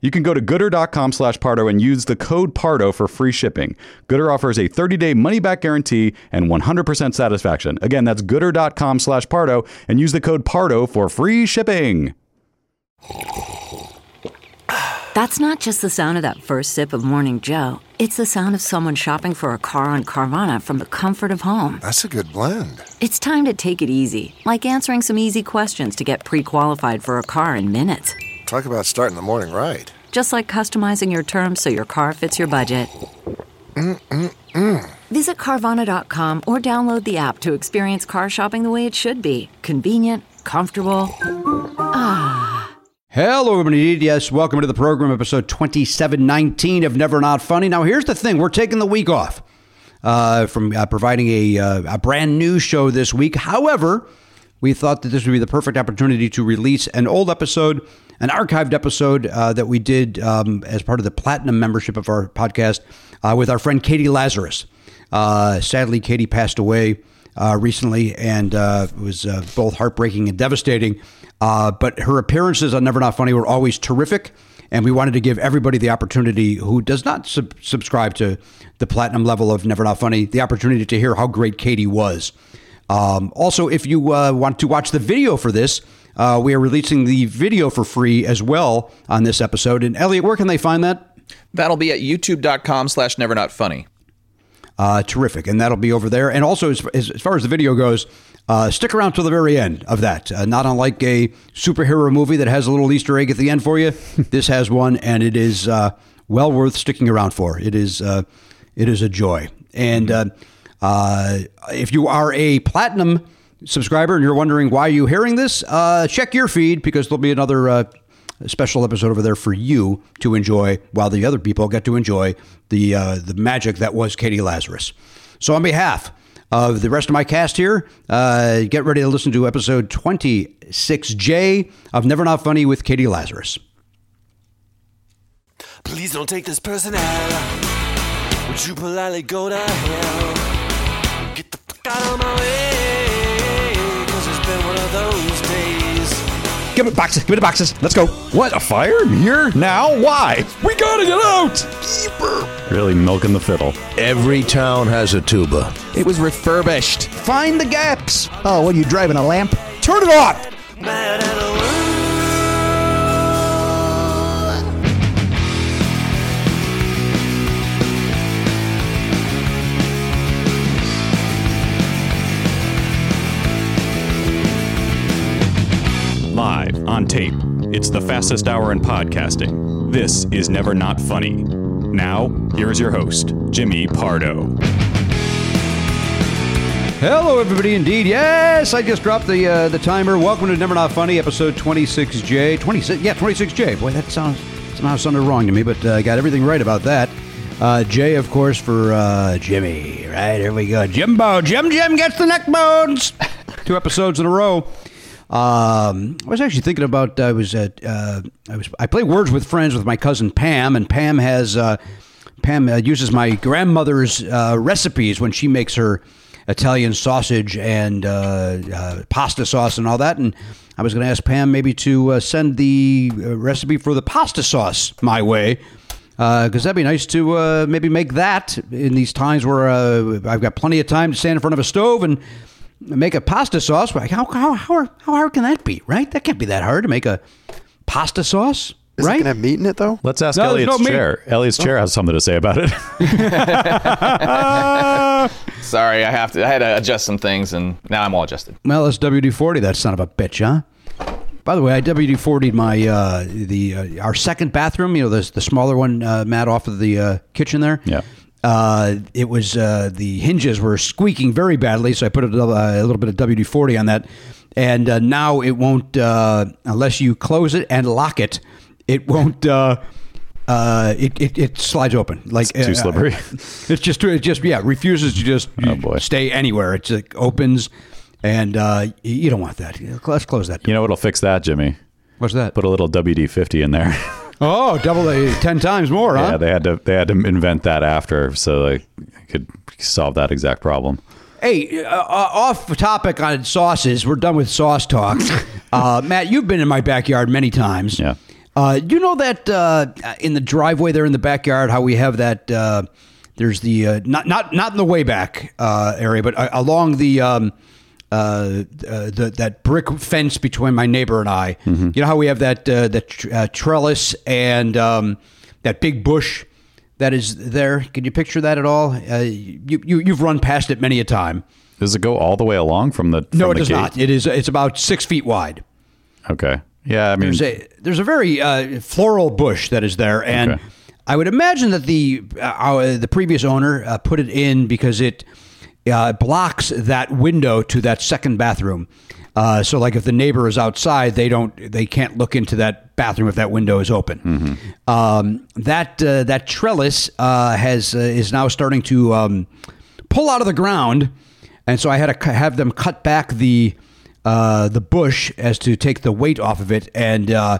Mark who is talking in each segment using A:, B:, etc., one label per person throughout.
A: You can go to gooder.com slash Pardo and use the code Pardo for free shipping. Gooder offers a 30-day money-back guarantee and 100% satisfaction. Again, that's gooder.com slash Pardo and use the code Pardo for free shipping.
B: That's not just the sound of that first sip of Morning Joe. It's the sound of someone shopping for a car on Carvana from the comfort of home.
C: That's a good blend.
B: It's time to take it easy, like answering some easy questions to get pre-qualified for a car in minutes.
C: Talk about starting the morning right.
B: Just like customizing your terms so your car fits your budget.
C: Mm, mm, mm.
B: Visit Carvana.com or download the app to experience car shopping the way it should be convenient, comfortable. Ah.
D: Hello, everybody. Yes, welcome to the program, episode 2719 of Never Not Funny. Now, here's the thing we're taking the week off uh, from uh, providing a, uh, a brand new show this week. However, we thought that this would be the perfect opportunity to release an old episode an archived episode uh, that we did um, as part of the platinum membership of our podcast uh, with our friend Katie Lazarus. Uh, sadly, Katie passed away uh, recently, and it was uh, both heartbreaking and devastating. Uh, but her appearances on Never Not Funny were always terrific. And we wanted to give everybody the opportunity who does not sub- subscribe to the platinum level of Never Not Funny the opportunity to hear how great Katie was. Um, also, if you want to watch the video for this, uh, we are releasing the video for free as well on this episode. And Elliot, where can they find that?
E: That'll be at youtube.com slash never not funny.
D: Uh, terrific. And that'll be over there. And also, as, as, as far as the video goes, uh, stick around till the very end of that. Uh, not unlike a superhero movie that has a little Easter egg at the end for you, this has one, and it is uh, well worth sticking around for. It is uh, it is a joy. And uh, if you are a platinum subscriber and you're wondering why you're hearing this, uh, check your feed because there'll be another uh, special episode over there for you to enjoy while the other people get to enjoy the, uh, the magic that was Katie Lazarus. So, on behalf of the rest of my cast here, uh, get ready to listen to episode 26J of Never Not Funny with Katie Lazarus.
F: Please don't take this person out. Would you politely go to hell? Get the fuck out of my way.
D: Give it boxes. Give me the boxes. Let's go.
A: What? A fire? Here? Now? Why?
D: We gotta get out!
A: Really milking the fiddle.
G: Every town has a tuba.
E: It was refurbished.
D: Find the gaps.
H: Oh, what are you driving? A lamp?
D: Turn it off!
F: mad at the world.
A: Live on tape. It's the fastest hour in podcasting. This is Never Not Funny. Now, here is your host, Jimmy Pardo.
D: Hello, everybody. Indeed, yes, I just dropped the uh, the timer. Welcome to Never Not Funny, episode twenty six J. Twenty six, yeah, twenty six J. Boy, that sounds somehow sounded wrong to me, but uh, I got everything right about that. Uh, J, of course, for uh, Jimmy. Right here we go, Jimbo. Jim Jim gets the neck bones. Two episodes in a row. Um, I was actually thinking about I was at uh, I was I play Words with Friends with my cousin Pam, and Pam has uh, Pam uh, uses my grandmother's uh, recipes when she makes her Italian sausage and uh, uh, pasta sauce and all that. And I was going to ask Pam maybe to uh, send the uh, recipe for the pasta sauce my way. Because that'd be nice to uh, maybe make that in these times where uh, I've got plenty of time to stand in front of a stove and make a pasta sauce. Like, How, how, how, how hard can that be, right? That can't be that hard to make a pasta sauce,
H: Is it
D: right?
H: gonna have meat in it though?
A: Let's ask
D: No, there's
A: Elliot's
D: no me-
A: chair. Elliot's chair has something to say about it.
E: Sorry, I have to. I had to adjust some things, and now I'm all adjusted.
D: Well, that's WD forty. That son of a bitch, huh? By the way, I WD forty'd my uh, the uh, our second bathroom. You know, the the smaller one, uh, Matt, off of the uh, kitchen there.
A: Yeah.
D: Uh, it was uh, the hinges were squeaking very badly, so I put a, little- uh, a little bit of WD forty on that, and uh, now it won't uh, unless you close it and lock it. It won't. Uh, uh, it, it, it slides open like
A: It's too
D: uh,
A: slippery.
D: It's just it just yeah refuses to just
A: Oh, boy.
D: stay anywhere. It's, It opens, and uh, y- you don't want that. Yeah, Let's close that.
A: you know what'll fix that, Jimmy?
D: What's that?
A: Put a little WD fifty in there.
D: Oh, double a ten times more, huh?
A: yeah, they had to they had to invent that after so they could solve that exact problem.
D: Hey, uh, uh, off topic on sauces. We're done with sauce talk. uh, Matt, you've been in my backyard many times.
A: Yeah.
D: Uh, you know that uh, in the driveway there in the backyard, how we have that. Uh, there's the uh, not not not in the way back uh, area, but uh, along the. Um, uh, uh, the, that brick fence between my neighbor and I. You know how we have that uh, that tr- uh, trellis and um, that big bush that is there. Can you picture that at all? Uh, you, you you've run past it many a time.
A: Does it go all the way along from the
D: No,
A: from
D: it
A: the
D: does
A: gate?
D: not. It is. It's about six feet wide.
A: Okay. Yeah, I mean
D: There's a there's a very uh, floral bush that is there, and
A: Okay.
D: I would imagine that the uh, our, the previous owner uh, put it in because it uh, blocks that window to that second bathroom. Uh, so, like, if the neighbor is outside, they don't they can't look into that bathroom if that window is open.
A: Mm-hmm.
D: Um, that uh, that trellis uh, has uh, is now starting to um, pull out of the ground, and so I had to cu- have them cut back the uh, the bush as to take the weight off of it. And uh,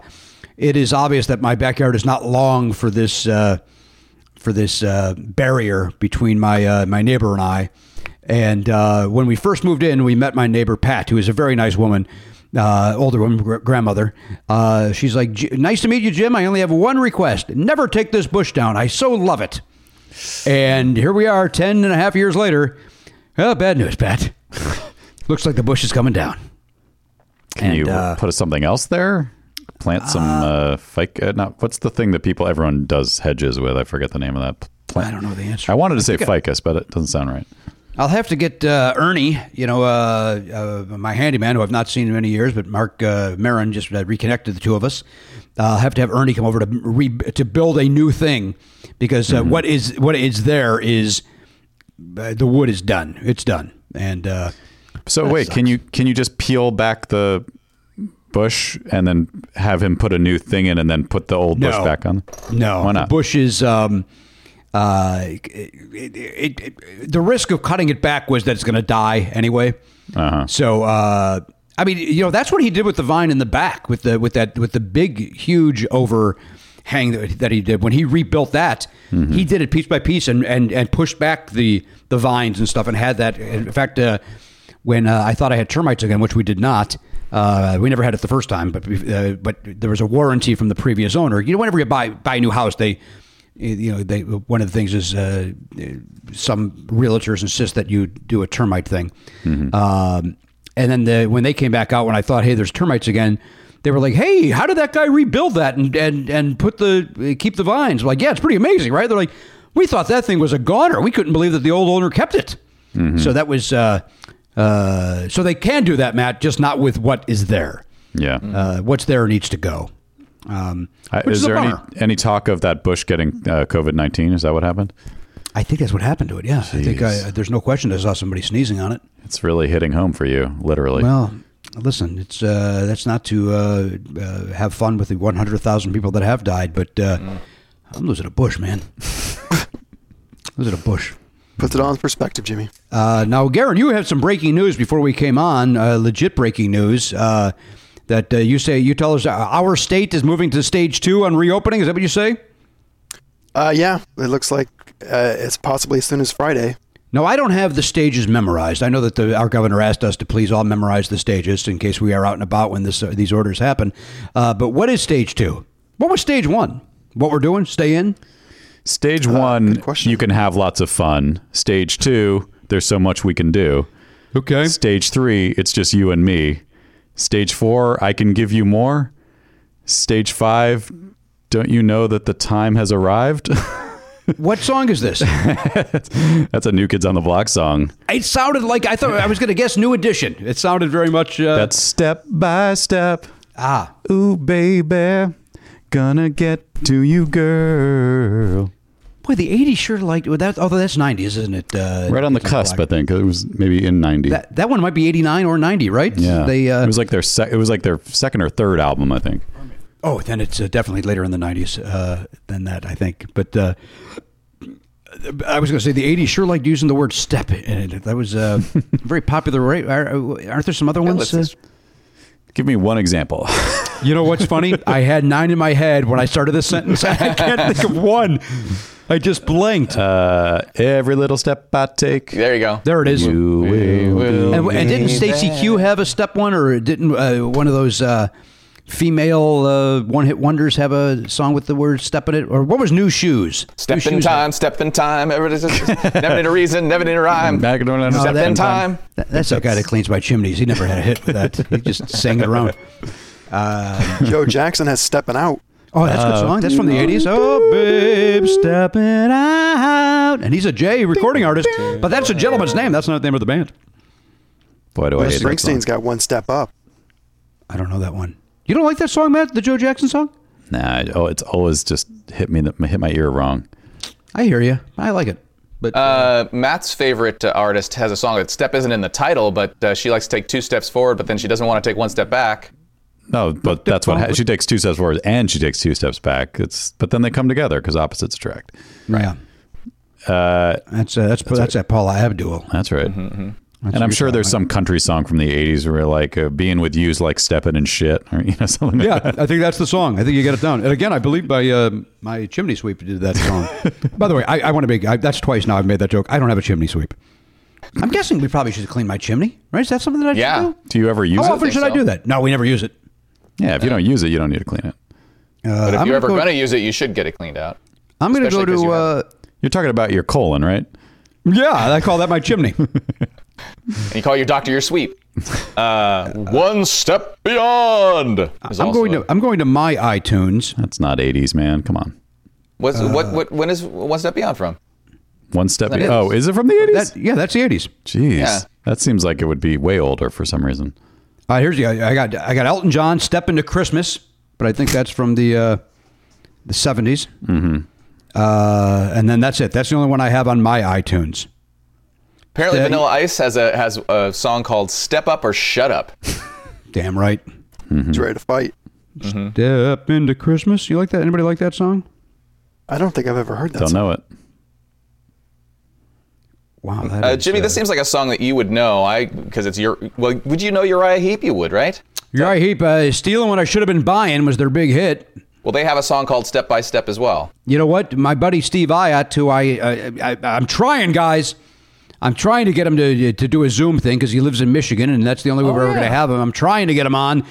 D: it is obvious that my backyard is not long for this uh, for this uh, barrier between my uh, my neighbor and I. And uh, when we first moved in, we met my neighbor Pat, who is a very nice woman, uh, older woman, gr- grandmother. Uh, she's like, "J- "Nice to meet you, Jim. I only have one request: never take this bush down. I so love it." And here we are, 10 and a half years later. Oh, bad news, Pat. Looks like the bush is coming down.
A: Can
D: And,
A: you
D: uh,
A: put something else there? Plant some uh, fic. Uh, not what's the thing that people everyone does hedges with? I forget the name of that plant.
D: I don't know the answer.
A: I wanted to say ficus, but it doesn't sound right.
D: I'll have to get uh, Ernie, you know, uh, uh, my handyman, who I've not seen in many years, but Mark uh, Marin just uh, reconnected the two of us. Uh, I'll have to have Ernie come over to re- to build a new thing because uh, what is what is there is uh, the wood is done. It's done, and uh,
A: So wait, can you can you just peel back the bush and then have him put a new thing in and then put the old bush
D: No.
A: back on?
D: No,
A: Why
D: the
A: not?
D: Bush is. Um, uh, it, it, it, the risk of cutting it back was that it's going to die anyway. Uh-huh. So, uh, I mean, you know, that's what he did with the vine in the back with the with that with the big huge overhang that, that he did when he rebuilt that
A: Mm-hmm.
D: he did it piece by piece and, and and pushed back the the vines and stuff and had that in fact uh when uh, I thought I had termites again, which we did not. Uh, we never had it the first time, but we- uh, but there was a warranty from the previous owner. You know, whenever you buy buy a new house, they you know they one of the things is uh,
A: Mm-hmm.
D: some realtors insist that you do a termite thing. Um, And then the, when they came back out, when I thought, hey, there's termites again, they were like, hey, how did that guy rebuild that and and and put the keep the vines? Like, yeah, it's pretty amazing, right? They're like, we thought that thing was a goner. We couldn't believe that the old owner kept it.
A: Mm-hmm.
D: So that was. Uh, uh, so they can do that, Matt, just not with what is there.
A: Yeah.
D: Uh, what's there needs to go. Um,
A: Uh,
D: which is,
A: is
D: a
A: there any,
D: bummer.
A: any talk of that Bush getting uh, COVID 19? Is that what happened?
D: I think that's what happened to it. Yeah, I think I, there's no question. I saw somebody sneezing on it.
A: It's really hitting home for you, literally.
D: Well, listen, it's uh, that's not to uh, uh, have fun with the 100,000 people that have died, but uh, I'm losing a bush, man. losing a bush.
H: Puts it all in perspective, Jimmy.
D: Uh, now, Garen, you had some breaking news before we came on. Uh, legit breaking news. Uh, that uh, you say you tell us our state is moving to stage two on reopening. Is that what you say?
H: Uh, yeah, it looks like uh, it's possibly as soon as Friday.
D: Now, I don't have the stages memorized. I know that the, our governor asked us to please all memorize the stages in case we are out and about when this, uh, these orders happen. Uh, but what is stage two? What was stage one? What we're doing? Stay in?
A: Stage
D: uh,
A: one,
H: question.
A: you can have lots of fun. Stage two, there's so much we can do.
D: Okay.
A: Stage three, it's just you and me. Stage four, I can give you more. Stage five, don't you know that the time has arrived?
D: What song is this?
A: That's a New Kids on the Block song.
D: it sounded like I thought I was going to guess New Edition. It sounded very much. Uh,
A: That's step by step.
D: ah.
A: Ooh, baby, gonna get to you, girl.
D: Boy, the 80s sure liked well, that. Although that's 90s, isn't it? Uh,
A: Right on the cusp, I think. It was maybe in 90.
D: that, that one might be 89 or 90, right?
A: yeah.
D: They, uh,
A: it was like their sec- it was like their second or third album, I think.
D: Oh, then it's uh, definitely later in the '90s uh, than that, I think. But uh, I was going to say the '80s sure liked using the word "step" in it. That was uh, very popular. Right? Are, uh, aren't there some other ones?
E: let's-
D: uh,
A: Give me one example.
D: you know what's funny? I had nine in my head when I started this sentence. I can't think of one. I just blinked.
A: uh, every little step I take,
E: There you go.
D: there it is.
A: you will.
D: and, and didn't Stacy Q have a step one, or didn't uh, one of those uh, female uh, one-hit wonders have a song with the word "step" in it? Or what was "New Shoes"?
E: Step
D: New
E: in
D: Shoes-
E: time, step in time. Ever, never need a reason, never need a rhyme.
A: I don't
D: Oh,
A: understand
E: Step in time.
D: That, that's the guy that cleans my chimneys. He never had a hit with that. He just sang it around.
H: Joe Jackson has stepping out.
D: Oh, that's a good song. That's from the eighties. Oh, babe, stepping out, and he's a J recording artist, but that's a gentleman's name. That's not the name of the band.
A: Boy, do I hate that song.
H: Springsteen's got one step up.
D: I don't know that one. You don't like that song, Matt? The Joe Jackson song?
A: Nah, I- oh, it's always just hit me, the, hit my ear wrong.
D: I hear you. I like it, but
E: Uh, Matt's favorite uh, artist has a song that step isn't in the title, but uh, she likes to take two steps forward, but then she doesn't want to take one step back.
A: No, but that's what ha- she takes two steps forward and she takes two steps back. It's but then they come together because opposites attract.
D: yeah. that's uh, that's that's, that Paula Abdul.
A: That's right. and I'm sure there's some country song from the '80s where like uh, being with you's like stepping and shit, or you know something. like
D: Yeah,
A: that.
D: I think that's the song. I think you got it down. And again, I believe my uh, my chimney sweep did that song. By the way, I, I want to make I, that's twice now I've made that joke. I don't have a chimney sweep. I'm guessing we probably should clean my chimney, right? Is that something that I
E: Yeah.
D: should do?
A: Do you ever use
D: How
A: it?
D: often should I
E: so.
D: do that? No, we never use it. Uh,
A: Yeah, if you don't use it, you don't need to clean it.
E: But if
D: I'm gonna
E: you're ever
D: go-
E: going to use it, you should get it cleaned out.
D: I'm going to go
E: Especially 'cause
D: to
E: you have-
D: uh,
A: You're talking about your colon, right?
D: yeah. I call that my chimney.
E: And you call your doctor your sweep. Uh, one step beyond. is
D: I'm
E: also
D: going
E: a-
D: to I'm going to my iTunes.
A: That's not '80s, man. Come on.
E: What's,
D: uh,
E: what, what, when is one step beyond from?
A: One step.
E: That
A: be-
E: is.
A: Oh, is it from the '80s?
D: That, yeah, that's the 80s.
A: Jeez,
E: Yeah.
A: that seems like it would be way older for some reason.
D: All right, here's the I I got I got Elton John "Step Into Christmas," but I think that's from the uh, the 70s Mm-hmm. Uh, and then that's it. That's the only one I have on my iTunes.
E: Apparently,
D: Yeah, you-
E: Vanilla Ice has a has a song called "Step Up or Shut Up."
D: Damn right.
A: Mm-hmm.
H: He's ready to fight.
D: Step into Christmas. You like that? Anybody like that song?
H: I don't think I've ever heard that.
A: Don't know it.
D: Wow, that
E: Uh,
D: is,
E: Jimmy, this seems like a song that you would know. I because it's your. Well, would you know Uriah Heep? You would, right?
D: Uriah Heep uh, stealing what I should have been buying was their big hit.
E: Well, they have a song called "Step by Step" as well.
D: You know what? My buddy Steve Iott, who I, uh, I, I I'm trying, guys. I'm trying to get him to to do a Zoom thing because he lives in Michigan, and that's the only way we're ever going to have him. I'm trying to get him on.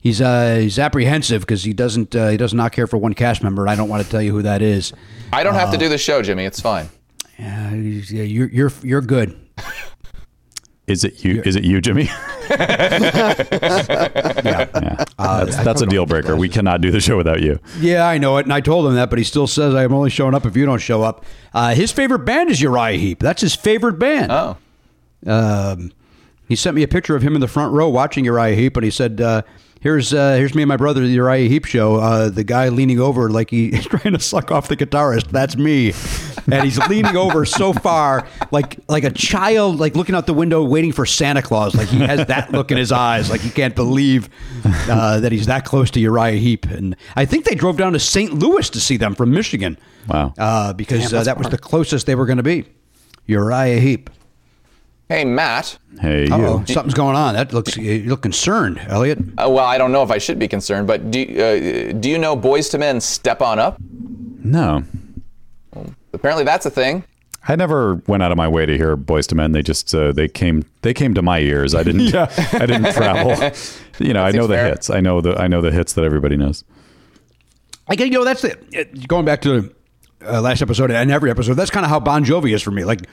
D: He's uh, he's apprehensive because he doesn't uh, he does not care for one cast member, and I don't want to tell you who that is.
E: I don't have to do the show, Jimmy. It's fine.
D: Uh, yeah, you're you're you're good.
A: Is it you? Is it you, Jimmy? yeah, yeah. that's, that's a deal breaker. We cannot do the show without you.
D: Yeah, I know it, and I told him that, but he still says I'm only showing up if you don't show up. Uh, his favorite band is Uriah Heep. That's his favorite band.
E: Oh.
D: Um, he sent me a picture of him in the front row watching Uriah Heep, and he said, uh, "Here's uh, here's me and my brother, the Uriah Heep show. Uh, the guy leaning over like he's trying to suck off the guitarist. That's me." And he's leaning over so far, like like a child, like looking out the window, waiting for Santa Claus. Like he has that look in his eyes, like he can't believe uh, that he's that close to Uriah Heep. And I think they drove down to St. Louis to see them from Michigan.
A: Wow.
D: Uh, because uh, that was the closest they were going to be. Uriah Heep.
E: Hey, Matt.
A: Hey,
D: Oh,
A: you.
D: something's going on. That looks you look concerned, Elliot.
E: Uh, well, I don't know if I should be concerned, but do uh, do you know Boys to Men Step On Up?
A: No,
E: Apparently, that's a thing.
A: I never went out of my way to hear Boys to Men. They just uh, they came they came to my ears. I didn't I didn't travel. You know, I know
E: seems
A: the
E: fair.
A: hits. I know the I know the hits that everybody knows.
D: I get you know that's the it- going back to uh, last episode and every episode. That's kind of how Bon Jovi is for me. Like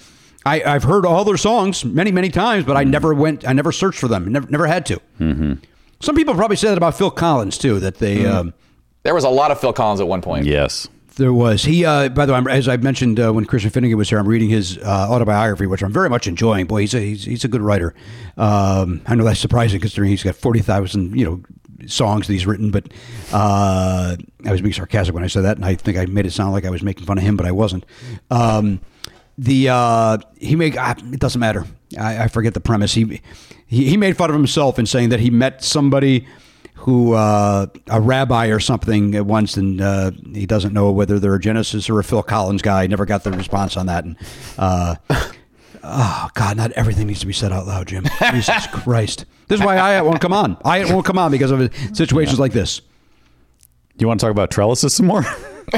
D: I, I've heard all their songs many many times, but I never went. I never searched for them. Never never had to. Mm-hmm. Some people probably say that about Phil Collins too. That they. Um,
E: There was a lot of Phil Collins at one point.
A: Yes.
D: There was he. Uh, by the way, I'm, as I mentioned uh, when Christian Finnegan was here, I'm reading his uh, autobiography, which I'm very much enjoying. Boy, he's a, he's, he's a good writer. Um, I know that's surprising considering he's got forty thousand you know songs that he's written. But uh, I was being sarcastic when I said that, and I think I made it sound like I was making fun of him, but I wasn't. Um, the uh, he made ah, it doesn't matter. I, I forget the premise. He, he he made fun of himself in saying that he met somebody who uh, a rabbi or something at once, and uh, he doesn't know whether they're a Genesis or a Phil Collins guy. Never got the response on that. And uh, oh God, not everything needs to be said out loud, Jim. Jesus Christ! This is why I won't come on. I won't come on because of situations like this.
A: You want to talk about trellises some more?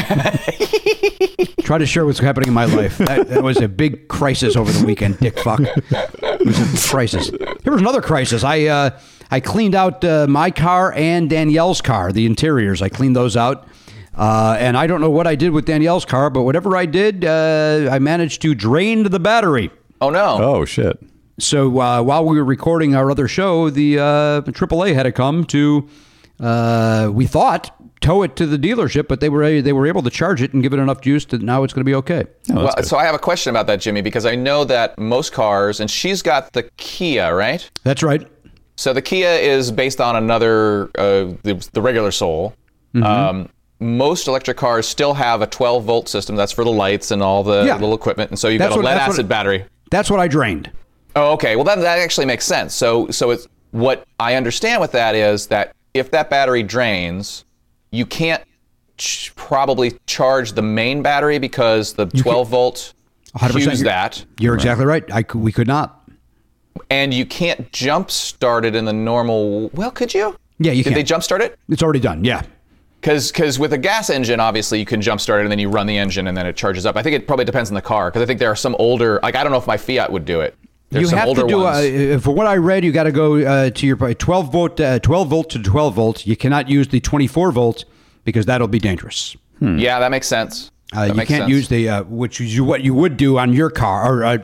D: Try to share what's happening in my life. That, that was a big crisis over the weekend, dick fuck. It was a crisis. Here was another crisis. I uh, I cleaned out uh, my car and Danielle's car, the interiors. I cleaned those out. Uh, and I don't know what I did with Danielle's car, but whatever I did, uh, I managed to drain the battery.
E: Oh no.
A: oh shit.
D: So uh, while we were recording our other show, the uh, AAA had to come to, uh, we thought, tow it to the dealership, but they were they were able to charge it and give it enough juice that now it's going to be okay.
E: well, so I have a question about that, Jimmy, because I know that most cars, and she's got the Kia, right?
D: That's right.
E: So the Kia is based on another, uh, the, the regular Soul.
D: Mm-hmm.
E: Um, most electric cars still have a 12 volt system. That's for the lights and all the
D: Yeah.
E: little equipment, and so you've
D: That's
E: got a
D: what-
E: lead
D: that's what
E: acid
D: it-
E: battery.
D: That's what I drained.
E: Oh, okay. Well, that, that actually makes sense. So, so it's what I understand with that is that if that battery drains, you can't ch- probably charge the main battery because the 12 volt
D: 100%
E: cues
D: you're-
E: that,
D: You're exactly right. I cou- we could not.
E: and you can't jump start it in the normal. Well, could you?
D: Yeah, you
E: Did they
D: can.
E: jump start it?
D: It's already done. Yeah.
E: Because with a gas engine, obviously you can jump start it and then you run the engine and then it charges up. I think it probably depends on the car because I think there are some older. Like I don't know if my Fiat would do it. There's
D: you
E: some
D: have
E: older
D: to do
E: ones.
D: uh, for what I read. You got to go uh, to your 12 volt, uh, 12 volt to 12 volt. You cannot use the 24 volt because that'll be dangerous.
E: yeah, that makes sense.
D: Uh,
E: That
D: you
E: makes
D: can't
E: sense.
D: use the uh, which is what you would do on your car or uh,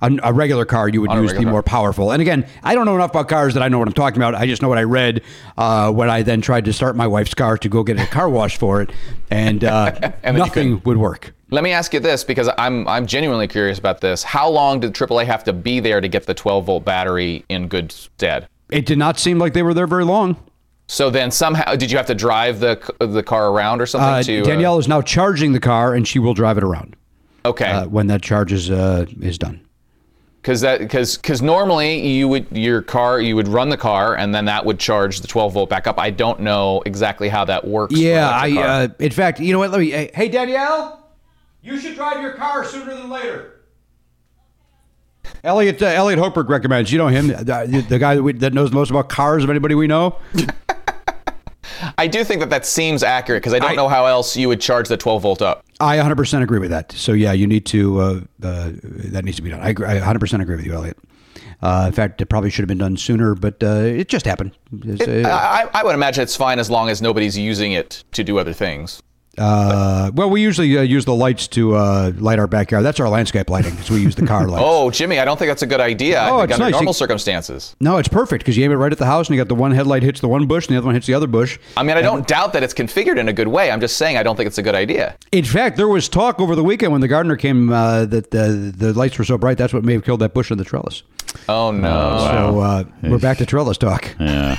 D: on a regular car. You would
E: a
D: use the
E: regular car.
D: more powerful. And again, I don't know enough about cars that I know what I'm talking about. I just know what I read uh, when I then tried to start my wife's car to go get a car wash for it, and, uh,
E: And then you
D: nothing
E: couldn't.
D: would work.
E: Let me ask you this because I'm I'm genuinely curious about this. How long did AAA have to be there to get the 12 volt battery in good stead?
D: It did not seem like they were there very long.
E: So then somehow did you have to drive the c- the car around or something
D: Uh,
E: to uh,
D: Danielle is now charging the car, and she will drive it around
E: okay.
D: uh, when that charge is uh, is done.
E: Because that because because normally you would your car you would run the car and then that would charge the 12 volt back up. I don't know exactly how that works. for
D: Yeah,
E: electric
D: I.
E: car.
D: Uh, in fact, you know what? Let me. Hey, hey, Danielle, you should drive your car sooner than later. Elliot uh, Elliot Hopeberg recommends. You know him, uh, the, the guy that, we, that knows most about cars of anybody we know. uh,
E: I do think that that seems accurate because I don't know how else you would charge the 12 volt up.
D: I 100% agree with that. So yeah, you need to. Uh, uh, that needs to be done. I, agree- I 100% agree with you, Elliot. Uh, in fact, it probably should have been done sooner, but uh, it just happened. It's, uh,
E: I, I would imagine it's fine as long as nobody's using it to do other things.
D: Uh, well, we usually uh, use the lights to uh, light our backyard. That's our landscape lighting because we use the car lights.
E: Oh, Jimmy, I don't think that's a good idea.
D: Oh,
E: I think
D: it's
E: under
D: nice.
E: normal
D: You-
E: circumstances.
D: No, it's perfect because you aim it right at the house and you got the one headlight hits the one bush and the other one hits the other bush.
E: I mean, I don't doubt that it's configured in a good way. I'm just saying I don't think it's a good idea.
D: In fact, there was talk over the weekend when the gardener came uh, that the, the lights were so bright that's what may have killed that bush in the trellis.
E: Oh no.
D: So uh, we're back to trellis talk.
A: Yeah.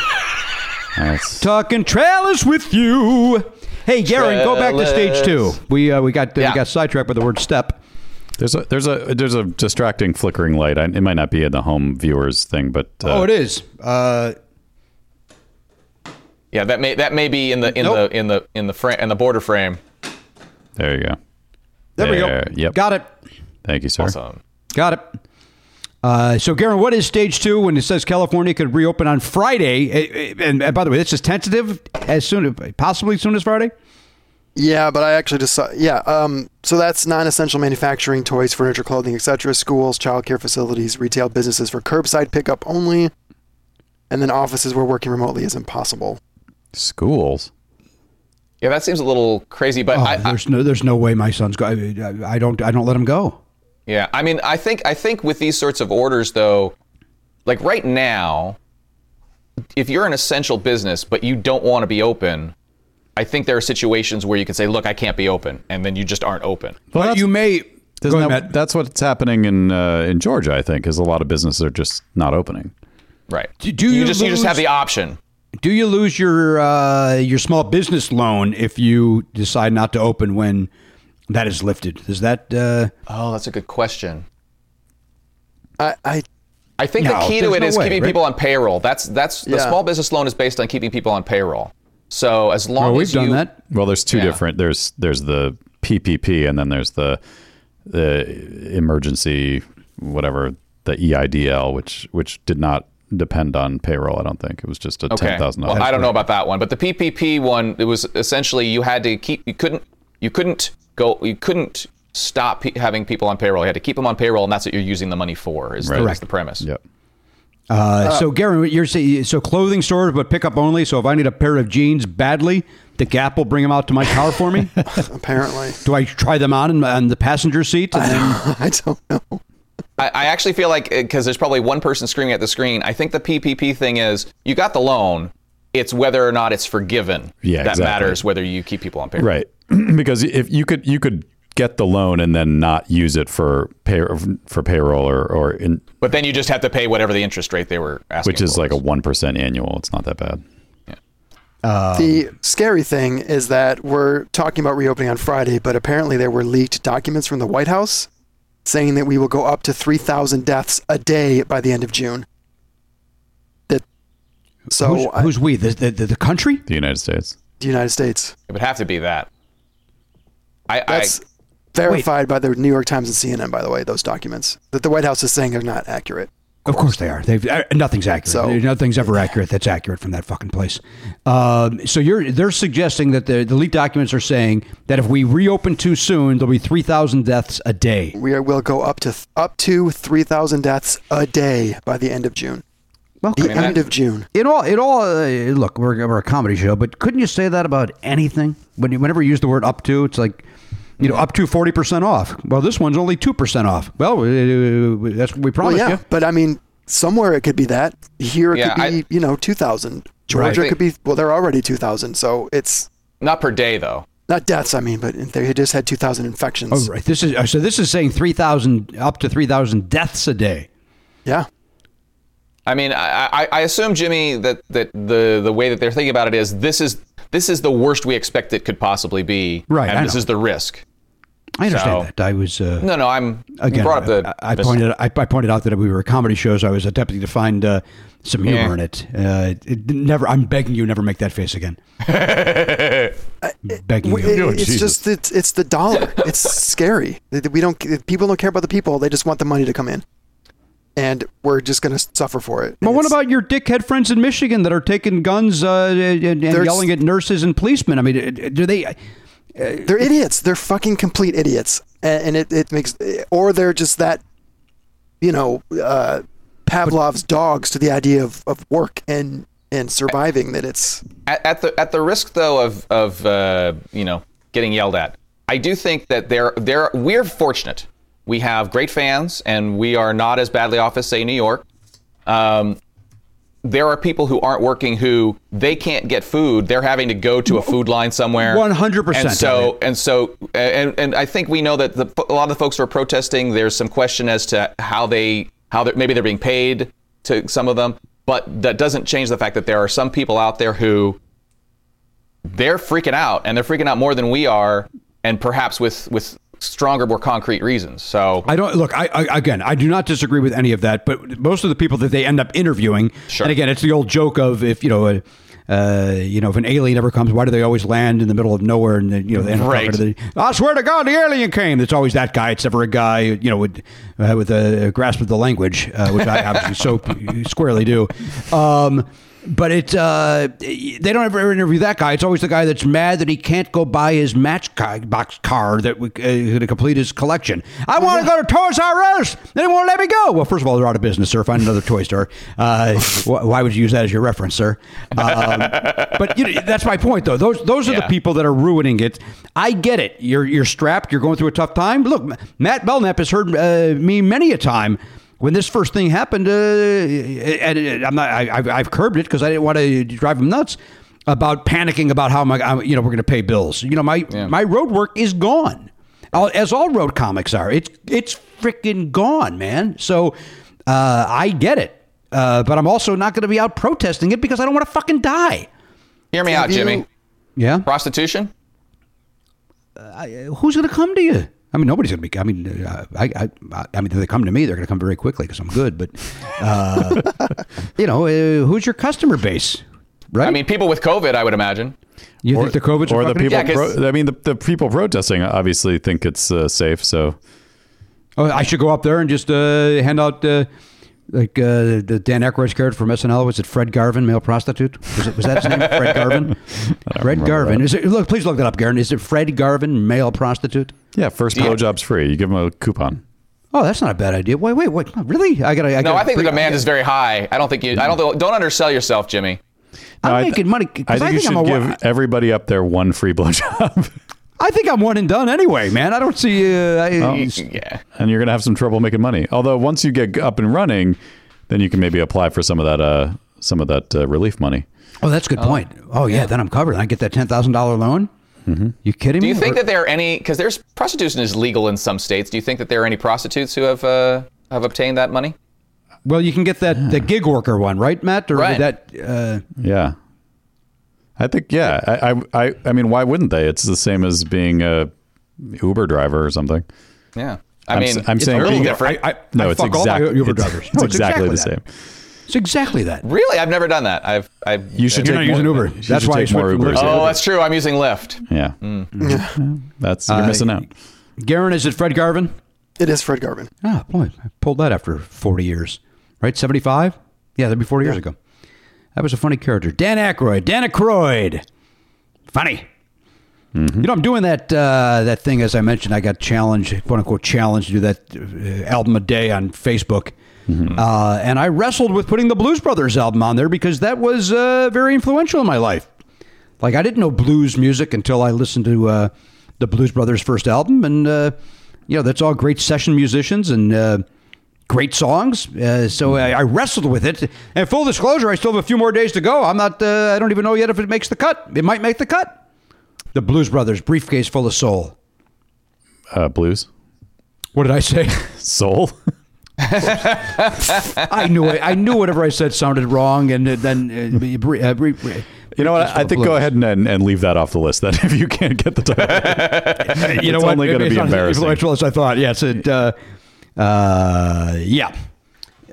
A: That's,
D: Talking trellis with you. Hey, Garen, go back to stage two. We uh, we got we
E: Yeah.
D: got sidetracked by the word step.
A: there's a there's a there's a distracting flickering light. I, it might not be in the home viewers thing, but uh,
D: oh, it is. Uh,
E: Yeah, that may that may be in the in
D: Nope.
E: the in the in the frame in the border frame.
A: there you go.
D: there we go.
A: There, yep.
D: Got it.
A: Thank you, sir.
E: Awesome.
D: Got it. Uh, so, Garen, what is stage two when it says California could reopen on Friday? Eh, eh, And, and by the way, this is tentative as soon as possibly as soon as Friday.
I: Yeah, but I actually just saw. Yeah, um, so that's non-essential manufacturing, toys, furniture, clothing, etc., schools, childcare facilities, retail businesses for curbside pickup only, and then offices where working remotely is impossible.
A: Schools.
E: Yeah, that seems a little crazy, but
D: Oh,
E: I, I,
D: there's no, there's no way my son's going. I, I don't, I don't let him go.
E: yeah, I mean, I think I think with these sorts of orders though, like right now, if you're an essential business but you don't want to be open, I think there are situations where you can say, "Look, I can't be open," and then you just aren't open.
D: But
A: that's-
D: you may. Go
A: Doesn't
D: ahead,
A: that,
D: Matt.
A: that's what's happening in uh, in Georgia, I think, is a lot of businesses are just not opening.
E: Right.
D: Do- do you
E: just you just have
D: lose-
E: the option.
D: Do you lose your uh, your small business loan if you decide not to open when that is lifted? Is that uh,
E: Oh, that's a good question.
I: I, I
E: I think
D: No,
E: the key to
D: there's
E: it
D: no
E: is
D: way,
E: keeping
D: right?
E: people on payroll. That's that's the
I: Yeah.
E: small business loan is based on keeping people on payroll. So as long
D: well,
E: as
D: we've done
E: you,
D: that.
A: Well, there's two
E: Yeah.
A: different. There's there's the PPP and then there's the the emergency whatever the E EIDL, which which did not depend on payroll. I don't think it was just a
E: Okay.
A: ten thousand
E: Well, I
A: dollars.
E: don't know about that one, but the PPP one, it was essentially you had to keep, you couldn't, you couldn't go, you couldn't stop pe- having people on payroll. You had to keep them on payroll, and that's what you're using the money for. Is, the, is
A: Correct.
E: the premise?
A: Yep.
D: Uh, so, Garen, you're saying so clothing stores, but pickup only. So, if I need a pair of jeans badly, the Gap will bring them out to my car for me.
I: apparently
D: Do I try them on in, on the passenger seat? And then,
I: I don't know.
E: I, I actually feel like because there's probably one person screaming at the screen. I think the PPP thing is you got the loan. It's whether or not it's forgiven
A: Yeah,
E: that
A: exactly.
E: matters. Whether you keep people on payroll.
A: Right. because if you could you could get the loan and then not use it for pay for payroll or or in,
E: But then you just have to pay whatever the interest rate they were asking.
A: which is
E: for
A: like a
E: was.
A: one percent annual. It's not that bad.
I: the
D: Um,
I: scary thing is that we're talking about reopening on Friday, but apparently there were leaked documents from the White House saying that we will go up to 3,000 deaths a day by the end of June. That so
D: who's,
I: I-
D: who's we? The, the, the, the country?
A: The United States.
I: the United States.
E: it would have to be that. I, I
I: That's verified by the New York Times and CNN, by the way, those documents that the White House is saying are not accurate.
D: Of course they are. They've uh, nothing's accurate.
I: So-
D: nothing's ever accurate that's accurate from that fucking place. Um, so you're they're suggesting that the, the leaked documents are saying that if we reopen too soon, there'll be three thousand deaths a day.
I: We are, will go up to up to 3,000 deaths a day by the end of June.
D: Well,
I: The
D: could-
I: end of June.
D: it all it all uh, look. We're, we're a comedy show, but couldn't you say that about anything? When you, whenever you use the word up to, it's like. You know, up to forty percent off. Well, this one's only two percent off. Well, uh, that's what we
I: Well,
D: promised
I: yeah,
D: you.
I: but I mean, somewhere it could be that. Here it
E: Yeah,
I: could be,
E: I-
I: you know, 2,000.
E: Right.
I: Georgia could be, well, they're already 2,000, so it's
E: not per day though.
I: not deaths, I mean, but they just had 2,000 infections.
D: Oh, right. This is uh, so. This is saying three thousand up to three thousand deaths a day.
I: Yeah.
E: I mean, I, I, I assume Jimmy that, that the the way that they're thinking about it is this is this is the worst we expect it could possibly be,
D: Right,
E: And
D: I
E: this
D: know.
E: is the risk.
D: I understand
E: So-
D: that. I was uh,
E: No, no, I'm you
D: again.
E: brought up the.
D: I, I pointed. I, I pointed out that we were a comedy show, so I was attempting to find uh, some humor
E: Yeah.
D: in it. Uh, it. Never. I'm begging you, never make that face again. begging
I: It-
D: you. Oh,
I: it's just, it's, it's the dollar. it's scary. We don't, people don't care about the people. They just want the money to come in. And we're just going to suffer for it.
D: But
I: And
D: what
I: it's-
D: about your dickhead friends in Michigan that are taking guns uh, and, and
I: They're
D: yelling at nurses and policemen? I mean, do they?
I: They're idiots. They're fucking complete idiots, and, and it, it makes or they're just that, you know, uh, Pavlov's dogs to the idea of, of work and and surviving. That it's
E: at, at the at the risk though of of uh, you know getting yelled at. I do think that there, there, we're fortunate. We have great fans, and we are not as badly off as say New York. Um, there are people who aren't working who they can't get food. They're having to go to a food line somewhere.
D: 100%,
E: And so, and so, and and I think we know that the, a lot of the folks who are protesting. There's some question as to how they, how they're, maybe they're being paid to some of them, but that doesn't change the fact that there are some people out there who they're freaking out, and they're freaking out more than we are, and perhaps with with stronger, more concrete reasons. So
D: I don't look. I, I again, I do not disagree with any of that. But most of the people that they end up interviewing,
E: Sure.
D: and again, it's the old joke of if you know, a, uh, you know, if an alien ever comes, why do they always land in the middle of nowhere? And then, you know, they end up
E: Right.
D: talking to the, I swear to God, the alien came. It's always that guy. It's never a guy, you know, with uh, with a grasp of the language, uh, which I obviously so squarely do. Um, but it uh, they don't ever interview that guy. It's always the guy that's mad that he can't go buy his matchbox car that we, uh, to complete his collection. I want to go to Toys R Us. They won't let me go. Well, first of all, they're out of business, sir. Find another toy store. Uh, wh- why would you use that as your reference, sir? Um, but you know, that's my point, though. Those those are the
E: Yeah.
D: people people that are ruining it. I get it. You're you're strapped. You're going through a tough time. Look, M- Matt Belknap has heard uh, me many a time when this first thing happened. Uh, and it- I'm not. I, I've, I've curbed it because I didn't want to drive him nuts about panicking about how my I'm- you know we're going to pay bills. You know my my road work is gone, All- as all road comics are. It's it's freaking gone, man. So uh, I get it. Uh, but I'm also not going to be out protesting it because I don't want to fucking die.
E: hear me out, Jimmy.
D: Yeah.
E: Prostitution?
D: who's going to come to you? I mean, nobody's going to be. I mean, uh, I, I, I mean, if they come to me, they're going to come very quickly because I'm good. But uh, you know, uh, who's your customer base? Right?
E: I mean, people with COVID, I would imagine.
D: you think the COVID's
A: or
D: a
A: the
D: fucking-
A: people.
E: Yeah, 'cause-
A: pro- I mean, the, the people protesting obviously think it's uh, safe. So
D: Oh, I should go up there and just uh, hand out uh, like uh, the Dan Aykroyd's character from SNL. Was it Fred Garvin, male prostitute? Was, it, was that his name? Fred Garvin. Fred Garvin. Is it, look, please look that up, Garen. Is it Fred Garvin, male prostituite?
A: yeah, first blowjob's free. You give them a coupon.
D: Oh, that's not a bad idea. Wait, wait, wait. Really? I got. to
E: No, I think the demand is very high. I don't think you. I don't. Don't undersell yourself, Jimmy.
D: I'm
A: No, I th-
D: making money. 'cause
A: I think you
D: I'm
A: should
D: a-
A: give everybody up there one free blowjob,
D: I think I'm one and done anyway, man. I don't see. Uh, I,
E: Oh. Yeah.
A: and you're gonna have some trouble making money. Although once you get up and running, then you can maybe apply for some of that uh, some of that uh, relief money.
D: Oh, that's a good point. Oh yeah, then I'm covered. I get that ten thousand dollar loan. You kidding
E: Mm-hmm. Do
D: me?
E: you think
D: Or-
E: that there are any? Because there's prostitution is legal in some states. Do you think that there are any prostitutes who have uh, have obtained that money?
D: well, you can get that the gig worker one, right, Matt? Or
E: Right.
D: that? Uh,
A: Yeah. I think yeah. I, I I I mean, why wouldn't they? It's the same as being a Uber driver or something.
E: Yeah. I
A: I'm
E: mean,
A: s- I'm
E: it's
A: saying
E: a little
A: being-
E: different.
D: I, I,
A: No,
D: I
A: it's
D: fuck all my
A: exactly
D: Uber
A: it's,
D: drivers.
A: It's
D: No,
A: exactly, the
D: that.
A: same.
D: It's exactly that.
E: really, I've never done that. I've I've.
A: You should
D: You're
A: take
D: not using
A: more,
D: Uber.
A: you should
D: That's why
A: take Oh,
D: you
A: more
D: switch
A: Ubers.
D: Uber.
E: Oh, that's true. I'm using Lyft.
A: yeah. That's you're missing out.
D: Garen, is it Fred Garvin?
H: It is Fred Garvin.
D: Ah, boy, I pulled that after 40 years, right? 75? Yeah, that'd be 40 years ago. That was a funny character. Dan Aykroyd. Dan Aykroyd. Funny. You know, I'm doing that uh, that thing as I mentioned. I got challenged, quote unquote, challenged to do that uh, album a day on Facebook, uh, and I wrestled with putting the Blues Brothers album on there because that was uh, very influential in my life. Like I didn't know blues music until I listened to uh, the Blues Brothers' first album, and uh, you know that's all great session musicians and uh, great songs. Uh, so I, I wrestled with it. And full disclosure, I still have a few more days to go. I'm not. Uh, I don't even know yet if it makes the cut. It might make the cut. The Blues Brothers, briefcase full of soul.
A: Uh, blues,
D: What did I say?
A: soul.
D: I knew it. I knew whatever I said sounded wrong, and then uh, bri- uh, bri- bri-
A: Hmm. You know
D: briefcase
A: what?
D: full
A: I
D: of
A: think go
D: blues.
A: ahead and, and and leave that off the list. Then, if you can't get the title,
D: you know
A: it's
D: what?
A: only going to
D: It's
A: be
D: not as
A: embarrassing.
D: Influential as I thought. Yes. It. Uh, uh, yeah.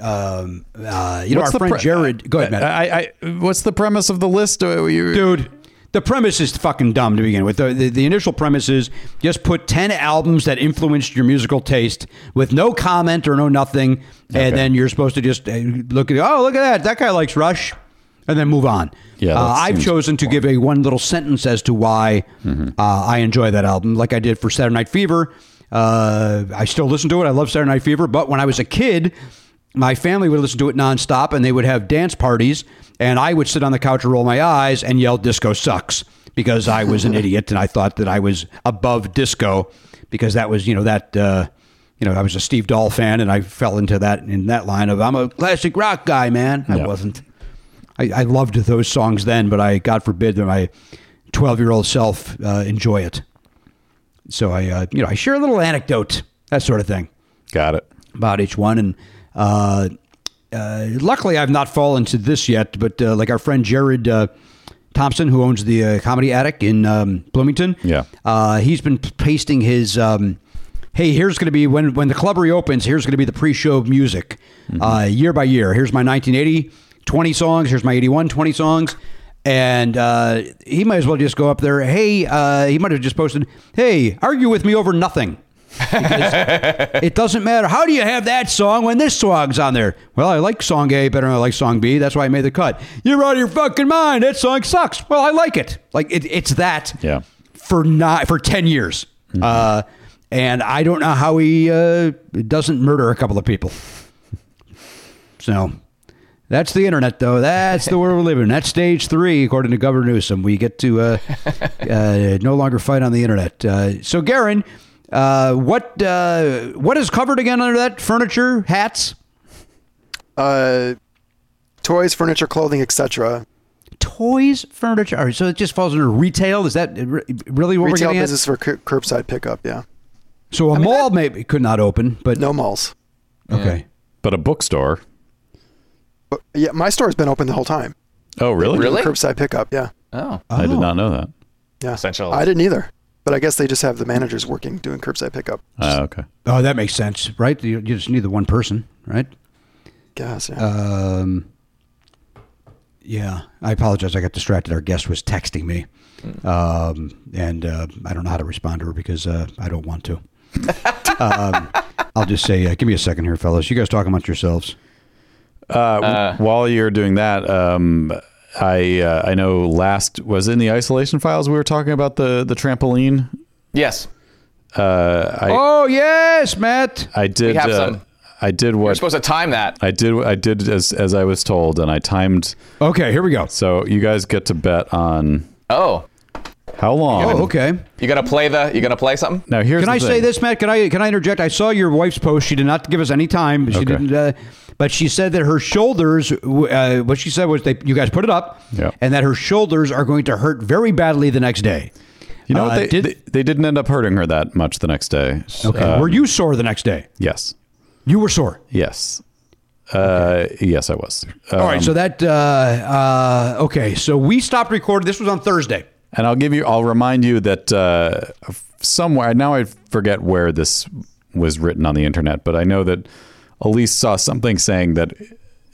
D: Um, uh, you know, our
A: What's the
D: friend
A: pre- uh,
D: Jared. Go ahead, Matt.
A: I, I, what's the premise of the list? Uh, you-
D: Dude, the premise is fucking dumb to begin with. The, the, the initial premise is just put 10 albums that influenced your musical taste with no comment or no nothing. And then you're supposed to just uh, look at, oh, look at that. That guy likes Rush. And then move on.
A: Yeah, that
D: uh, I've
A: seems
D: chosen to give a one little sentence as to why uh, I enjoy that album, like I did for Saturday Night Fever. Uh, I still listen to it. I love Saturday Night Fever. But when I was a kid, my family would listen to it nonstop and they would have dance parties and I would sit on the couch and roll my eyes and yell disco sucks because I was an idiot and I thought that I was above disco because that was, you know, that, uh, you know, I was a Steve Dahl fan and I fell into that in that line of I'm a classic rock guy, man. I
A: Yeah.
D: wasn't. I, I loved those songs then, but I, God forbid, that my 12 year old self uh, enjoy it. So I, uh, you know, I share a little anecdote, that sort of thing
A: Got it.
D: about each one. And uh, uh, luckily, I've not fallen to this yet. But uh, like our friend Jared uh, Thompson, who owns the uh, Comedy Attic in um, Bloomington,
A: Yeah.
D: uh, he's been p- pasting his. Um, Hey, here's going to be when when the club reopens. Here's going to be the pre-show music, uh, year by year. Here's my 1980 20 songs. Here's my 81 20 songs, and uh, he might as well just go up there. Hey, uh, he might have just posted, "Hey, argue with me over nothing." It doesn't matter. How do you have that song when this song's on there? Well, I like song A better than I like song B. That's why I made the cut. You're out of your fucking mind. That song sucks. Well, I like it. Like it, it's that.
A: Yeah.
D: For not for ten years. Uh, and I don't know how he uh, doesn't murder a couple of people. So that's the internet, though. That's the world we live in. That's stage three, according to Governor Newsom. We get to uh, uh, no longer fight on the internet. Uh, so, Garen, uh, what uh, what is covered again under that? Furniture, hats,
H: Uh, toys, furniture, clothing, etc.
D: toys, furniture. All right, so it just falls under retail. Is that re- really what
H: Retail
D: we're getting
H: business for cur- curbside pickup. Yeah,
D: at? So a mall maybe could not open, but
H: no malls.
D: Okay.
A: But a bookstore.
H: But yeah, my store has been open the whole time.
A: Oh, really?
E: Really?
H: Curbside pickup. Yeah,
E: Oh,
A: I did not know that.
H: yeah.
E: Essential.
H: I didn't either, but I guess they just have the managers working doing curbside pickup.
A: Ah, okay.
D: Oh, that makes sense, right? You, you just need the one person, right?
H: Guess. Yeah.
D: Um, yeah, I apologize. I got distracted. Our guest was texting me,
A: Hmm.
D: um, and uh, I don't know how to respond to her because uh, I don't want to. um, I'll just say, uh, give me a second here, fellas. You guys talk amongst yourselves.
A: While you're doing that, um, I uh, I know last was in the isolation files we were talking about the the trampoline.
E: yes.
A: Uh, I
D: Oh yes, Matt.
A: I did
E: have
A: uh,
E: some.
A: I did
E: You're
A: what
E: supposed to time that.
A: I did I did as as I was told and I timed
D: Okay, here we go.
A: so you guys get to bet on
E: Oh,
A: how long.
D: Oh, okay.
E: you gonna play the? You gonna play something?
A: Now here's
D: Can
A: the
D: I say
A: thing.
D: this, Matt? Can I can I interject? I saw your wife's post. She did not give us any time. She
A: Okay.
D: didn't. Uh, but she said that her shoulders. Uh, what she said was they. You guys put it up,
A: Yeah.
D: and that her shoulders are going to hurt very badly the next day.
A: You know what?
D: Uh,
A: they,
D: did-
A: they they didn't end up hurting her that much the next day.
D: Okay.
A: Um,
D: were you sore the next day?
A: Yes.
D: You were sore.
A: Yes. Uh, yes, I was.
D: All right. So that. Uh, uh, okay. So we stopped recording. This was on Thursday.
A: And I'll give you, I'll remind you that uh, somewhere, now I forget where this was written on the internet, but I know that Elise saw something saying that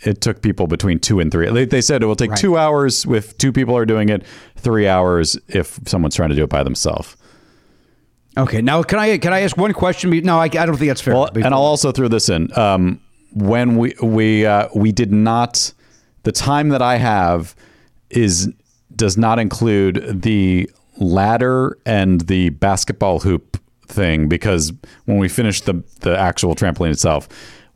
A: it took people between two and three. They, they said it will take two hours if two people are doing it, three hours if someone's trying to do it by themselves.
D: Okay. Now can I can I ask one question? No, I, I don't think that's fair.
A: Well, and I'll also throw this in. Um, when we we uh, we did not, the time that I have is does not include the ladder and the basketball hoop thing because when we finished the the actual trampoline itself,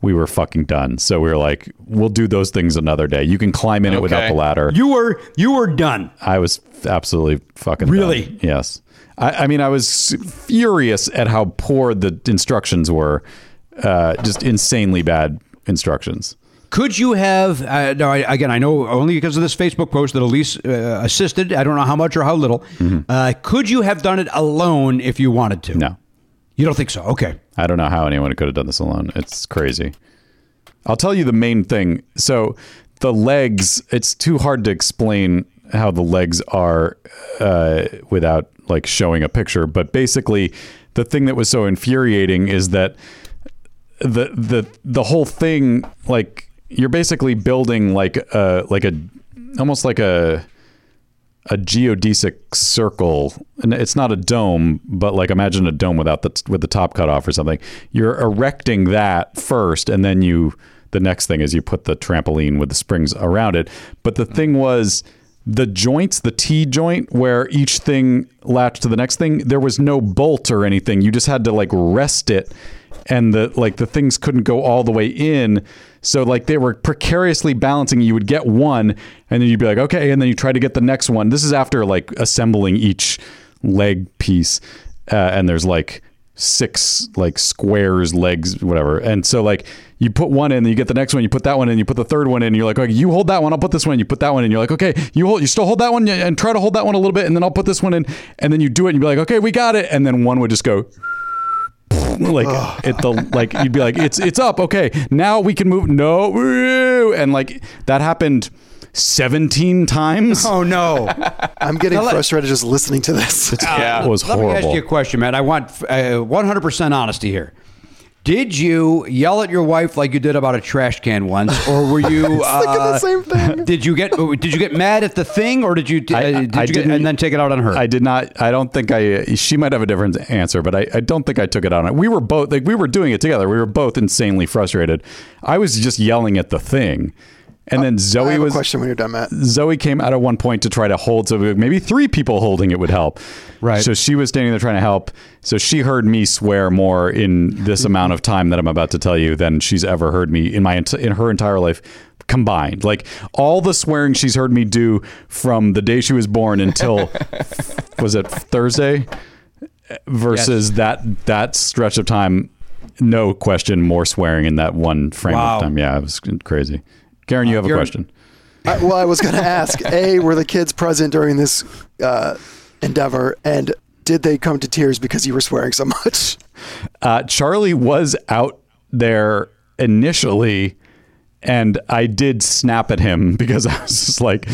A: we were fucking done. So we were like, we'll do those things another day. You can climb in it without
E: Okay.
A: the ladder.
D: you were you were done.
A: I was absolutely fucking done.
D: Really?
A: Yes. I, I mean, I was furious at how poor the instructions were. Uh, just insanely bad instructions.
D: Could you have? Uh, no, I, again, I know only because of this Facebook post that Elise uh, assisted. I don't know how much or how little. Uh, could you have done it alone if you wanted to?
A: Mm-hmm. No,
D: you don't think so. Okay.
A: I don't know how anyone could have done this alone. It's crazy. I'll tell you the main thing. So the legs. It's too hard to explain how the legs are uh, without like showing a picture. But basically, the thing that was so infuriating is that the the the whole thing like you're basically building like a like a almost like a a geodesic circle and it's not a dome but like imagine a dome without the with the top cut off or something you're erecting that first and then you the next thing is you put the trampoline with the springs around it but the thing was the joints the t joint where each thing latched to the next thing there was no bolt or anything you just had to like rest it and the like the things couldn't go all the way in So like they were precariously balancing. You would get one, and then you'd be like, okay, and then you try to get the next one. This is after like assembling each leg piece, uh, and there's like six like squares, legs, whatever. And so like you put one in, then you get the next one, you put that one in, you put the third one in, and you're like, okay, you hold that one, I'll put this one in, you put that one in, you're like, okay, you hold you still hold that one and try to hold that one a little bit, and then I'll put this one in, and then you do it and you'd be like, okay, we got it. And then one would just go like at the like you'd be like, it's it's up, okay. Now we can move no and like that happened 17 times.
D: Oh no!
H: I'm getting frustrated just listening to this.
A: It was
D: Uh, Let
A: horrible.
D: me ask you a question, Matt. I want uh, 100% honesty here. Did you yell at your wife like you did about a trash can once, or were you? uh,
H: thinking the same thing.
D: Did you get Did you get mad at the thing, or did you?
A: I-
D: uh,
A: I-
D: did
A: I
D: you get,
A: didn't-
D: and then take it out on her?
A: I did not. I don't think I. She might have a different answer, but I, I don't think I took it out on it. We were both like we were doing it together. We were both insanely frustrated. I was just yelling at the thing,
D: Uh,
A: and then
H: I
A: Zoe
H: have a
A: was
H: question when you're done, Matt.
A: Zoe came out at one point to try to hold. So maybe three people holding it would help.
D: Right.
A: So she was standing there trying to help. So she heard me swear more in this amount of time that I'm about to tell you than she's ever heard me in my ent- in her entire life combined. Like all the swearing she's heard me do from the day she was born until was it Thursday versus that that stretch of time. No question, more swearing in that one frame
D: Wow. Uh,
A: of time. Yeah, it was crazy. Karen, you have a
D: You're-
A: question.
H: I, well, I was going to ask: A, were the kids present during this uh, endeavor, and did they come to tears because you were swearing so much?
A: Uh, Charlie was out there initially, and I did snap at him because I was just like,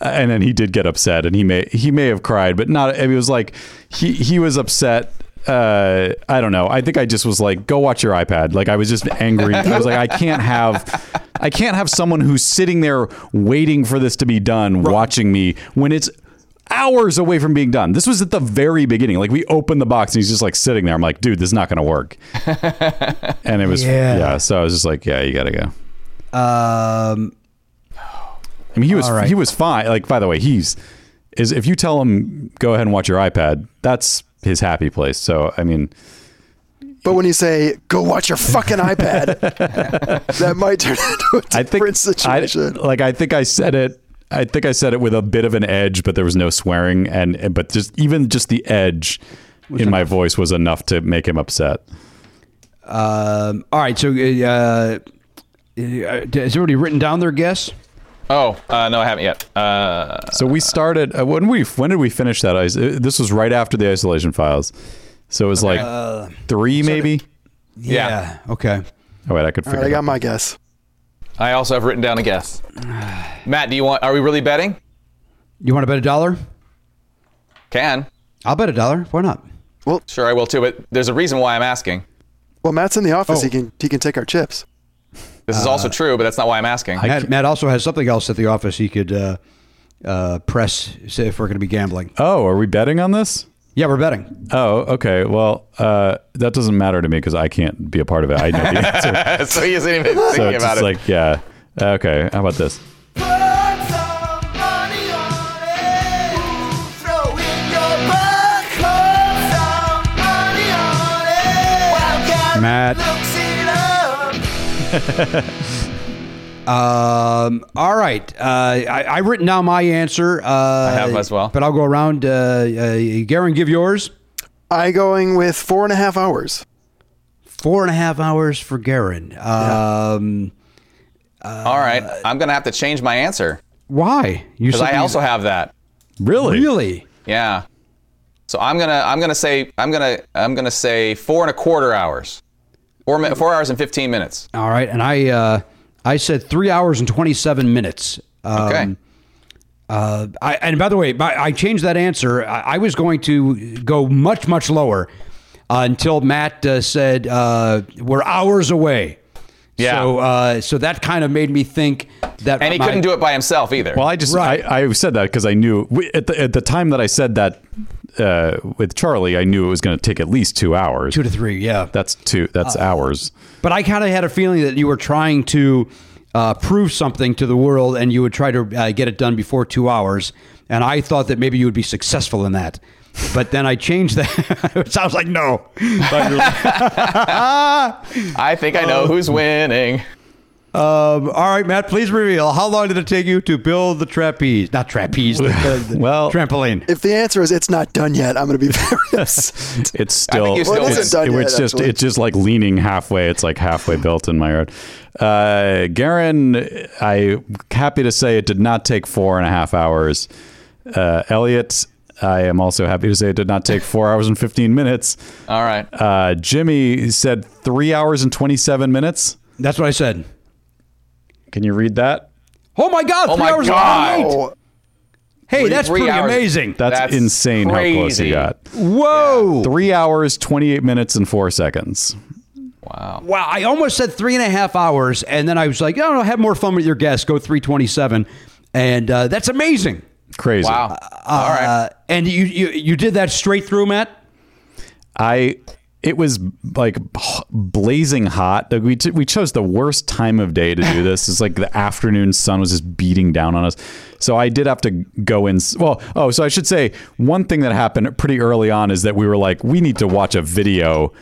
A: and then he did get upset, and he may he may have cried, but not. It was like he he was upset. Uh, I don't know. I think I just was like, go watch your iPad. Like I was just angry. I was like, I can't have, I can't have someone who's sitting there waiting for this to be done, watching me when it's hours away from being done. This was at the very beginning. Like we opened the box and he's just like sitting there. I'm like, dude, this is not going to work. and it was
D: Yeah.
A: yeah. So I was just like, yeah, you got to go.
D: um,
A: I mean, he was
D: All right.
A: he was fine. Like by the way, he's is if you tell him go ahead and watch your iPad, that's his happy place. So I mean,
H: But when you say "go watch your fucking iPad," that might turn into a different
A: I think
H: situation.
A: I, like I think I said it. I think I said it with a bit of an edge, but there was no swearing, and and- but just even just the edge in my voice was enough to make him upset.
D: um, all right. So, uh, uh, has everybody written down their guess?
E: Oh, uh, no, I haven't yet. Uh,
A: So we started uh, when we when did we finish that? Is- uh, This was right after the isolation files, so it was like
H: Uh,
A: three maybe.
E: Yeah.
D: Okay.
A: Oh wait, I could
H: All
A: figure.
H: right, I
A: it out.
H: got my guess.
E: I also have written down a guess. Matt, do you want? Are we really betting?
D: You want to bet a dollar?
E: Can.
D: I'll bet a dollar. Why not?
E: Sure, I will too. But there's a reason why I'm asking.
H: Well, Matt's in the office.
A: Oh.
H: He can he can take our chips.
E: This is
D: Uh,
E: also true, but that's not why I'm asking.
D: Matt, Matt also has something else at the office he could uh, uh, press say if we're going to be gambling.
A: Oh, are we betting on this?
D: Yeah, we're betting.
A: Oh, okay. Well, uh, that doesn't matter to me because I can't be a part of it. I know the answer.
E: so he isn't even thinking
A: so it's
E: about
A: just
E: it.
A: like yeah. Okay, how about this?
D: Matt. Um, all right. Uh, I, I written down my answer. Uh, I
E: have as well.
D: But I'll go around. Uh, uh, Garen, give yours.
H: I going with four and a half hours.
D: Four and a half hours for Garen. Um,
E: All right, I'm gonna have to change my answer
D: Why? You
E: because
D: said
E: I
D: you-
E: also have that.
A: Really?
D: really.
E: Yeah. So I'm gonna I'm gonna say I'm gonna I'm gonna say four and a quarter hours, four mi- four hours and fifteen minutes.
D: All right, and I uh, I said three hours and twenty seven minutes. Um,
E: Okay.
D: Uh, I, and by the way, my, I changed that answer. I, I was going to go much much lower uh, until Matt uh, said uh, we're hours away.
E: Yeah.
D: So uh, so that kind of made me think that.
E: and he couldn't do it by himself either.
A: Well, I just
D: Right.
A: I, I said that because I knew we, at the at the time that I said that uh, with Charlie, I knew it was going to take at least two hours.
D: Two to three, yeah.
A: That's two. That's
H: Uh,
A: hours.
D: But I kind of had a feeling that you were trying to uh, prove something to the world, and you would try to uh, get it done before two hours. And I thought that maybe you would be successful in that. But then I changed that. it sounds like no. uh,
E: I think I know who's winning.
D: Um, all right, Matt, please reveal how long did it take you to build the trapeze? Not trapeze, the, the- the
A: Well-
D: trampoline.
H: If the answer is it's not done yet, I'm going to be very upset.
A: It's still,
E: you
A: it's,
E: still Well, it isn't
A: it's
H: done yet,
A: just
H: actually.
A: it's just like leaning halfway. It's like halfway built in my yard. Uh, Garen, I happy to say it did not take four and a half hours. Uh, Elliot, I am also happy to say it did not take four hours and fifteen minutes.
E: All right.
A: Uh, Jimmy said three hours and twenty seven minutes.
D: That's what I said.
A: Can you read that?
D: Oh my God!
E: Oh
D: three
E: my
D: hours and
E: God.
D: 48.
H: Oh,
D: Hey,
E: Three-
D: that's
E: three
D: pretty
E: hours.
D: amazing.
A: That's,
E: That's
A: insane how close
E: crazy.
A: he got.
D: Whoa!
A: Three hours, twenty eight minutes, and four seconds.
D: Wow, I almost said three and a half hours, and then I was like, "Oh, "No, no, have more fun with your guests. Go three twenty-seven, and uh, that's amazing."
A: Crazy.
E: Wow. All right.
D: Uh, and you, you you did that straight through, Matt.
A: I it was like blazing hot. Like, We t- we chose the worst time of day to do this. It's like the afternoon sun was just beating down on us. So I did have to go in. s- Well, oh, so I should say one thing that happened pretty early on is that we were like, we need to watch a video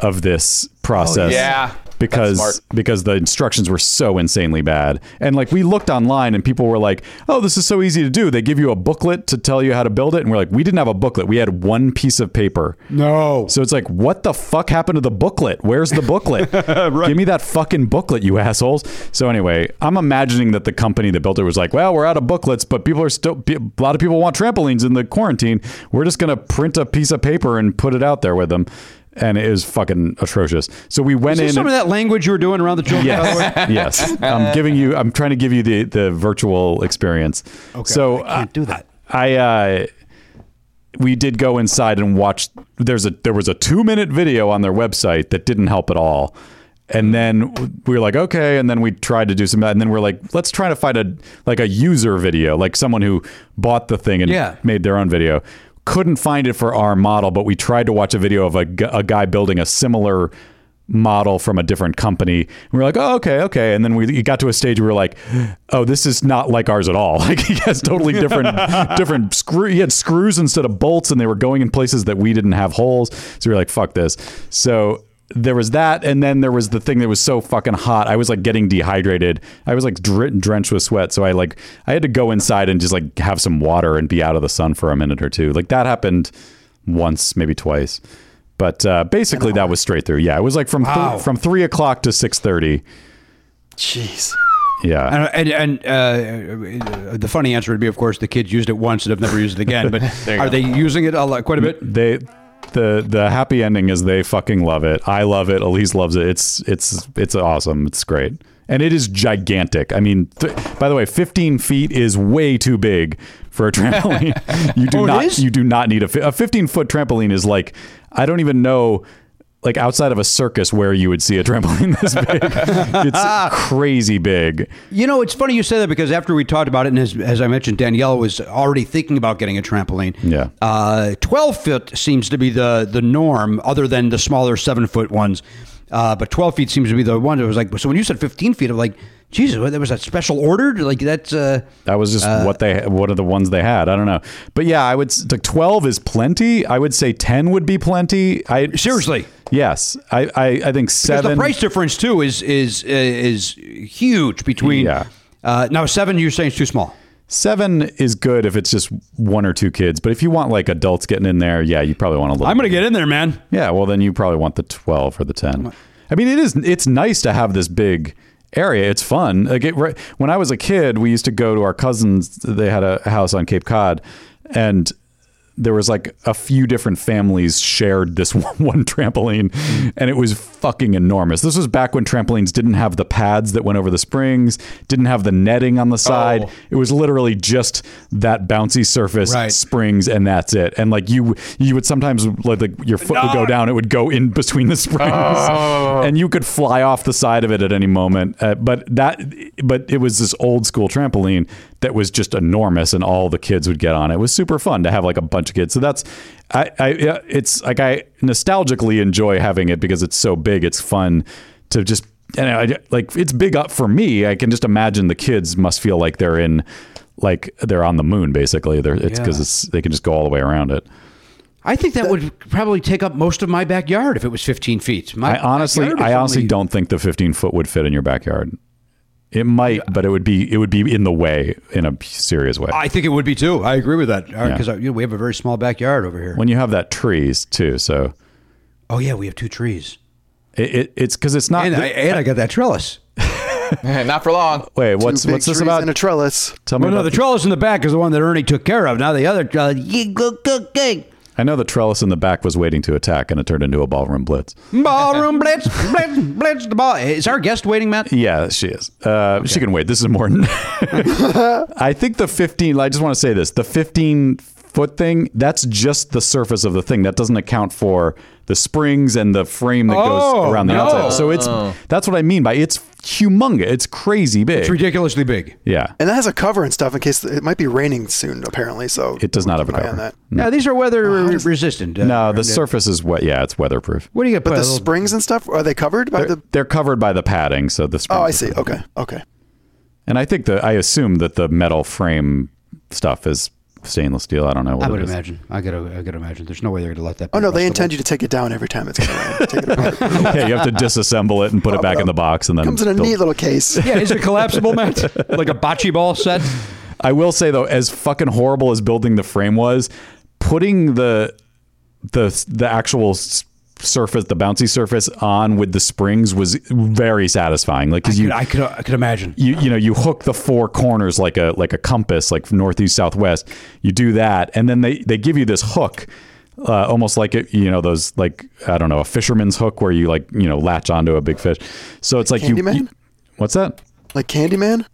A: of this process.
E: Oh, yeah. That's smart.
A: Because because the instructions were so insanely bad. And like we looked online and people were like, "Oh, this is so easy to do. They give you a booklet to tell you how to build it." And we're like, "We didn't have a booklet. We had one piece of paper."
D: No.
A: So it's like, what the fuck happened to the booklet? Where's the booklet? Give me that fucking booklet, you assholes. So anyway, I'm imagining that the company that built it was like, well, we're out of booklets, but people are still, pe- a lot of people want trampolines in the quarantine. We're just going to print a piece of paper and put it out there with them. And it is fucking atrocious. So we went
D: Is
A: in.
D: this some of that language you were doing around the children? by the way?
A: Yes, yes. I'm giving you. I'm trying to give you the the virtual experience. Okay, so I can't do that. I uh, we did go inside and watch. There's a there was a two minute video on their website that didn't help at all. And then we were like, okay. And then we tried to do some, and then we're like, let's try to find a like a user video, like someone who bought the thing and
D: Yeah.
A: made their own video. Couldn't find it for our model, but we tried to watch a video of a, gu- a guy building a similar model from a different company. And we were like, oh, okay, okay. And then we it got to a stage where we were like, oh, this is not like ours at all. Like he has totally different, different screw. He had screws instead of bolts, and they were going in places that we didn't have holes. So we were like, fuck this. So there was that, and then there was the thing that was so fucking hot. I was like getting dehydrated. I was like dr- drenched with sweat. So I like I had to go inside and just like have some water and be out of the sun for a minute or two. Like that happened once, maybe twice. But uh, basically, that was straight through. Yeah, it was like from
D: Wow.
A: th- from three o'clock to six thirty.
H: jeez.
A: Yeah,
D: And, and, and uh, the funny answer would be, of course, the kids used it once and have never used it again. But are they using it a lot, quite a bit?
A: they the the happy ending is they fucking love it. I love it. Elise loves it. It's it's it's awesome. It's great, and it is gigantic. I mean, th- by the way, fifteen feet is way too big for a trampoline. you do
D: Oh, it
A: not
D: is?
A: you do not need a fi- a fifteen foot trampoline is like I don't even know. Like outside of a circus, where you would see a trampoline this big, it's crazy big.
D: You know, it's funny you say that because after we talked about it, and as, as I mentioned, Danielle was already thinking about getting a trampoline.
A: Yeah.
D: Uh, 12 foot seems to be the, the norm, other than the smaller seven foot ones. Uh, but 12 feet seems to be the one that was like, so when you said 15 feet, I'm like, Jesus, what, that was that special ordered? Like, that's. Uh,
A: That was just what they what are the ones they had. I don't know, but yeah, I would s- like twelve is plenty. I would say ten would be plenty. I
D: Seriously?
A: yes, I I, I think
D: Because
A: seven.
D: the price difference, too, is is uh, is huge between.
A: Yeah.
D: Uh, now, seven, you're saying is too small.
A: Seven is good if it's just one or two kids, but if you want like adults getting in there, yeah, you probably want a little.
D: I'm going to get in there, man.
A: Yeah, well then you probably want the twelve or the ten. I mean, it is it's nice to have this big area. It's fun. Like it, right- when I was a kid, we used to go to our cousins. They had a house on Cape Cod, and there was like a few different families shared this one, one trampoline and it was fucking enormous. This was back when trampolines didn't have the pads that went over the springs, didn't have the netting on the side.
E: Oh.
A: It was literally just that bouncy surface,
D: Right.
A: springs and that's it. And like you you would sometimes like, like your foot would go down, it would go in between the springs. And you could fly off the side of it at any moment. Uh, but that but it was this old school trampoline that was just enormous and all the kids would get on. It was super fun to have like a bunch of kids. So that's I I yeah, it's like I nostalgically enjoy having it because it's so big. It's fun to just and I, like it's big up for me. I can just imagine the kids must feel like they're in like they're on the moon basically. They're it's because
D: Yeah.
A: it's they can just go all the way around it.
D: I think that would probably take up most of my backyard if it was 15 feet. My
A: I honestly
D: backyard is
A: I honestly
D: only-
A: don't think the 15 foot would fit in your backyard. It might, but it would be it would be in the way in a serious way.
D: I think it would be too. I agree with that because you know, we have a very small backyard over here.
A: when you have that trees too, so
D: Oh yeah, we have two trees,
A: it, it, it's because it's not.
D: and I, and I got that trellis. uh,
E: Not for long.
A: wait,
H: Two
A: what's
H: big
A: what's this
H: trees
A: about?
H: And a trellis.
A: Tell me
D: Well, no,
A: about
D: the
A: the
D: trellis in the back is the one that Ernie took care of. Now the other trellis, you go, go, go.
A: I know the trellis in the back was waiting to attack, and it turned into a ballroom blitz.
D: ballroom blitz, blitz, blitz the ball. Is our guest waiting, Matt?
A: Yeah, she is. Uh, She can wait. This is more. I think the 15, I just want to say this the 15 foot thing, that's just the surface of the thing. That doesn't account for the springs and the frame that
D: Oh,
A: goes around the
D: no.
A: outside. So it's that's what I mean by it's humongous. It's crazy big.
D: It's ridiculously big.
A: yeah.
H: And that has a cover and stuff in case it might be raining soon, apparently. So
A: It does not have a
H: keep an eye
A: cover.
H: on that.
D: Now these are weather resistant. uh,
A: No,
D: and,
A: the
D: uh,
A: surface is wet. Yeah, it's weatherproof.
D: What do you got?
H: But the springs and stuff are they covered by the?
A: They're covered by the padding, so the springs
H: Oh, I
A: are
H: see.
A: covered.
H: Okay, okay.
A: And I think that I assume that the metal frame stuff is stainless steel. I don't know. What
D: I
A: it
D: would
A: is.
D: imagine. I gotta. I gotta imagine. There's no way they're gonna let that.
H: Oh
D: be
H: no, they
D: rustable.
H: intend you to take it down every time it's going to rain. Take it apart.
A: yeah, you have to disassemble it and put it back in the box, and then
H: Comes in a
A: build-
H: neat little case.
D: Yeah, is it collapsible, Matt? like a bocce ball set?
A: I will say though, as fucking horrible as building the frame was, putting the the the actual s- surface, the bouncy surface, on with the springs was very satisfying. Like because you.
D: I could. I could imagine.
A: you, you know you hook the four corners like a like a compass like northeast southwest you do that and then they they give you this hook uh, almost like it you know those like i don't know a fisherman's hook where you like you know latch onto a big fish so it's like you,
H: Candyman?
A: you what's that
H: Like Candyman.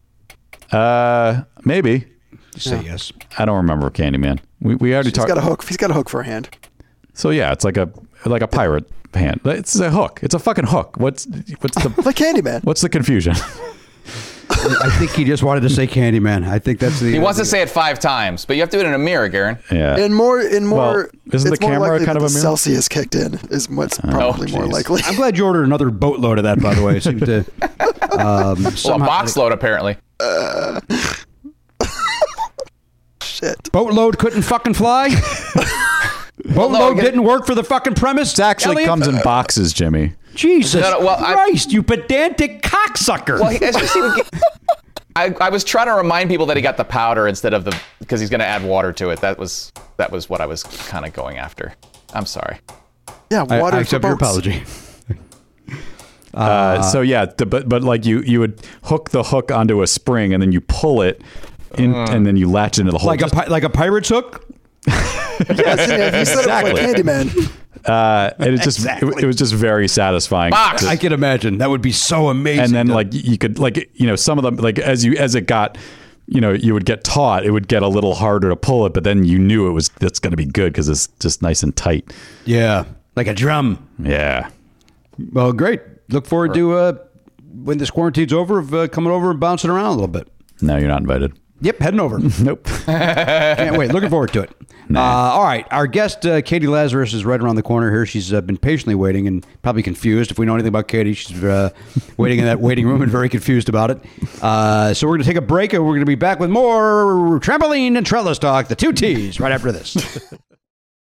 A: uh maybe
D: Just Say yes.
A: I don't remember Candyman. We, we already
H: He's
A: talked.
H: got a hook. He's got a hook for a hand.
A: so yeah, it's like a like a pirate hand. It's a hook. It's a fucking hook. What's what's the
H: Like Candyman.
A: what's the confusion?
D: I think he just wanted to say Candyman. I think that's the.
E: He wants to say it five times, but you have to do it in a mirror, Garen.
A: yeah.
H: And more and more.
A: Well, isn't the
H: it's more
A: camera
H: likely
A: kind
H: that
A: of a
H: the
A: mirror? Oh,
H: Celsius kicked in is what's probably more
A: geez.
H: likely.
D: I'm glad you ordered another boatload of that, by the way. It seemed to. Um,
E: Well, a
D: somehow-
E: box load apparently.
H: Shit.
D: boatload couldn't fucking fly. boatload
E: no, get-
D: didn't work for the fucking premise.
A: it actually
D: Elliot?
A: comes in boxes, Jimmy.
D: Jesus
E: No, no, well, I-
D: Christ, you pedantic cocksucker!
E: Well, he- as Oh, you see, we get- I, I was trying to remind people that he got the powder instead of the because he's going to add water to it. That was that was what I was kind of going after. I'm sorry.
H: Yeah,
D: I,
H: water.
D: I
H: for
D: accept your
H: boats.
D: apology.
A: Uh, so yeah, the, but but like you you would hook the hook onto a spring and then you pull it, in, and then you latch into the hole.
D: Uh. Like a pi- like a pirate's hook.
H: Yes, yeah, you said
A: Exactly.
H: it was like Candyman.
A: uh, and it's just it, it was just very satisfying.
E: Box.
D: I can imagine that would be so amazing.
A: and then
D: to-
A: like you could like you know some of them like as you as it got you know you would get taught it would get a little harder to pull it but then you knew it was that's going to be good because it's just nice and tight
D: yeah, like a drum.
A: yeah
D: Well, great. Look forward to uh, when this quarantine's over of uh, coming over and bouncing around a little bit.
A: no you're not invited
D: Yep, heading over.
A: nope
D: Can't wait. Looking forward to it. Uh, all right, our guest uh, Katie Lazarus is right around the corner here. She's uh, been patiently waiting and probably confused. If we know anything about Katie, she's uh, waiting in that waiting room and very confused about it. Uh, so we're going to take a break and we're going to be back with more trampoline and trellis talk, the two T's, right after this.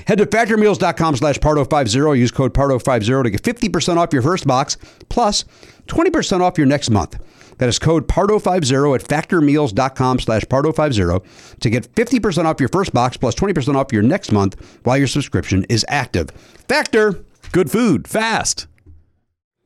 D: Head to factormeals.com slash part050. Use code part050 to get 50% off your first box plus 20% off your next month. That is code part050 at factormeals.com slash part050 to get 50% off your first box plus 20% off your next month while your subscription is active. Factor!
A: Good food, fast.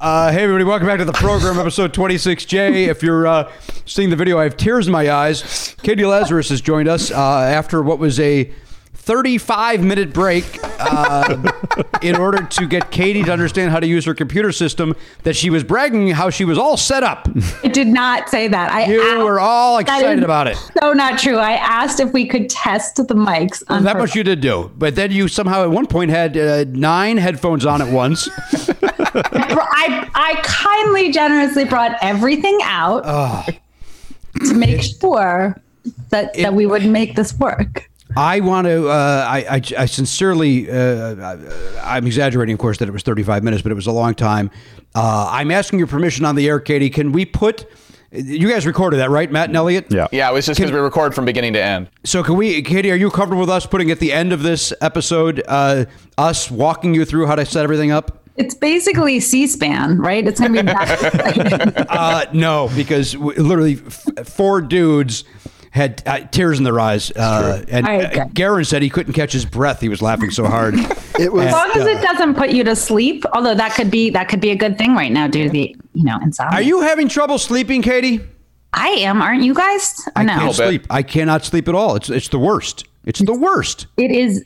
D: Uh, hey, everybody, welcome back to the program, episode 26J. If you're uh, seeing the video, I have tears in my eyes. Katie Lazarus has joined us uh, after what was a 35 minute break uh, in order to get Katie to understand how to use her computer system that she was bragging how she was all set up.
J: I did not say that. I
D: You
J: asked-
D: were all
J: That
D: excited
J: is
D: about it.
J: So not true. I asked if we could test the mics. On
D: That much you did do. But then you somehow at one point had uh, nine headphones on at once.
J: purpose. I I kindly, generously brought everything out
D: Uh,
J: to make sure that that we would make this work.
D: I want to. Uh, I, I I sincerely. Uh, I- I'm exaggerating, of course, that it was 35 minutes, but it was a long time. Uh, I'm asking your permission on the air, Katie. Can we put? You guys recorded that, right, Matt and Elliot?
E: Yeah, it was just because we record from beginning to end.
D: So can we, Katie? Are you comfortable with us putting at the end of this episode uh, us walking you through how to set everything up?
J: It's basically C-SPAN, right? It's gonna be that.
D: Uh, no, because w- literally f- four dudes had uh, tears in their eyes, uh, and
J: All right,
D: uh,
J: good.
D: Garen said he couldn't catch his breath. He was laughing so hard.
H: It was
J: as long as it doesn't put you to sleep, although that could be that could be a good thing right now due to the you know insomnia.
D: Are you having trouble sleeping, Katie?
J: I am, um, aren't you guys?
D: I
J: no,
D: can't
E: bit.
D: sleep. I cannot sleep at all. It's it's the worst. It's the worst.
J: it is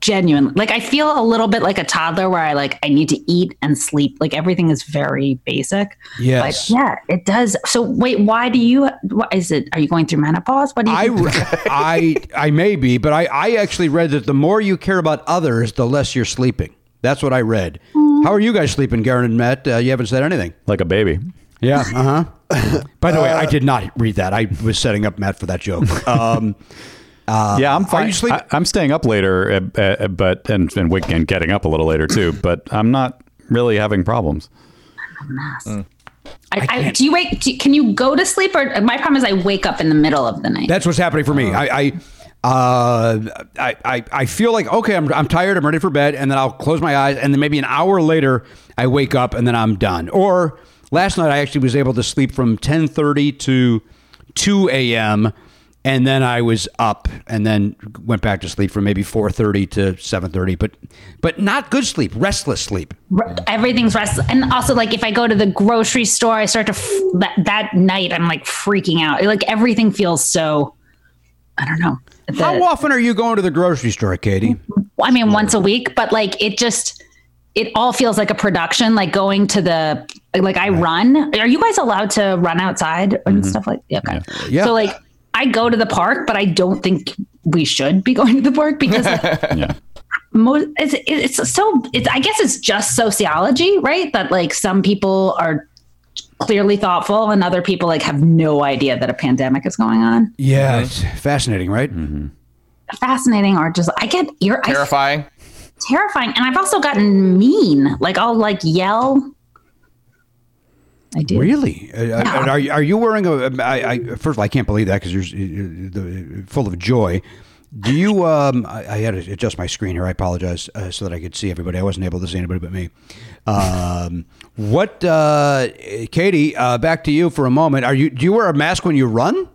J: genuine like i feel a little bit like a toddler where i like i need to eat and sleep like everything is very basic
D: Yes.
J: but yeah it does so wait why do you what is it are you going through menopause what do you
D: I,
J: think?
D: re- I I may be, but I, I actually read that the more you care about others, the less you're sleeping. That's what I read. How are you guys sleeping, Garen and Matt? Uh, you haven't said anything. Uh,
A: Like a baby.
D: Yeah. Uh huh. By the way, I did not read that. I was setting up Matt for that joke. Um, uh,
A: yeah, I'm fine.
D: you sleep-
A: I, am staying up later, uh, uh, but and and, wake, and getting up a little later too. But I'm not really having problems.
J: I, I, do you uh, wait do you- can you go to sleep or my problem is i wake up in the middle of the night
D: That's what's happening for me. I, I Uh, I, I, I feel like, okay, I'm, I'm tired. I'm ready for bed. And then I'll close my eyes. And then maybe an hour later, I wake up and then I'm done. Or last night, I actually was able to sleep from 1030 to 2 a.m. And then I was up and then went back to sleep from maybe 430 to 730. But, but not good sleep, restless sleep.
I: Re- Everything's rest, and also like if I go to the grocery store, I start to f- that that night. I'm like freaking out. Like everything feels so. I don't know. The-
D: How often are you going to the grocery store, Katie?
I: I mean, once a week, but like it just it all feels like a production. Like going to the like I run. Are you guys allowed to run outside and stuff like? Yeah, okay.
D: Yeah.
I: So like I go to the park, but I don't think we should be going to the park because like,
A: Yeah.
I: most it's, it's so it's I guess it's just sociology, right? That like some people are clearly thoughtful and other people like have no idea that a pandemic is going on.
D: Yeah, it's fascinating, right?
I: Fascinating or just I get you're
E: Terrifying.
I: terrifying. And I've also gotten mean. Like I'll like yell. I do.
D: Really? Uh, uh, Are, you- are you wearing a? I, I, first of all, I can't believe that because you're uh, the- full of joy. Do you? Um, I, I had to adjust my screen here. I apologize uh, so that I could see everybody. I wasn't able to see anybody but me. Um, what, uh, Katie? Uh, back to you for a moment. Are you? Do you wear a mask when you run?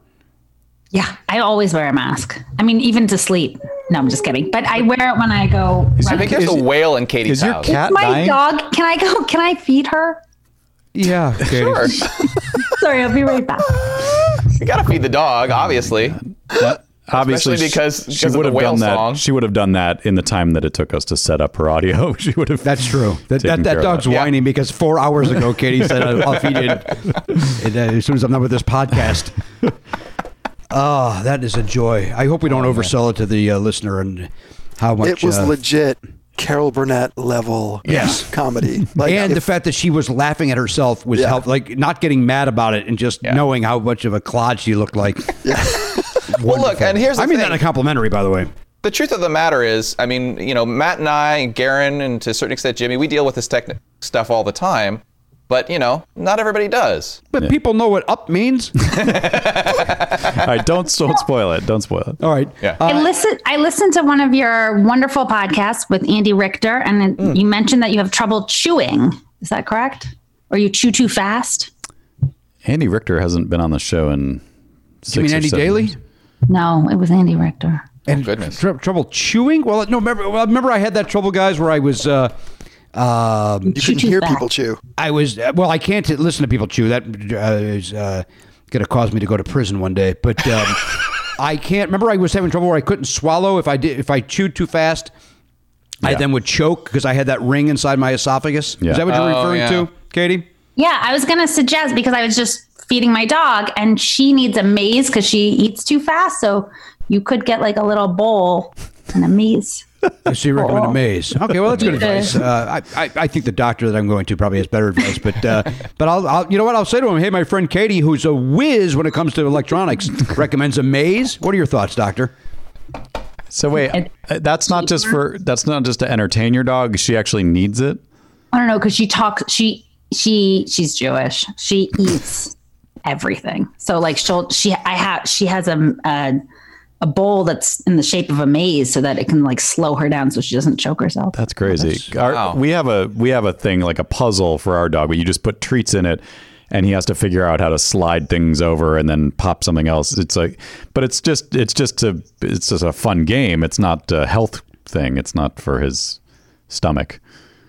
I: Yeah, I always wear a mask. I mean, even to sleep. No, I'm just kidding. But I wear it when I go.
E: I
I: running.
E: think there's a whale in Katie's
A: is your
E: house.
A: cat-
I: My
A: dying?
I: dog. Can I go? Can I feed her?
D: Yeah.
E: Sure.
I: Sorry, I'll be right back.
E: you gotta feed the dog,
A: Oh
E: obviously.
A: Obviously,
E: Especially
A: sh-
E: because-
A: she
E: because of
A: would
E: the
A: have
E: whale
A: done that.
E: song.
A: She would have done that in the time that it took us to set up her audio. She would have.
D: That's true. That, that,
A: Taking care
D: that
A: of
D: dog's
E: Yeah.
D: whining because four hours ago, Katie said, "Oh, "I'll I'll feed it and, uh, as soon as I'm done with this podcast." Oh, that is a joy. I hope we
A: Oh,
D: don't oversell it to the uh, listener and how much.
H: It was
D: uh,
H: legit Carol Burnett level
D: Yes.
H: comedy. Like
D: and
H: if-
D: the fact that she was laughing at herself was
H: Yeah.
D: help, like not getting mad about it and just
E: Yeah.
D: knowing how much of a clod she looked like.
E: Well, look, and here's the
D: I mean
E: thing.
D: that in a complimentary, by the way.
E: the truth of the matter is, I mean, you know, Matt and I, and Garen, and to a certain extent Jimmy, we deal with this tech stuff all the time, but you know, not everybody does.
D: But people know what up means.
A: All right, don't don't spoil it. Don't spoil it.
D: All right.
E: Yeah.
I: I listen. I listened to one of your wonderful podcasts with Andy Richter, and it- you mentioned that you have trouble chewing. Is that correct? Or you chew too fast?
A: Andy Richter hasn't been on the show in. Six
D: I mean
A: or
D: Andy
A: seven
D: Daly
A: years.
I: No, it was Andy Richter.
D: and
E: Oh, goodness.
D: tr- trouble chewing. Well, no, remember, well, remember I had that trouble, guys, where I was. Uh, um,
H: you can
I: Choo-choo
H: hear
I: back.
H: people chew.
D: I was uh, well. I can't listen to people chew. That uh, is uh, going to cause me to go to prison one day. But um, I can't. Remember, I was having trouble where I couldn't swallow if I did if I chewed too fast. I
A: Yeah.
D: then would choke because I had that ring inside my esophagus.
A: Yeah.
D: Is that what you're
E: Oh,
D: referring
E: yeah.
D: to, Katie?
I: Yeah, I was gonna suggest because I was just feeding my dog, and she needs a maze because she eats too fast. So you could get like a little bowl and a maze.
D: So you recommend a
I: Oh.
D: maze? Okay, well that's good advice. Uh, I, I I think the doctor that I'm going to probably has better advice, but uh, but I'll, I'll you know what I'll say to him. Hey, my friend Katie, who's a whiz when it comes to electronics, recommends a maze. What are your thoughts, doctor?
A: So wait, uh, that's not just for that's not just to entertain your dog. She actually needs it.
I: I don't know because she talks. She she she's Jewish. She eats everything. So like she'll she I have she has a, a a bowl that's in the shape of a maze so that it can like slow her down so she doesn't choke herself.
A: That's crazy. Our- We have a we have a thing like a puzzle for our dog, but you just put treats in it, and he has to figure out how to slide things over and then pop something else. It's like, but it's just it's just a it's just a fun game. It's not a health thing. It's not for his stomach.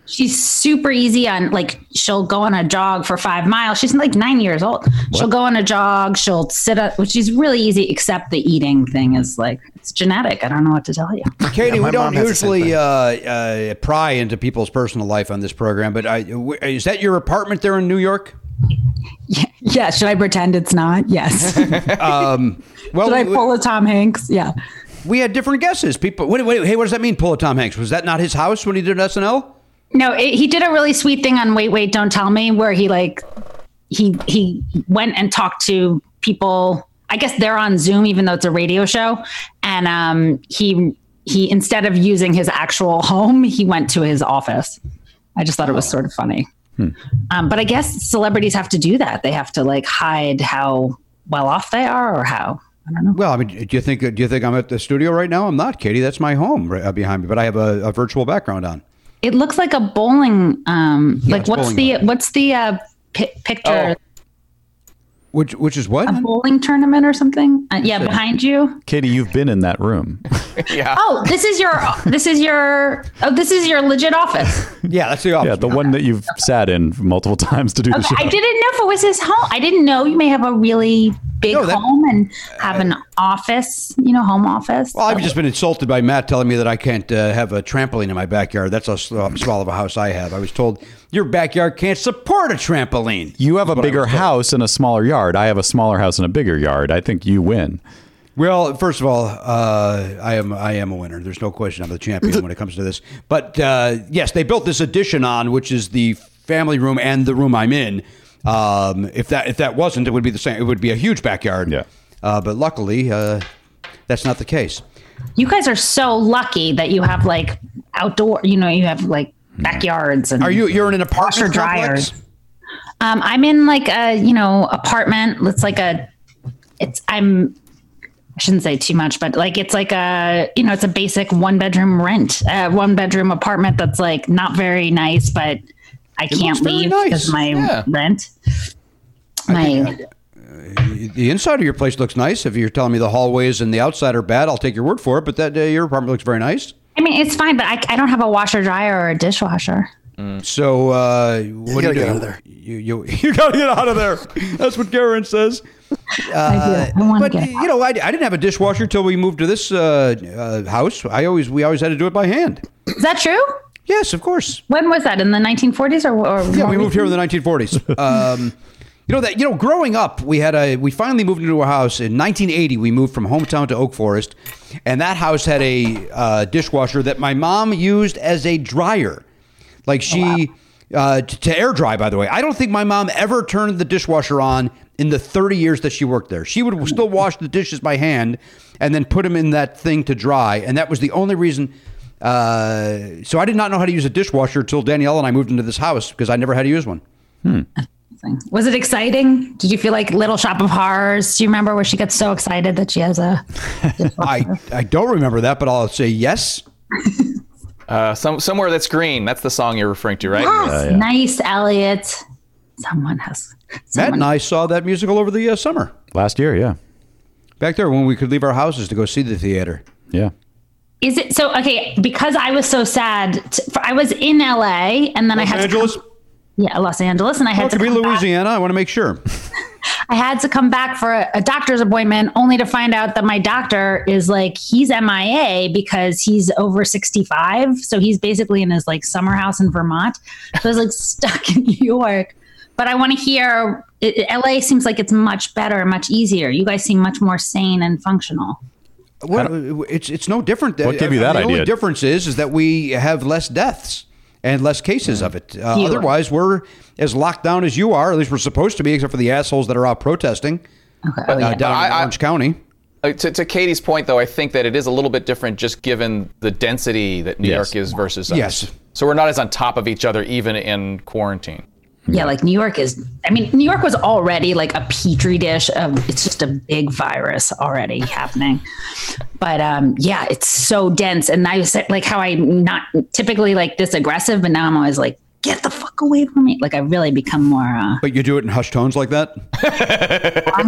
I: She's super easy on like she'll go on a jog for five miles. She's like nine years old. She'll go on a jog. She'll sit up, which is really easy. Except the eating thing is like it's genetic. I don't know what to tell you.
D: Katie,
H: Yeah,
D: we
H: my
D: don't
H: mom has the same
D: usually
H: thing.
D: uh, uh, pry into people's personal life on this program, but I, w- is that your apartment there in New York?
I: Yeah, should I pretend it's not? Yes. Should
D: Well,
I: I
D: we,
I: pull a Tom Hanks? Yeah.
D: we had different guesses. People, wait, wait, hey, what does that mean? Pull a Tom Hanks? Was that not his house when he did SNL?
I: No, it, he did a really sweet thing on Wait, Wait, Don't Tell Me, where he like he he went and talked to people. I guess they're on Zoom, even though it's a radio show. And um, he he instead of using his actual home, he went to his office. I just thought it was sort of funny.
D: Hmm.
I: Um, but I guess celebrities have to do that. They have to like hide how well off they are or how I don't know.
D: Well, I mean, do you think do you think I'm at the studio right now? I'm not, Katie. That's my home right, uh, behind me, but I have a, a virtual background on.
I: It looks like a bowling. Um,
D: Yeah,
I: like
D: it's
I: what's
D: bowling Oh,
I: the what's the uh, pi- picture?
D: Which which is what?
I: A bowling tournament or something? Um, Uh, yeah,
A: Sure.
I: behind you.
A: Katie, you've been in that room.
E: yeah.
I: Oh, this is your this is your oh this is your legit office.
D: Yeah, that's the
A: Yeah, the one that you've sat in multiple times to do the
I: Okay,
A: show.
I: I didn't know if it was his home. I didn't know you may have a really big home and have an office. You know, home office.
D: Uh, Well, I've just been insulted by Matt telling me that I can't uh, have a trampoline in my backyard. That's how small small of a house I have. I was told your backyard can't support a trampoline.
A: You have a
D: But I
A: bigger
D: was
A: house and a smaller yard. I have a smaller house and a bigger yard. I think you win.
D: Well, first of all, uh, I am I am a winner. There's no question. I'm the champion when it comes to this. But uh, yes, they built this addition on, which is the family room and the room I'm in. Um, if that if that wasn't, it would be the same. It would be a huge backyard. Yeah. Uh, but luckily, uh, that's not the case.
I: You guys are so lucky that you have like outdoor. You know, you have like backyards
H: Hmm.
I: and.
D: Are you you're in an
I: washer
D: apartment complex?
I: dryers. Um, I'm in like a you know apartment. It's like a, it's I'm, I shouldn't say too much, but like it's like a you know it's a basic one bedroom rent, uh, one bedroom apartment that's like not very nice, but I
D: looks
I: can't
D: very
I: leave
D: nice.
I: because my
D: Yeah.
I: rent. My
D: The inside of your place looks nice. If you're telling me the hallways and the outside are bad, I'll take your word for it. But that uh, your apartment looks very nice.
I: I mean it's fine, but I, I don't have a washer dryer or a dishwasher.
D: So uh, what do
H: gotta
D: you
H: get
D: do?
H: out of there.
D: You you you gotta get out of there. That's what Garen says. Uh,
I: I do. I want to
D: but
I: get.
D: you know, I, I didn't have a dishwasher till we moved to this uh, uh, house. I always we always had to do it by hand.
I: Is that true?
D: Yes, of course.
I: When was that? In the 1940s or? or
D: Yeah, we moved here in the 1940s. Um, you know that you know growing up, we had a we finally moved into a house in 1980. We moved from hometown to Oak Forest, and that house had a uh, dishwasher that my mom used as a dryer. Like she uh, t- to air dry, by the way. I don't think my mom ever turned the dishwasher on in the 30 years that she worked there. She would still wash the dishes by hand and then put them in that thing to dry, and that was the only reason uh, so I did not know how to use a dishwasher until Danielle and I moved into this house because I never had to use one.
I: Was it exciting? Did you feel like Little Shop of Horrors? Do you remember where she gets so excited that she has a?
D: I, I don't remember that, but I'll say yes.
E: Uh, some somewhere that's green. That's the song you're referring to, right?
I: Yes,
D: Oh,
I: nice, Elliot. Someone has.
D: Matt and I saw that musical over the uh, summer
A: Last year, yeah.
D: back there when we could leave our houses to go see the theater.
A: Yeah.
I: Is it so? Okay, because I was so sad. t- for, I was in LA, and then I had
D: Angeles,
I: to come, yeah, Los Angeles, and I
D: well,
I: had
D: it
I: to
D: could be
I: come back.
D: Louisiana. I want to make sure.
I: I had to come back for a, a doctor's appointment, only to find out that my doctor is like he's MIA because he's over sixty five, so he's basically in his like summer house in Vermont. So I was like stuck in New York, but I want to hear. It, it- LA seems like it's much better, and much easier. You guys seem much more sane and functional.
D: What, it's it's no different.
A: What gave you that
D: the
A: idea?
D: only difference is is that we have less deaths and less cases of it. Uh,
I: You-
D: otherwise, we're as locked down as you are. At least we're supposed to be, except for the assholes that are out protesting
I: Oh,
D: uh, down in
E: I- I-
D: Orange County.
E: Uh, to, to Katie's point, though, I think that it is a little bit different just given the density that New
A: Yes.
E: York is versus us.
D: Yes.
E: So we're not as on top of each other even in quarantine.
I: Yeah, like New York is. I mean, New York was already like a petri dish of. It's just a big virus already happening, but um, yeah, it's so dense. And I was like, how I'm not typically like this aggressive, but now I'm always like, get the fuck away from me. Like I really become more. Uh,
D: But you do it in hushed tones like that?
I: I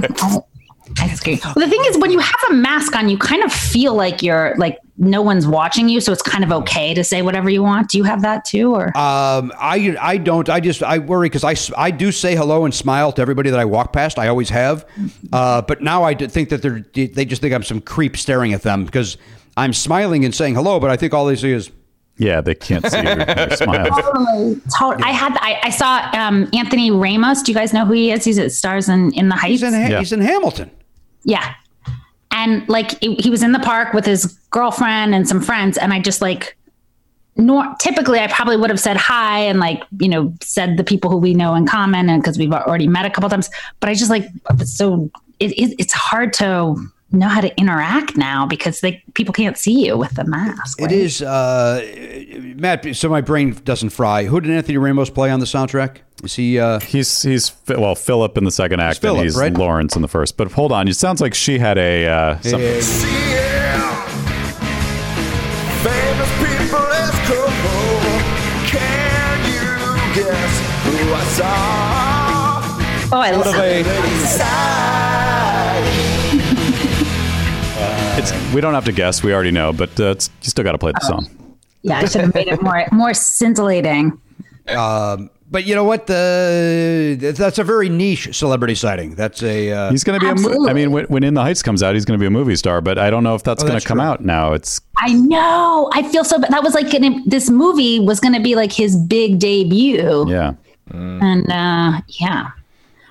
I: just get- well, the thing is, when you have a mask on, you kind of feel like you're like no one's watching you, so it's kind of okay to say whatever you want. Do you have that too, or
D: Um, I I don't. I just I worry because I, s- I do say hello and smile to everybody that I walk past. I always have, uh, but now I d- think that they're they just think I'm some creep staring at them because I'm smiling and saying hello, but I think all they see is
A: Yeah, they can't see your, your smile.
I: Totally. Totally. I had. I, I saw um, Anthony Ramos. Do you guys know who he is? He's at Stars in in the Heights.
D: he's in Ha- he's in Hamilton.
I: yeah. And like it- he was in the park with his girlfriend and some friends, and I just like. Nor typically, I probably would have said hi and like you know said the people who we know in common, and because we've already met a couple times. But I just like it's so it, it, it's hard to know how to interact now because they people can't see you with the mask.
D: It is uh, Matt. So my brain doesn't fry. Who did Anthony Ramos play on the soundtrack? Is he? Uh,
A: he's he's well Philip in the second act,
D: Philip,
A: and he's
D: right?
A: Lawrence in the first. But hold on, it sounds like she had a uh, some-
F: Famous people is cool. Can you guess who I saw?
I: Oh, I
F: Out of
I: love
F: a
I: it.
F: lady's eye.
A: it's we don't have to guess. We already know, but uh, it's, you still got to play the song.
I: Yeah, I should have made it more more scintillating.
D: um, but you know what? The th- that's a very niche celebrity sighting. That's a. Uh,
A: He's going to be. A, mo- I mean, when, when In the Heights comes out, he's going to be a movie star. But I don't know if that's
D: Oh,
A: going
D: that's
A: to come out now. It's
I: I know. I feel so bad. That was like an, this movie was going to be like his big debut,
A: yeah.
I: and uh, yeah,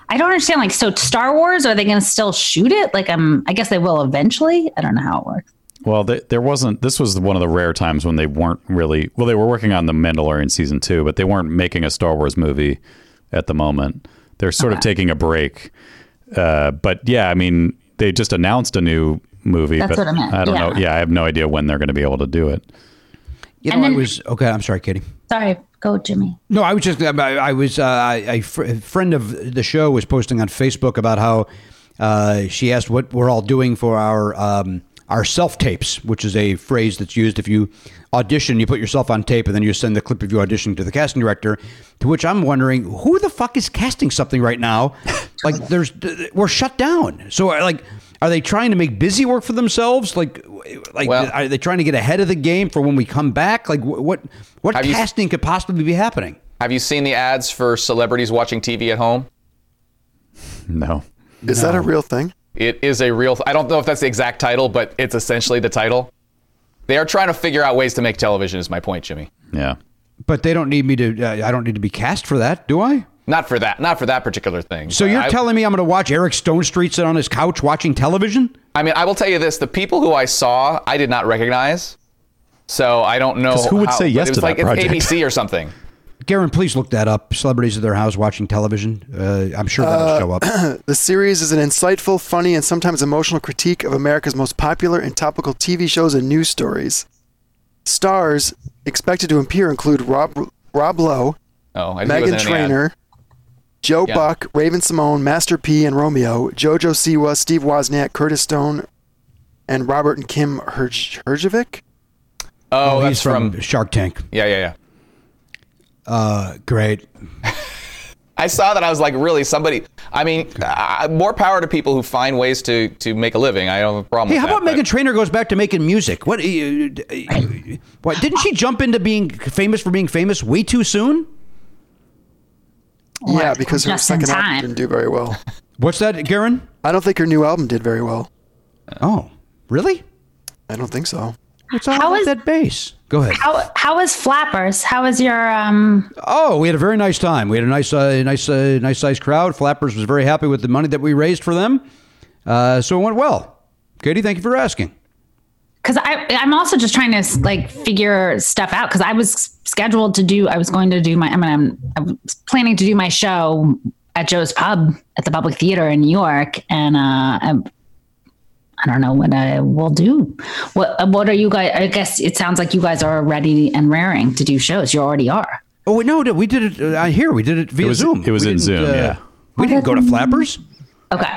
I: I don't understand. Like, so Star Wars are they going to still shoot it? Like, um, I guess they will eventually. I don't know how it works.
A: Well, th- there wasn't. This was one of the rare times when they weren't really. Well, they were working on the Mandalorian season two, but they weren't making a Star Wars movie at the moment. They're sort of taking a break. Uh, but yeah, I mean, they just announced a new movie.
I: That's
A: but
I: what I meant,
A: don't
I: yeah.
A: know. Yeah, I have no idea when they're going to be able to do it.
D: you know,
I: and
D: I
I: then-
D: was okay. I'm sorry, Katie.
I: Sorry, go Jimmy.
D: No, I was just I, I was uh, I, I fr- a friend of the show was posting on Facebook about how uh, she asked what we're all doing for our um, our self tapes, which is a phrase that's used if you audition, you put yourself on tape, and then you send the clip of you auditioning to the casting director. To which I'm wondering, who the fuck is casting something right now? Like, there's we're shut down. So like. Are they trying to make busy work for themselves? Like, like
E: Well-
D: are they trying to get ahead of the game for when we come back? Like, wh- what what
E: Have you-
D: casting could possibly be happening?
E: Have you seen the ads for celebrities watching TV at home?
A: No.
H: Is that a real thing?
E: It is a real. I don't know if that's the exact title, but it's essentially the title. They are trying to figure out ways to make television. Is my point, Jimmy?
A: Yeah.
D: But they don't need me to. Uh, I don't need to be cast for that, do I?
E: Not for that. Not for that particular thing.
D: So
E: But
D: you're
E: I-
D: telling me I'm going to watch Eric Stone Street sit on his couch watching television?
E: I mean, I will tell you this: the people who I saw, I did not recognize. So I don't know
A: 'Cause who would
E: how-
A: say yes
E: but it was
A: to that
E: like
A: project?
E: It's ABC or something.
D: Garen, please look that up. Celebrities at their house watching television. Uh, I'm sure that'll show up.
H: the series is an insightful, funny, and sometimes emotional critique of America's most popular and topical TV shows and news stories. Stars expected to appear include Rob Rob Lowe,
E: Oh, I Trainer.
H: Megan Trainer, Joe
E: Yeah.
H: Buck, Raven Simone, Master P, and Romeo, Jojo Siwa, uh, Steve Wozniak, Curtis Stone, and Robert and Kim Herj- Herjavec.
E: Oh,
D: he's
E: that's from,
D: Shark Tank.
E: Yeah, yeah, yeah.
D: Uh, great.
E: I saw that. I was like, really? Somebody? I mean, uh, more power to people who find ways to to make a living. I don't have a problem.
D: Hey,
E: with
D: how
E: that,
D: about
E: but-
D: Megan Trainor goes back to making music? What? Uh, uh, what? Didn't she jump into being famous for being famous way too soon?
H: Yeah, because her
I: Oh, Just in
H: second album
I: time.
H: didn't do very well.
D: What's that, Garen?
H: I don't think her new album did very well.
D: Oh, really?
H: I don't think so.
D: What's all
I: How
D: about
I: is-
D: that bass? Go ahead.
I: How how is Flappers? How is your um?
D: Oh, we had a very nice time. We had a nice, uh, nice, uh, nice sized crowd. Flappers was very happy with the money that we raised for them, uh, so it went well. Katie, thank you for asking.
I: because I I'm also just trying to like figure stuff out because I was scheduled to do I was going to do my I mean I'm I was planning to do my show at Joe's Pub at the Public Theater in New York and uh I'm, I don't know what I will do. What what are you guys? I guess it sounds like you guys are ready and raring to do shows. You already are.
D: Oh wait, no, no, we did it uh, here. We did it via
A: was-
D: Zoom.
A: it was
D: We
A: in
D: didn't, uh,
A: Zoom, yeah.
D: we didn't go to Flappers.
I: Okay.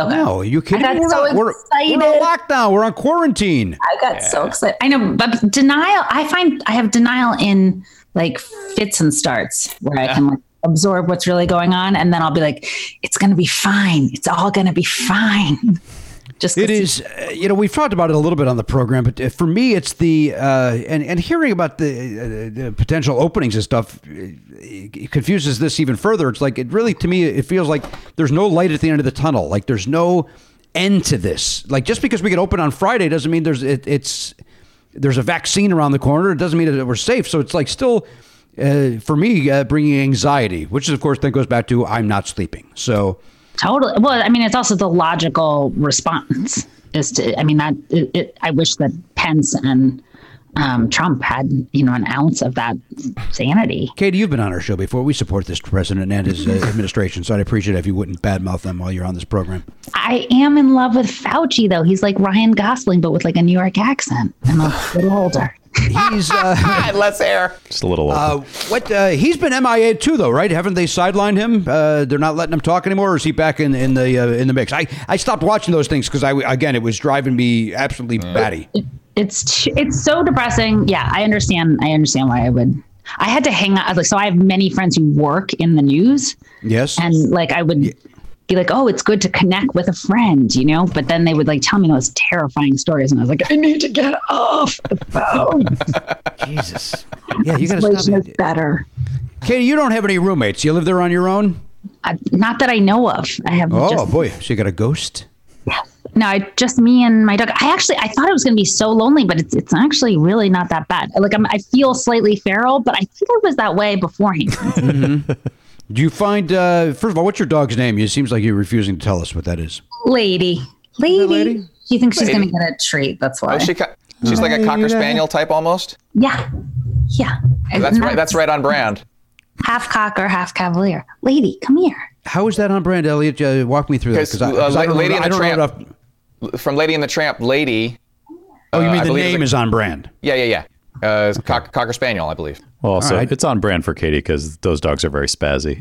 I: Okay.
D: No, are you kidding?
I: I
D: me?
I: got so
D: on- we're,
I: excited.
D: we're on lockdown. We're on quarantine.
I: I got so excited. I know, but denial. I find I have denial in like fits and starts where I can like absorb what's really going on, and then I'll be like, "It's gonna be fine. It's all gonna be fine." Just 'cause
D: It is, uh, you know, we've talked about it a little bit on the program, but uh, for me, it's the uh, and and hearing about the, uh, the potential openings and stuff uh, it confuses this even further. It's like it really to me, it feels like there's no light at the end of the tunnel. Like there's no end to this. Like just because we can open on Friday doesn't mean there's it, it's there's a vaccine around the corner. It doesn't mean that we're safe. So it's like still. Uh, for me, uh, bringing anxiety, which is of course then goes back to I'm not sleeping. So
I: totally. Well, I mean, it's also the logical response is to. I mean, that it, it, I wish that Pence and um, Trump had, you know, an ounce of that sanity.
D: Katie, you've been on our show before. We support this president and his uh, administration, so I'd appreciate it if you wouldn't badmouth them while you're on this program.
I: I am in love with Fauci, though. He's like Ryan Gosling, but with like a New York accent and a little older.
D: He's
E: uh, less hair.
A: Just a little.
D: Uh, what uh, he's been MIA too, though, right? Haven't they sidelined him? Uh, they're not letting him talk anymore, or is he back in in the uh, in the mix? I, I stopped watching those things because I again it was driving me absolutely
I: Uh,
D: batty.
I: It's it's so depressing. Yeah, I understand. I understand why I would. I had to hang out. Like, so I have many friends who work in the news.
D: Yes.
I: And like, I would be like, "Oh, it's good to connect with a friend," you know. But then they would like tell me those terrifying stories, and I was like, "I need to get off the phone."
D: Jesus. Yeah, you gotta
I: Isolation
D: stop
I: is better.
D: Katie, you don't have any roommates. You live there on your own.
I: I, not that I know of. I have.
D: Oh
I: just-
D: boy, so you got a ghost.
I: No, I, just me and my dog. I actually I thought it was going to be so lonely, but it's it's actually really not that bad. Like I'm, I feel slightly feral, but I think I was that way beforehand.
D: Do you find uh, first of all, what's your dog's name? It seems like you're refusing to tell us what that is.
I: lady, lady, she thinks she's going to get a treat. That's why.
E: Oh, she, ki- she's like a cocker spaniel type almost.
I: yeah, yeah.
E: That's right. That's right on brand.
I: half cocker, half cavalier. Lady, come here.
D: How is that on brand, Elliot? Uh, walk me through that
E: Because
D: because I, 'cause I don't know-
E: uh, Lady
D: I
E: and the
D: don't know enough.
E: Tramp, from Lady and the Tramp, Lady.
D: Oh, you
E: uh, I
D: mean the
E: believe it's
D: name
E: a-
D: is on brand?
E: Yeah, yeah, yeah. Uh, it's cock, cocker spaniel, I believe.
A: Well, also,
D: All right.
A: it's on brand for Katie because those dogs are very spazzy.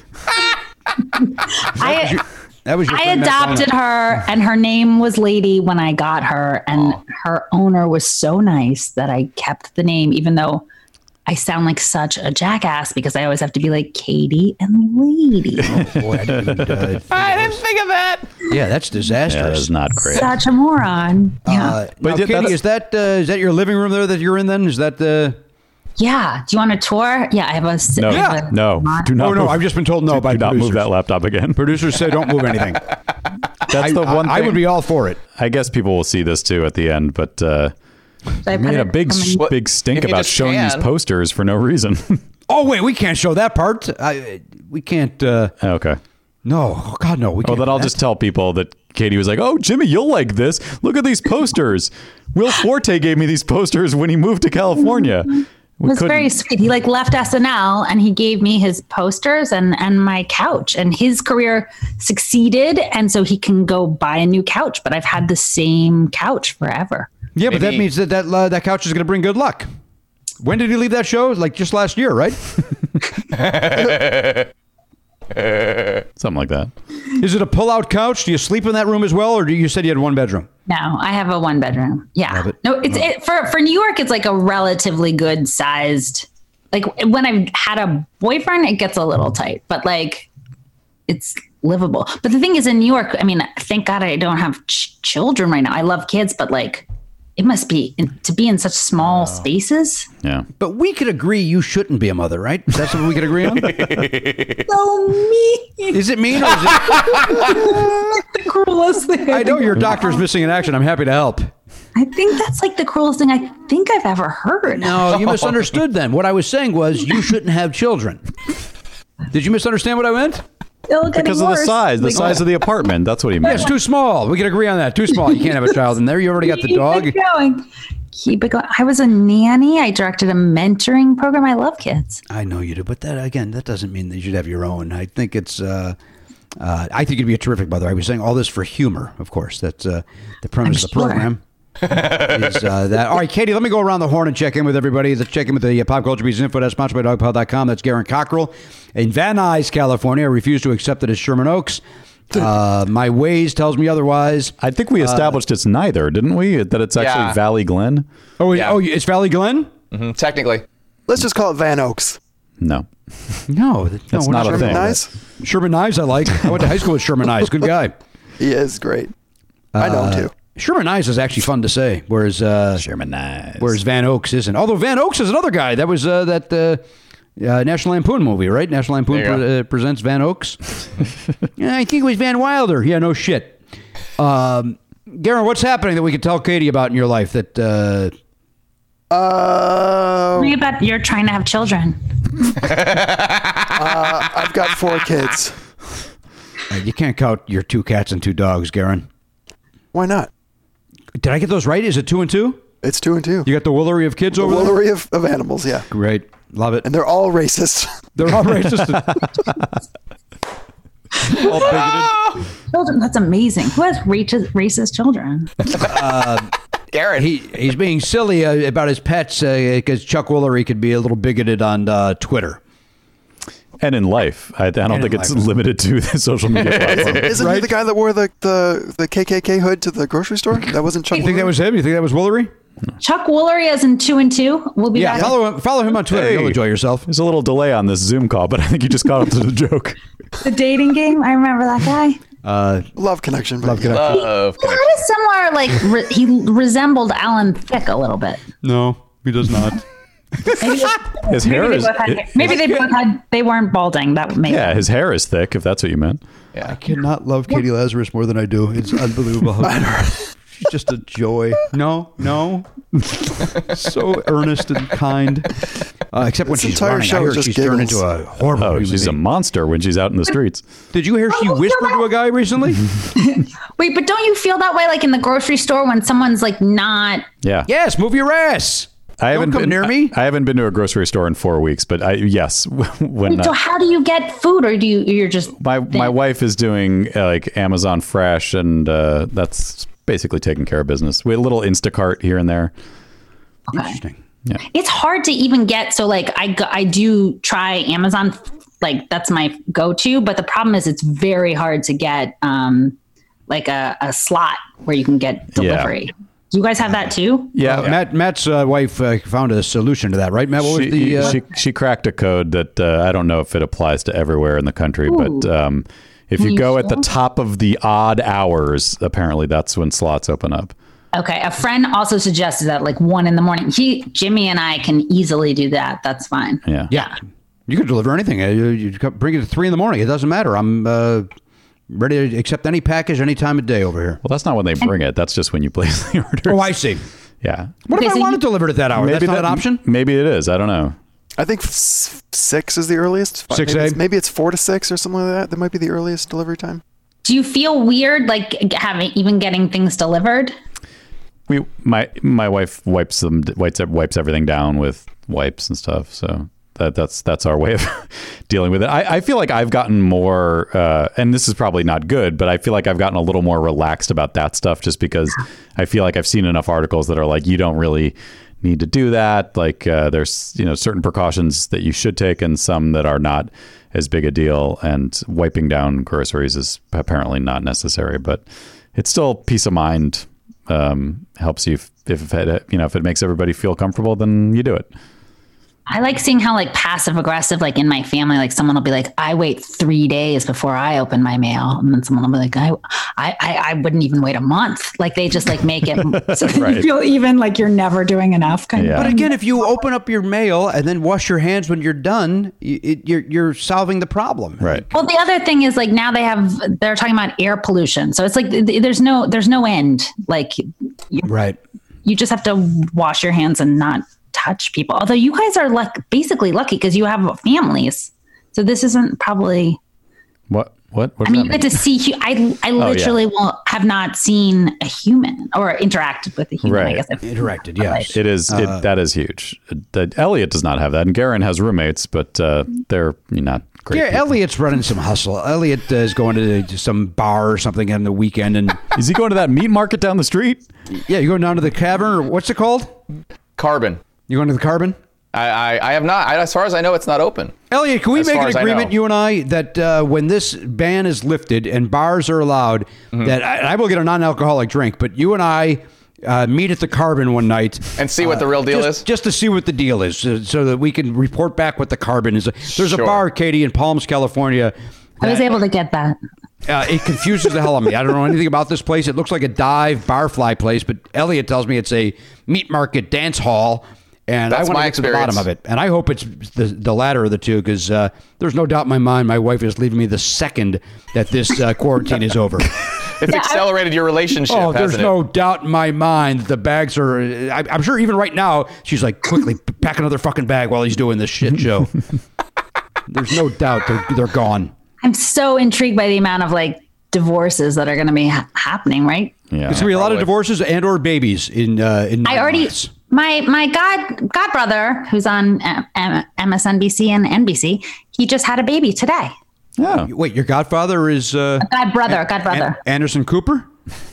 I: I
D: That was your
I: I
D: friend Matt
I: adopted
D: Bonner.
I: her, and her name was Lady when I got her, and her owner was so nice that I kept the name, even though I sound like such a jackass because I always have to be like Katie and Lady.
D: Boy, I didn't, uh,
E: I didn't think of that.
D: yeah, that's disastrous.
A: yeah, that's not great.
I: such a moron. Yeah.
D: Uh, now,
A: But yeah,
D: Katie,
A: that's-
D: is that uh, is that your living room there that you're in? Then is that uh, the?
I: yeah. Do you want a tour? Yeah, I have a.
A: No,
I: I have a-
A: no, do not.
D: oh no,
A: move,
D: I've just been told no by
A: do not
D: producers.
A: move that laptop again.
D: Producers say don't move anything.
A: That's the one.
D: I, I
A: thing-
D: would be all for it.
A: I guess people will see this too at the end, but uh,
I: I
A: made a big
I: I mean,
E: Well,
A: big stink
E: if you
A: about
E: just
A: showing these
E: can-
A: posters for no reason.
D: Oh wait, we can't show that part. I, we can't. Uh,
A: okay.
D: no, oh, God, no. We
A: Well,
D: can't.
A: then I'll just tell people that Katie was like, "Oh, Jimmy, you'll like this. Look at these posters. Will Forte gave me these posters when he moved to California.
I: it
A: We
I: was
A: couldn't-
I: very sweet. He like left SNL and he gave me his posters and and my couch. And his career succeeded, and so he can go buy a new couch. But I've had the same couch forever.
D: yeah, but that
E: maybe-
D: means that that uh, that couch is going to bring good luck. When did he leave that show? Like just last year, right?
A: something like that.
D: is it a pull-out couch? Do you sleep in that room as well, or do you you said you had one bedroom?
I: No, I have a one bedroom. Yeah. No, it's it, for for New York. It's like a relatively good sized. Like when I've had a boyfriend, it gets a little tight, but like it's livable. But the thing is, in New York, I mean, thank God I don't have ch- children right now. I love kids, but like it must be in, to be in such small spaces.
A: Yeah.
D: But we could agree you shouldn't be a mother, right? That's what we could agree on.
I: So mean.
D: Is it mean or is it?
I: the cruelest thing.
D: I know your doctor's missing in action. I'm happy to help.
I: I think that's like the cruelest thing I think I've ever heard.
D: No, you misunderstood then. What I was saying was you shouldn't have children. Did you misunderstand what I meant?
I: Still getting
A: Because of the
I: worse.
A: size, the
I: Like,
A: size of the apartment. That's what he meant.
D: It's too small. We can agree on that. Too small. You can't have a child in there. You already got the dog.
I: Keep it going. Keep it going. I was a nanny. I directed a mentoring program. I love kids.
D: I know you do, but that again, that doesn't mean that you should have your own. I think it's. Uh, uh, I think you'd be a terrific mother. I was saying all this for humor, of course. That's uh, the premise of the
I: sure.
D: program. is uh, that all right, Katie? Let me go around the horn and check in with everybody. Let's check in with the uh, Pop Culture Beats info that's sponsored by dogpile.com. That's Garen Cockrell in Van Nuys, California. I refuse to accept it as Sherman Oaks. Uh, my ways tells me otherwise.
A: I think we established it's neither, didn't we? That it's actually
E: Uh, Yeah.
A: Valley Glen.
D: Oh,
E: Yeah.
D: oh, it's Valley Glen.
E: Mm, Technically,
H: Let's just call it Van Oaks.
A: No,
D: No, th- no,
A: That's
D: we're
A: not a thing.
H: Nice.
D: Sherman Knives, I like. I went to high school with Sherman Knives. Good guy.
H: He is great. I know him too.
D: Sherman Knives is actually fun to say, whereas uh,
A: Sherman Nice.
D: whereas Van Oaks isn't. Although Van Oaks is another guy that was uh, that uh, uh, National Lampoon movie, right? National Lampoon
E: There you
D: pre- uh, presents Van Oaks. yeah, I think it was Van Wilder. Yeah, no shit. Um, Garen, what's happening that we could tell Katie about in your life that uh,
H: Uh, Um,
I: Tell me about you're trying to have children.
H: I've got four kids.
D: you can't count your two cats and two dogs, Garen?
H: Why not?
D: Did I get those right? Is it two and two?
H: It's two and two.
D: You got the Woolery of kids
H: The
D: over there?
H: Woolery of, of animals, yeah.
D: Great. Love it.
H: And they're all racist.
D: They're all racist.
I: Children, that's amazing. Who has racist, racist children?
D: uh, Garrett. He, he's being silly uh, about his pets because Chuck Woolery could be a little bigoted on uh, Twitter.
A: And in life, I, I don't
D: in
A: think it's
D: life.
A: limited to the social media platform.
H: Isn't he the guy that wore the, the, the KKK hood to the grocery store? That wasn't Chuck.
D: You think that was him? You think that was Woolery?
I: Chuck Woolery as in two and two. We'll be
D: Yeah,
I: back.
D: follow him, follow him on Twitter. You'll enjoy yourself.
A: There's a little delay on this Zoom call, but I think you just caught up to the joke.
I: The dating game. I remember that guy.
D: Uh,
H: love connection.
A: Love
I: connection. He had a similar, like re- he resembled Alan Thicke a little bit.
D: No, he does not.
I: Maybe,
A: His
I: maybe
A: hair
I: they
A: is-
I: both had,
A: it-
I: hair. maybe they both had. They weren't balding. That would make.
A: Yeah, his hair is thick, if that's what you meant.
D: I cannot love Katie Lazarus more than I do. It's unbelievable. She's just a joy. No, no. so earnest and kind. Uh, except when
H: This
D: she's
H: entire
D: running,
H: show
D: I heard
H: is just
D: she's turned into
H: giggles.
D: a horrible
A: Oh,
D: human
A: she's a
D: being.
A: monster when she's out in the streets.
D: Did you hear she whispered to a guy recently?
I: Wait, but don't you feel that way, like in the grocery store when someone's like not?
A: Yeah.
D: yes, move your ass.
A: I haven't
D: come
A: been,
D: near
A: I-
D: me.
A: I, haven't been to a grocery store in four weeks, but I yes, when
I: so
A: uh,
I: how do you get food, or do you? You're just.
A: my my wife is doing uh, like Amazon Fresh, and uh, that's basically taking care of business. We had a little Instacart here and there.
D: Interesting.
I: It's hard to even get. So like I go, I do try Amazon. Like that's my go-to, but the problem is it's very hard to get um like a, a slot where you can get delivery. Do you guys have that too?
D: Yeah, Matt. Matt's uh, wife uh, found a solution to that, right? Matt, what
A: she,
D: was the? Uh,
A: she she cracked a code that uh, I don't know if it applies to everywhere in the country, but um, if you go at the top of the odd hours, apparently that's when slots open up.
I: Okay. A friend also suggested that like one in the morning. He Jimmy and I can easily do that. That's fine.
A: Yeah.
D: yeah, you could deliver anything. Uh, You, you co- bring it at three in the morning. It doesn't matter. I'm uh, ready to accept any package any time of day over here.
A: Well, that's not when they bring it. That's just when you place the order.
D: Oh, I see.
A: Yeah.
D: What
I: Okay,
D: if
I: so
D: I want
I: you-
D: it delivered at that hour? That's not
A: that-
D: an option.
A: Maybe it is. I don't know.
H: I think s- six is the earliest. Fi-
D: Six
H: maybe it's,
D: a.m.?
H: maybe it's four to six or something like that. That might be the earliest delivery time.
I: Do you feel weird like having even getting things delivered?
A: We my my wife wipes them wipes wipes everything down with wipes and stuff. So that that's that's our way of dealing with it. I, I feel like I've gotten more, uh, and this is probably not good, but I feel like I've gotten a little more relaxed about that stuff just because I feel like I've seen enough articles that are like you don't really need to do that. Like uh, there's you know certain precautions that you should take and some that are not as big a deal. And wiping down groceries is apparently not necessary, but it's still peace of mind um, helps you if, if it, you know if it makes everybody feel comfortable then you do it
I: I like seeing how like passive aggressive, like in my family, like someone will be like, I wait three days before I open my mail. And then someone will be like, I I I, I wouldn't even wait a month. Like they just like make it so that
A: Right.
I: you feel even like you're never doing enough kind
A: Yeah.
I: of
D: But again, if you open up your mail and then wash your hands when you're done, y- it, you're you're solving the problem.
A: right
I: Well, the other thing is like now they have they're talking about air pollution. So it's like th- th- there's no there's no end. Like
D: Right.
I: you just have to wash your hands and not touch people. Although you guys are like basically lucky because you have families. So this isn't probably
A: what what, what does
I: I mean, you
A: that Oh,
I: get to see. hu- I I literally will have not seen a human or interacted with a human. I
A: Right.
I: guess if-
D: Interacted. Yes.
A: it is
D: Uh.
A: it, that is huge that elliot does not have that and Garen has roommates but uh, they're not great
D: Yeah,
A: people.
D: Elliot's running some hustle. Elliot uh, is going to to some bar or something on the weekend, and
A: is he going to that meat market down the street
D: yeah, you're going down to the cavern or what's it called?
E: Carbon.
D: You're going to the carbon.
E: I, I, I have not. I, as far as I know, it's not open.
D: Elliot, can we
E: As
D: make
E: far
D: an
E: as I
D: agreement,
E: know.
D: you and I, that uh, when this ban is lifted and bars are allowed,
E: Mm-hmm.
D: that I, I will get a non-alcoholic drink, but you and I uh, meet at the Carbon one night
E: And see what the real deal
D: Uh, just,
E: is.
D: just to see what the deal is, uh, so that we can report back what the Carbon is. There's a
E: Sure.
D: bar, Katie, in Palms, California.
I: I was able to get that.
D: Uh, it confuses the hell out of me. I don't know anything about this place. It looks like a dive barfly place, but Elliot tells me it's a meat market dance hall, and
E: That's
D: I want
E: my
D: to get to the bottom
E: experience.
D: of it. And I hope it's the, the latter of the two because uh, there's no doubt in my mind my wife is leaving me the second that this uh, quarantine is over.
E: It's accelerated your relationship,
D: Oh, there's
E: hasn't it?
D: no doubt in my mind that the bags are. I, I'm sure even right now she's like, quickly pack another fucking bag while he's doing this shit show. there's no doubt they're they're gone.
I: I'm so intrigued by the amount of like divorces that are going to be ha- happening. Right?
A: Yeah,
D: It's gonna be a lot of divorces and or babies in uh, in.
I: I already my my god god brother who's on M- M- MSNBC and NBC. He just had a baby today.
A: Yeah.
D: Wait, your godfather is uh,
I: God brother, god brother.
D: Anderson Cooper.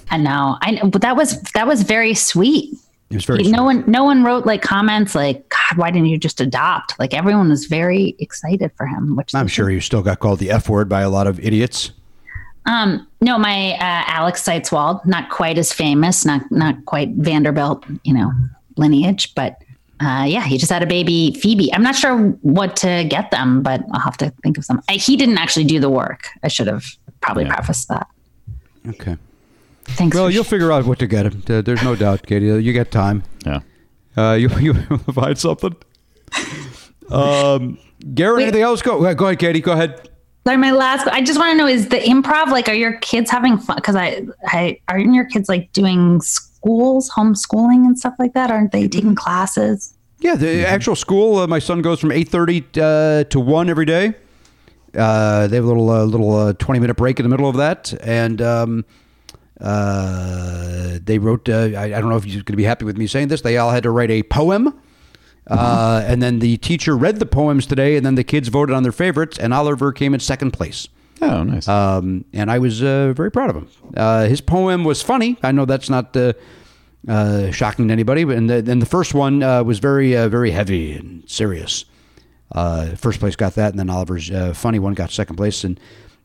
I: I know. I know. But that was that was very sweet.
D: It was very.
I: no one no one wrote like comments like God, why didn't you just adopt? Like everyone was very excited for him, which
D: I'm sure you still got called the F word by a lot of idiots.
I: Um, no, my uh, Alex Seitzwald, not quite as famous, not not quite Vanderbilt, you know, lineage, but uh, yeah, he just had a baby, Phoebe. I'm not sure what to get them, but I'll have to think of some. Uh, he didn't actually do the work. I should have probably prefaced that.
D: Okay.
I: Thanks.
D: Well, you'll figure out what to get him. There- There's no doubt, Katie. You got time.
A: Yeah.
D: Uh, you you find something. Um, Garrett, anything else? Go go ahead, Katie. Go ahead.
I: Sorry, my last. I just want to know: is the improv like? Are your kids having fun? Because I, I aren't your kids like doing schools, homeschooling, and stuff like that? Aren't they taking classes?
D: Yeah, the actual school. Uh, my son goes from eight thirty uh, to one every day. Uh, they have a little uh, little uh, twenty minute break in the middle of that, and um, uh, they wrote. Uh, I, I don't know if you're going to be happy with me saying this. They all had to write a poem. Uh, and then the teacher read the poems today, and then the kids voted on their favorites, and Oliver came in second place.
A: Oh, nice.
D: Um, and I was uh, very proud of him. Uh, his poem was funny. I know that's not uh, uh, shocking to anybody, but and the, and the first one uh, was very uh, very heavy and serious. Uh, first place got that, and then Oliver's uh, funny one got second place, and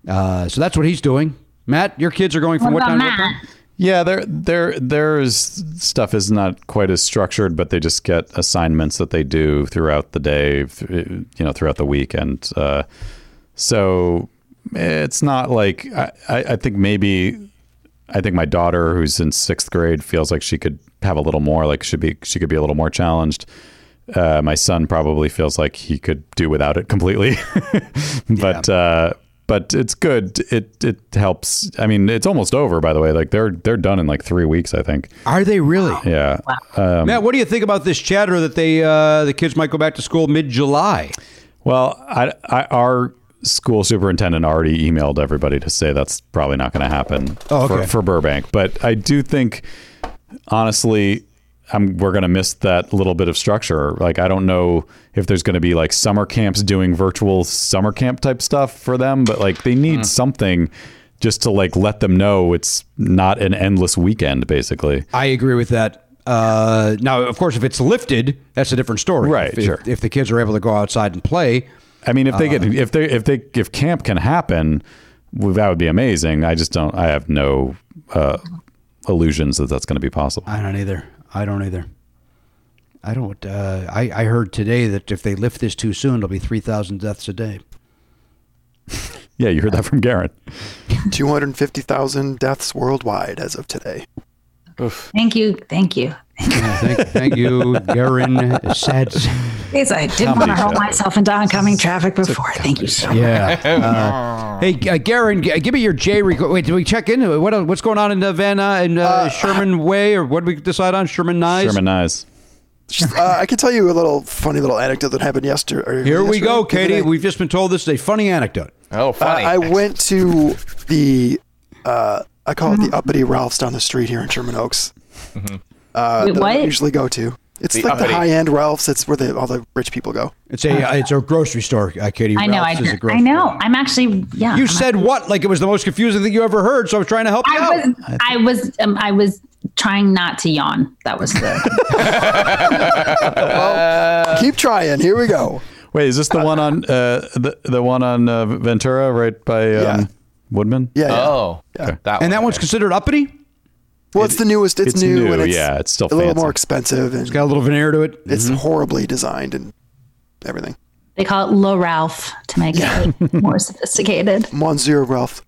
D: uh, so that's what he's doing. Matt, your kids are going from what,
I: What
D: time
I: about
D: to what time?
I: Matt?
A: Yeah, there, there, there's stuff is not quite as structured, but they just get assignments that they do throughout the day, th- you know, throughout the week, and uh, so it's not like I, I I think maybe I think my daughter, who's in sixth grade, feels like she could have a little more, like should be, she could be a little more challenged. Uh, my son probably feels like he could do without it completely, but uh, but it's good. It it helps. I mean, it's almost over, by the way. Like they're they're done in like three weeks, I think.
D: Are they really?
A: Yeah. Um,
D: Matt, what do you think about this chatter that they uh, the kids might go back to school mid July?
A: Well, I, I, our school superintendent already emailed everybody to say that's probably not going to happen
D: Oh, okay.
A: for, for Burbank. But I do think, honestly, I'm, we're going to miss that little bit of structure. Like, I don't know if there's going to be like summer camps doing virtual summer camp type stuff for them, but like they need something just to like let them know it's not an endless weekend, basically.
D: I agree with that. Uh, now, of course, if it's lifted, that's a different story.
A: Right,
D: If,
A: sure.
D: if, if the kids are able to go outside and play,
A: I mean, if they
H: Uh-huh.
A: get if they if they if camp can happen, well, that would be amazing. I just don't. I have no uh, illusions that that's going to be possible.
D: I don't either. I don't either. I don't. Uh, I I heard today that if they lift this too soon, it'll be three thousand deaths a day.
A: Yeah, you heard that from Garrett.
H: 250,000 deaths worldwide as of today.
I: Thank you, thank you.
D: thank, thank you, Garen. Sad.
I: Yes, I didn't want to hurl myself into oncoming traffic before. Thank you so much.
D: Yeah. Uh, hey, uh, Garen, g- give me your J. Reco- Wait, did we check in? What else- what's going on in uh, Van uh, in uh, Sherman Way, or what did we decide on? Sherman Nyes.
A: Sherman Eyes.
H: uh, I can tell you a little funny little anecdote that happened yesterday. or
D: Here we
H: yesterday,
D: go,
H: the other
D: Katie.
H: day.
D: We've just been told this is a funny anecdote.
E: Oh,
H: Uh,
E: funny.
H: I went to the uh, I call
D: Mm-hmm.
H: it the uppity Ralph's down the street here in Sherman Oaks. Uh,
I: Wait,
H: that I
I: what?
H: usually go to. It's
E: The
H: like
E: uppity.
H: the high end Ralph's. It's where the, all the rich people go.
D: It's a uh, it's a grocery store, uh, Katie.
I: I know. I,
D: Ralph's is a grocery
I: I know. I'm actually. Yeah.
D: You
I: I'm
D: said what? Like it was the most confusing thing you ever heard. So I was trying to help you
I: I
D: out.
I: was. I was. Um, I was trying not to yawn. That was the.
H: Keep trying. Here we go.
A: Wait, is this the one on uh, the the one on uh, Ventura, right by um,
H: Yeah.
A: Woodman?
H: Yeah. yeah.
E: oh, that one.
D: And that one's considered uppity.
H: well, it's the newest. It's,
A: it's
H: new.
A: new,
H: and it's
A: yeah, it's still
H: a little
A: fancy.
H: more expensive and
D: It's got a little veneer to it.
H: it's horribly designed and everything.
I: They call it Le Ralph to make it more sophisticated.
H: Monsieur Ralph.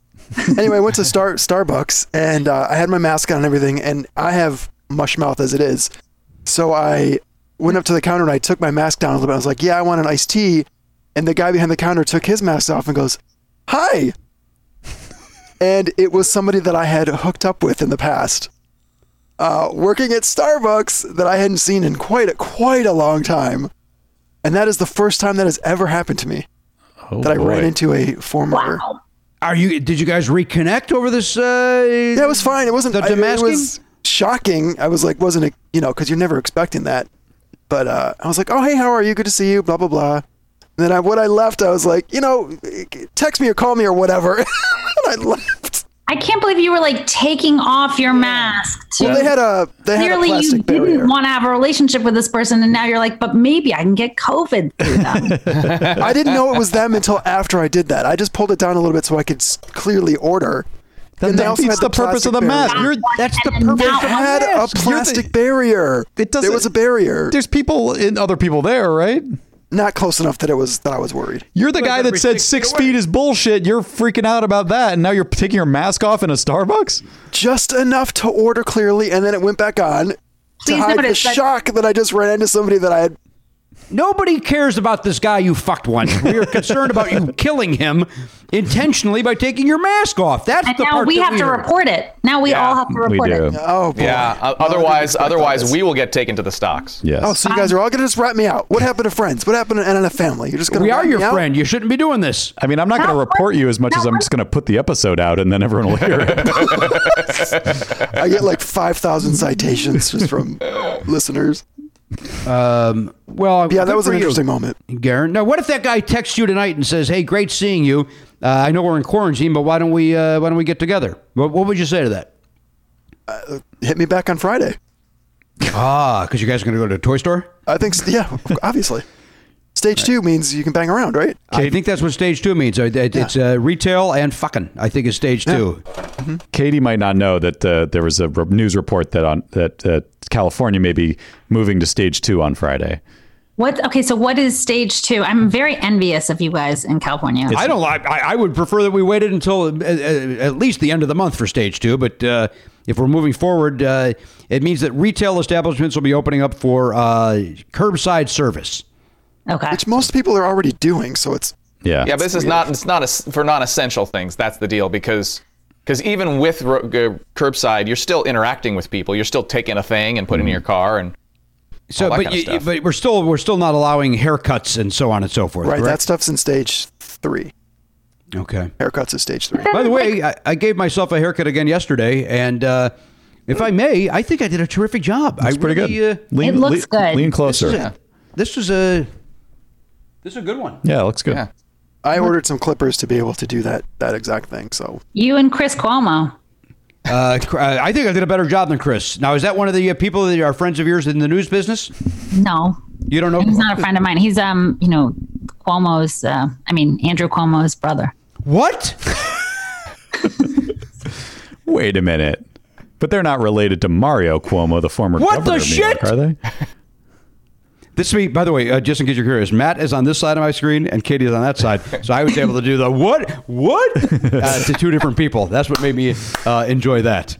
H: anyway, I went to Star Starbucks and uh, I had my mask on and everything, and I have mush mouth as it is. So I went up to the counter and I took my mask down a little bit. I was like, "Yeah, I want an iced tea," and the guy behind the counter took his mask off and goes, "Hi," and it was somebody that I had hooked up with in the past, uh, working at Starbucks that I hadn't seen in quite a, quite a long time, and that is the first time that has ever happened to me
A: Oh,
H: that I
A: boy.
H: ran into a former
I: Wow.
D: Are you? Did you guys reconnect over this? Uh, yeah,
H: it was fine. It wasn't
D: the
H: I-
D: Damascus.
H: It was shocking. I was like, wasn't it? You know, because you're never expecting that. But uh, I was like, oh hey, how are you? Good to see you. Blah blah blah. And then I, when I left, I was like, you know, text me or call me or whatever. and I left.
I: I can't believe you were like taking off your mask. To
H: Well, they had a they had a
I: clearly you
H: plastic barrier.
I: didn't want to have a relationship with this person, and now you're like, but maybe I can get COVID through them.
H: I didn't know it was them until after I did that. I just pulled it down a little bit so I could s- clearly order.
A: That
H: And they also
A: defeats
H: had
A: the purpose of the
H: plastic
A: mask.
H: barrier.
A: You're- that's the
I: And
A: purpose
I: now
A: of the
H: I
A: mask.
H: had a
A: You're the-
H: plastic barrier.
A: It doesn't-
H: There was a barrier.
A: There's people in other people there, right?
H: Not close enough that it was that I was worried.
A: You're the guy that said six feet is bullshit. You're freaking out about that, and now you're taking your mask off in a Starbucks.
H: Just enough to order clearly, and then it went back on to
I: Please
H: hide the
I: notice that-
H: shock that I just ran into somebody that I had.
D: Nobody cares about this guy you fucked once. We are concerned about you killing him intentionally by taking your mask off. That's
I: and
D: the
I: now
D: part
I: we
D: that
I: have to
D: heard.
I: report it. Now we all have to report it.
H: Oh boy!
E: Yeah. o- otherwise, otherwise we will get taken to the stocks.
A: Yes.
H: Oh, so you guys are all gonna just rat me out? What happened to friends? What happened to and a family? You're just gonna
D: We are
H: rat
D: your
H: me out?
D: friend. You shouldn't be doing this.
A: I mean, I'm not going to report you as much as I'm just going to put the episode out, and then everyone will hear it.
H: I get like five thousand citations just from listeners.
D: Um, well,
H: Yeah,
D: good
H: that was
D: for
H: an
D: you,
H: interesting moment.
D: Garen. Now, what if that guy texts you tonight and says, "Hey, great seeing you. Uh, I know we're in quarantine, but why don't we uh, why don't we get together?" What, what would you say to that?
H: Hit me back on Friday.
D: Ah, because you guys are going to go to a toy store.
H: I think, s- yeah, obviously. Stage two means you can bang around, right?
D: I think that's what stage two means. It- it- It's uh, retail and fucking. I think is stage two.
A: Katie might not know that uh, there was a re- news report that on that uh, California may be moving to stage two on Friday.
I: What? Okay, so what is stage two? I'm very envious of you guys in California.
D: I don't like. I, I would prefer that we waited until uh, uh, at least the end of the month for stage two. But uh, if we're moving forward, uh, it means that retail establishments will be opening up for uh, curbside service.
I: okay.
H: Which most people are already doing, so it's
A: Yeah.
E: Yeah, but this is not it's not a, for non-essential things. That's the deal because because even with ro- g- curbside, you're still interacting with people. You're still taking a thing and putting it in your
A: Mm-hmm.
E: car and
D: So,
E: all that
D: but
E: kind of
D: you-
E: stuff.
D: but we're still we're still not allowing haircuts and so on and so forth.
H: right. That
D: correct?
H: stuff's in stage three.
D: okay.
H: Haircuts is stage three.
D: By the way, I, I gave myself a haircut again yesterday, and uh, if I may, I think I did a terrific job. I
A: It's pretty
D: really,
A: good.
D: Uh,
A: Lean,
I: It looks
A: lean-
I: good.
A: Lean
D: this is
A: closer.
D: a- this is a this is a good one.
A: Yeah, it looks good.
E: yeah.
H: I ordered some clippers to be able to do that that exact thing. So
I: You and Chris Cuomo.
D: Uh, Cr- uh, I think I did a better job than Chris. Now, is that one of the uh, people that are friends of yours in the news business?
I: No,
D: You don't know.
I: he's not a friend of mine. He's um, you know, Cuomo's. Uh, I mean, Andrew Cuomo's brother.
D: What?
A: Wait a minute. But they're not related to Mario Cuomo, the former
D: What the
A: governor of New York,
D: shit?
A: are they?
D: This week, by the way, uh, just in case you're curious, Matt is on this side of my screen and Katie is on that side. So I was able to do the what, what uh, to two different people. That's what made me uh, enjoy that.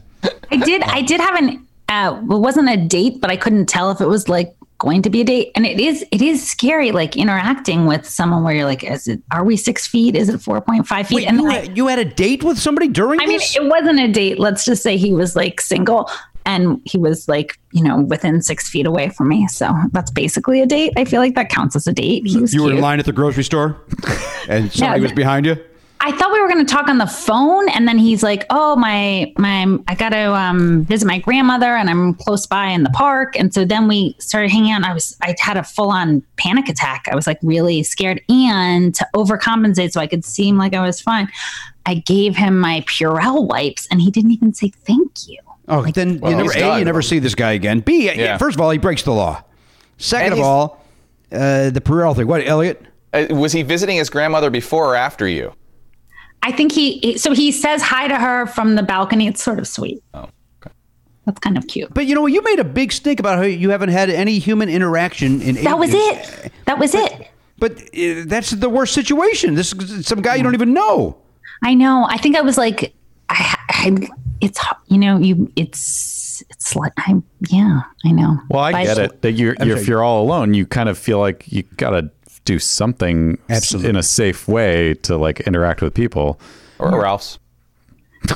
I: I did. I did have an. Uh, well, it wasn't a date, but I couldn't tell if it was like going to be a date. And it is. It is scary, like interacting with someone where you're like, is it? Are we six feet? Is it four point five feet?
D: Wait,
I: and
D: you,
I: I,
D: had, you had a date with somebody during
I: I mean,
D: this?
I: it wasn't a date. Let's just say he was like single, and he was like, you know, within six feet away from me. So that's basically a date. I feel like that counts as a date. He was
D: you were in
I: cute.
D: line at the grocery store and somebody
I: Yeah.
D: was behind you?
I: I thought we were going to talk on the phone, and then he's like, "Oh, my, my, I got to um, visit my grandmother, and I'm close by in the park." And so then we started hanging out. And I was, I had a full on panic attack. I was like really scared, and to overcompensate, so I could seem like I was fine, I gave him my Purell wipes, and he didn't even say thank you.
D: Oh, then you never,
E: he's
D: A,
E: done.
D: you never see this guy again. B,
E: Yeah.
D: first of all, he breaks the law. Second
E: And
D: of
E: he's-
D: all, uh, the Perel thing. What, Elliot?
E: Uh, was he visiting his grandmother before or after you?
I: I think he, so he says hi to her from the balcony. It's sort of sweet. Oh, okay. That's kind of cute.
D: But you know what? You made a big stink about how you haven't had any human interaction in. eight
I: That was
D: years.
I: it. That was it.
D: But uh, that's the worst situation. This is some guy you don't even know.
I: I know. I think I was like, I, I it's h- you know you it's it's like I yeah I know.
A: Well, I
I: But-
A: get it. That you're, you're if you're all alone, you kind of feel like you gotta do something s-
D: Absolutely.
A: in a safe way to like interact with people.
E: Or Ralph's?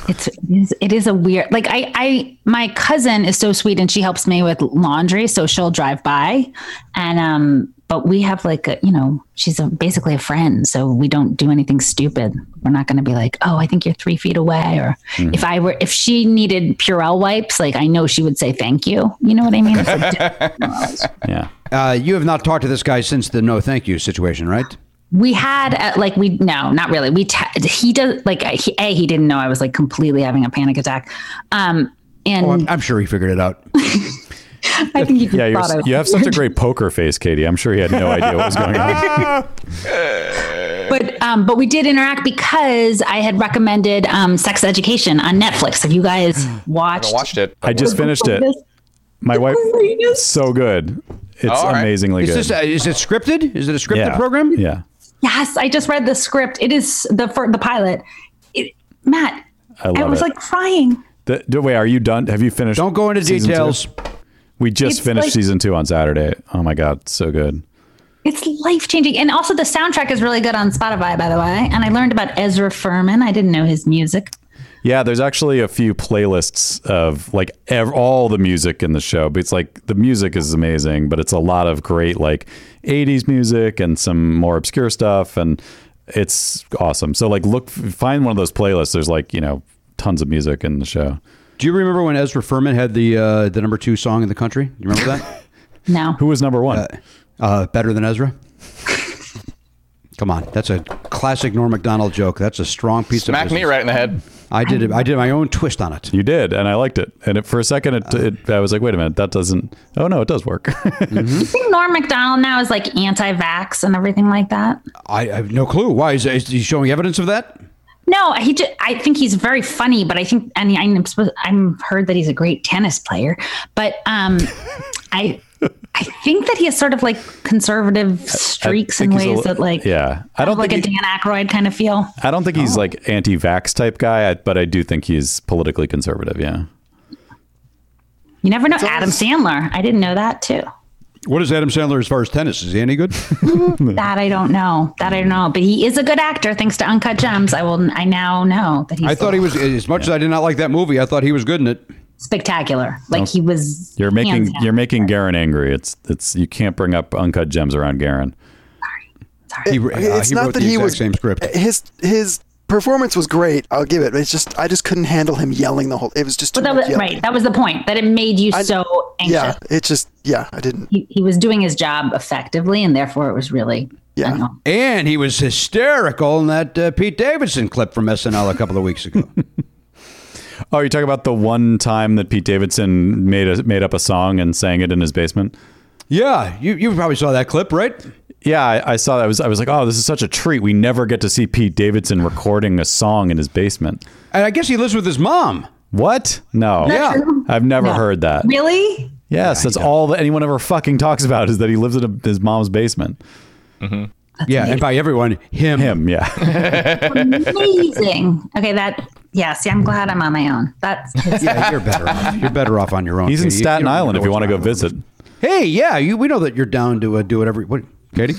I: It's it is, it is a weird like I I my cousin is so sweet and she helps me with laundry so she'll drive by and um but we have like a, you know, she's a, basically a friend, so we don't do anything stupid. We're not going to be like, oh, I think you're three feet away, or
K: Mhm.
I: if I were, if she needed Purell wipes, like I know she would say thank you. You know what I mean? It's like,
A: yeah.
D: Uh, you have not talked to this guy since the no thank you situation,
I: Mm.
D: right?
I: we had uh, like we no not really we te- he does like uh, he, a he didn't know i was like completely having a panic attack um and
D: Oh, I'm, I'm sure he figured it out.
I: i think you
A: Yeah,
I: yeah,
A: you're,
I: thought I was
A: you have such a great poker face, Katie. I'm sure he had no idea what was going on.
I: but um but we did interact because i had recommended um sex education on netflix have you guys watched
E: haven't watched it.
A: I just finished it. My wife, so good. It's
D: All right.
A: amazingly
D: is
A: good.
D: This, uh, is it scripted? Is it a scripted
A: Yeah.
D: program?
A: Yeah.
I: yes i just read the script it is the for the pilot it, matt
A: I love
I: was
A: it.
I: like crying
A: The, d- wait, are you done? Have you finished? Don't
D: go into details.
A: We just
I: It's
A: finished
I: like-
A: season two on Saturday. Oh my god, so good.
I: it's life changing and also the soundtrack is really good on spotify by the way and i learned about ezra furman i didn't know his music
A: Yeah, there's actually a few playlists of like ev- all the music in the show. But it's like the music is amazing, but it's a lot of great like 80s music and some more obscure stuff, and it's awesome. So like, look, find one of those playlists. There's like you know tons of music in the show.
D: Do you remember when Ezra Furman had the uh, the number two song in the country? Do you remember that?
I: no.
A: Who was number one?
D: Uh, uh, better than Ezra. Come on, that's a classic Norm Macdonald joke. That's a strong piece of
E: Smack me
D: business.
E: right in the head.
D: I did it. I did my own twist on it.
A: You did, and I liked it. And it, for a second, it, it, I was like, wait a minute, that doesn't. Oh no, it does work.
I: You think Norm McDonald now is like anti-vax and everything like that?
D: I, I have no clue. Why is, is he showing evidence of that?
I: No, he. Just, I think he's very funny, but I think, and I'm supposed, I'm heard that he's a great tennis player, but um, I, I think that he has sort of like conservative streaks
A: I
I: in
A: think he's a
I: ways
A: li-
I: that like,
A: yeah, I don't
I: like
A: think
I: a Dan Aykroyd kind of feel.
A: I don't think he's like anti-vax type guy, I- but I do think he's politically conservative. Yeah.
I: You never know. Adam Sandler. I didn't know that too.
D: What is Adam Sandler as far as tennis? Is he any good?
A: Hmm.
I: That I don't know. That I don't know. But he is a good actor, thanks to Uncut Gems. I will. I now know that he's.
D: I thought he was. As much as I did not like that movie, I thought he was good in it.
I: spectacular. Like
A: No.
I: he was.
A: You're
I: hands
A: making
I: down.
A: you're making Garen angry. It's it's you can't bring up uncut gems around Garen.
D: He,
H: it's
D: he
H: not
D: wrote
H: that
D: the
H: he
D: exact
H: was
D: same script.
H: His his performance was great. I'll give it. but It's just I just couldn't handle him yelling the whole. It was just too
I: But that
H: much
I: was
H: yelling.
I: right. That was the point. That it made you
H: I-
I: so anxious.
H: Yeah, it just yeah. I didn't.
I: He, he was doing his job effectively, and therefore it was really. Yeah.
D: And he was hysterical in that uh, Pete Davidson clip from SNL a couple of weeks ago.
A: Oh, you talking about the one time that Pete Davidson made a, made up a song and sang it in his basement?
D: yeah, you, you probably saw that clip, right?
A: Yeah, I, I saw that. I was I was like, oh, this is such a treat. We never get to see Pete Davidson recording a song in his basement.
D: And I guess he lives with his mom.
A: What? No.
D: Is that Yeah. true?
A: I've never heard that.
I: Really?
A: Yes, that's all that anyone ever fucking talks about is that he lives in a, his mom's basement.
D: yeah, and by everyone, him.
A: Him, yeah.
I: Amazing. Okay, that. Yeah. See, I'm glad I'm on my own. That's.
D: yeah, you're better off. You're better off on your own.
A: He's in
D: Katie. You-
A: Staten
D: you don't
A: Island
D: know
A: if you
D: what's
A: want to go visit.
D: going on. Hey, yeah, you, we know that you're down to uh, do whatever. What, Katie?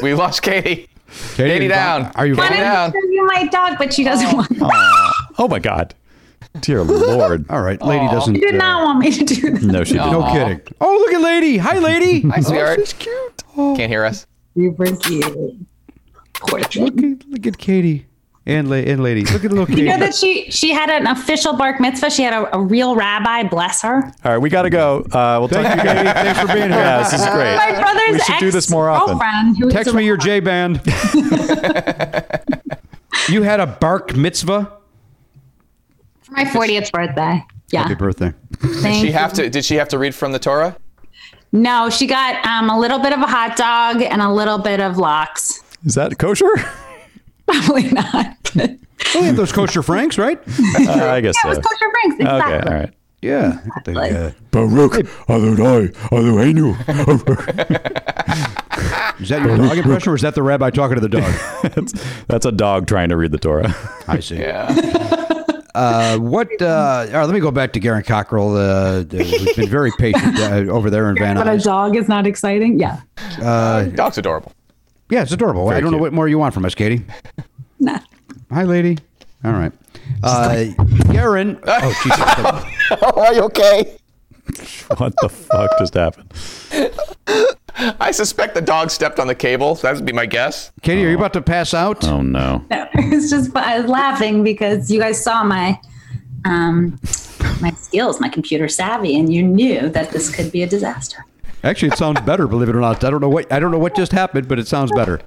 E: we lost Katie.
D: Katie,
E: Katie
D: you
E: down.
D: gone? Are you
I: Wanted
D: gone?
I: to interview my dog, but she doesn't want.
A: Oh my God. Dear Lord.
D: All right, lady doesn't.
I: She did
D: uh,
I: not want me to do that.
A: No, she didn't.
D: no kidding. Oh, look at lady. Hi, lady. Oh,
E: Hi, sweetheart.
D: cute.
E: Can't hear us.
I: Super cute. Portrait.
D: Look at, look at Katie and, la- and lady. Look at little Katie.
I: You know that she she had an official bar mitzvah. She had a, a real rabbi. Bless her.
A: All right, we got to go. Uh, we'll talk
D: Thank
A: to
D: you,
A: you
D: Katie.
A: guys.
D: Thanks for being here.
A: Yeah, this is great.
I: My brother's
A: we should do this more often.
I: ex-girlfriend who is
D: Text
I: a-
D: me your J band. you had a bark mitzvah.
I: for my 40th birthday. Yeah.
D: Happy birthday.
E: Did
I: Thank
E: she have to? Did she have to read from the Torah?
I: No, she got um, a little bit of a hot dog and a little bit of lox.
A: Is that kosher?
I: Probably not.
D: We have Oh, those kosher franks, right?
A: Uh, I guess
I: It was
A: so.
I: kosher franks.
A: Okay, all
I: Exactly.
A: right.
D: Yeah. I think they, uh,
L: Baruch Adonai Eloheinu.
D: is that your dog impression, or is that the rabbi talking to the dog?
A: That's a dog trying to read the Torah.
D: I see.
E: Yeah.
D: Uh, what? Uh, all right, let me go back to Garen Cockrell, uh, who's been very patient uh, over there in Van
I: But a
D: Nuys.
I: dog is not exciting. Yeah.
D: Uh,
E: Dog's adorable.
D: yeah, it's adorable. I don't know what more you want from us, Katie.
I: Nah.
D: Hi, lady. All right. Uh, Garen. Oh, Jesus.
E: Are you okay?
A: what the fuck just happened?
E: I suspect the dog stepped on the cable. So that would be my guess.
D: Katie, are you about to pass out?
A: Oh no.
I: No, it's just I was laughing because you guys saw my um, my skills, my computer savvy, and you knew that this could be a disaster.
D: Actually, it sounds better. Believe it or not, I don't know what I don't know what just happened, but it sounds better.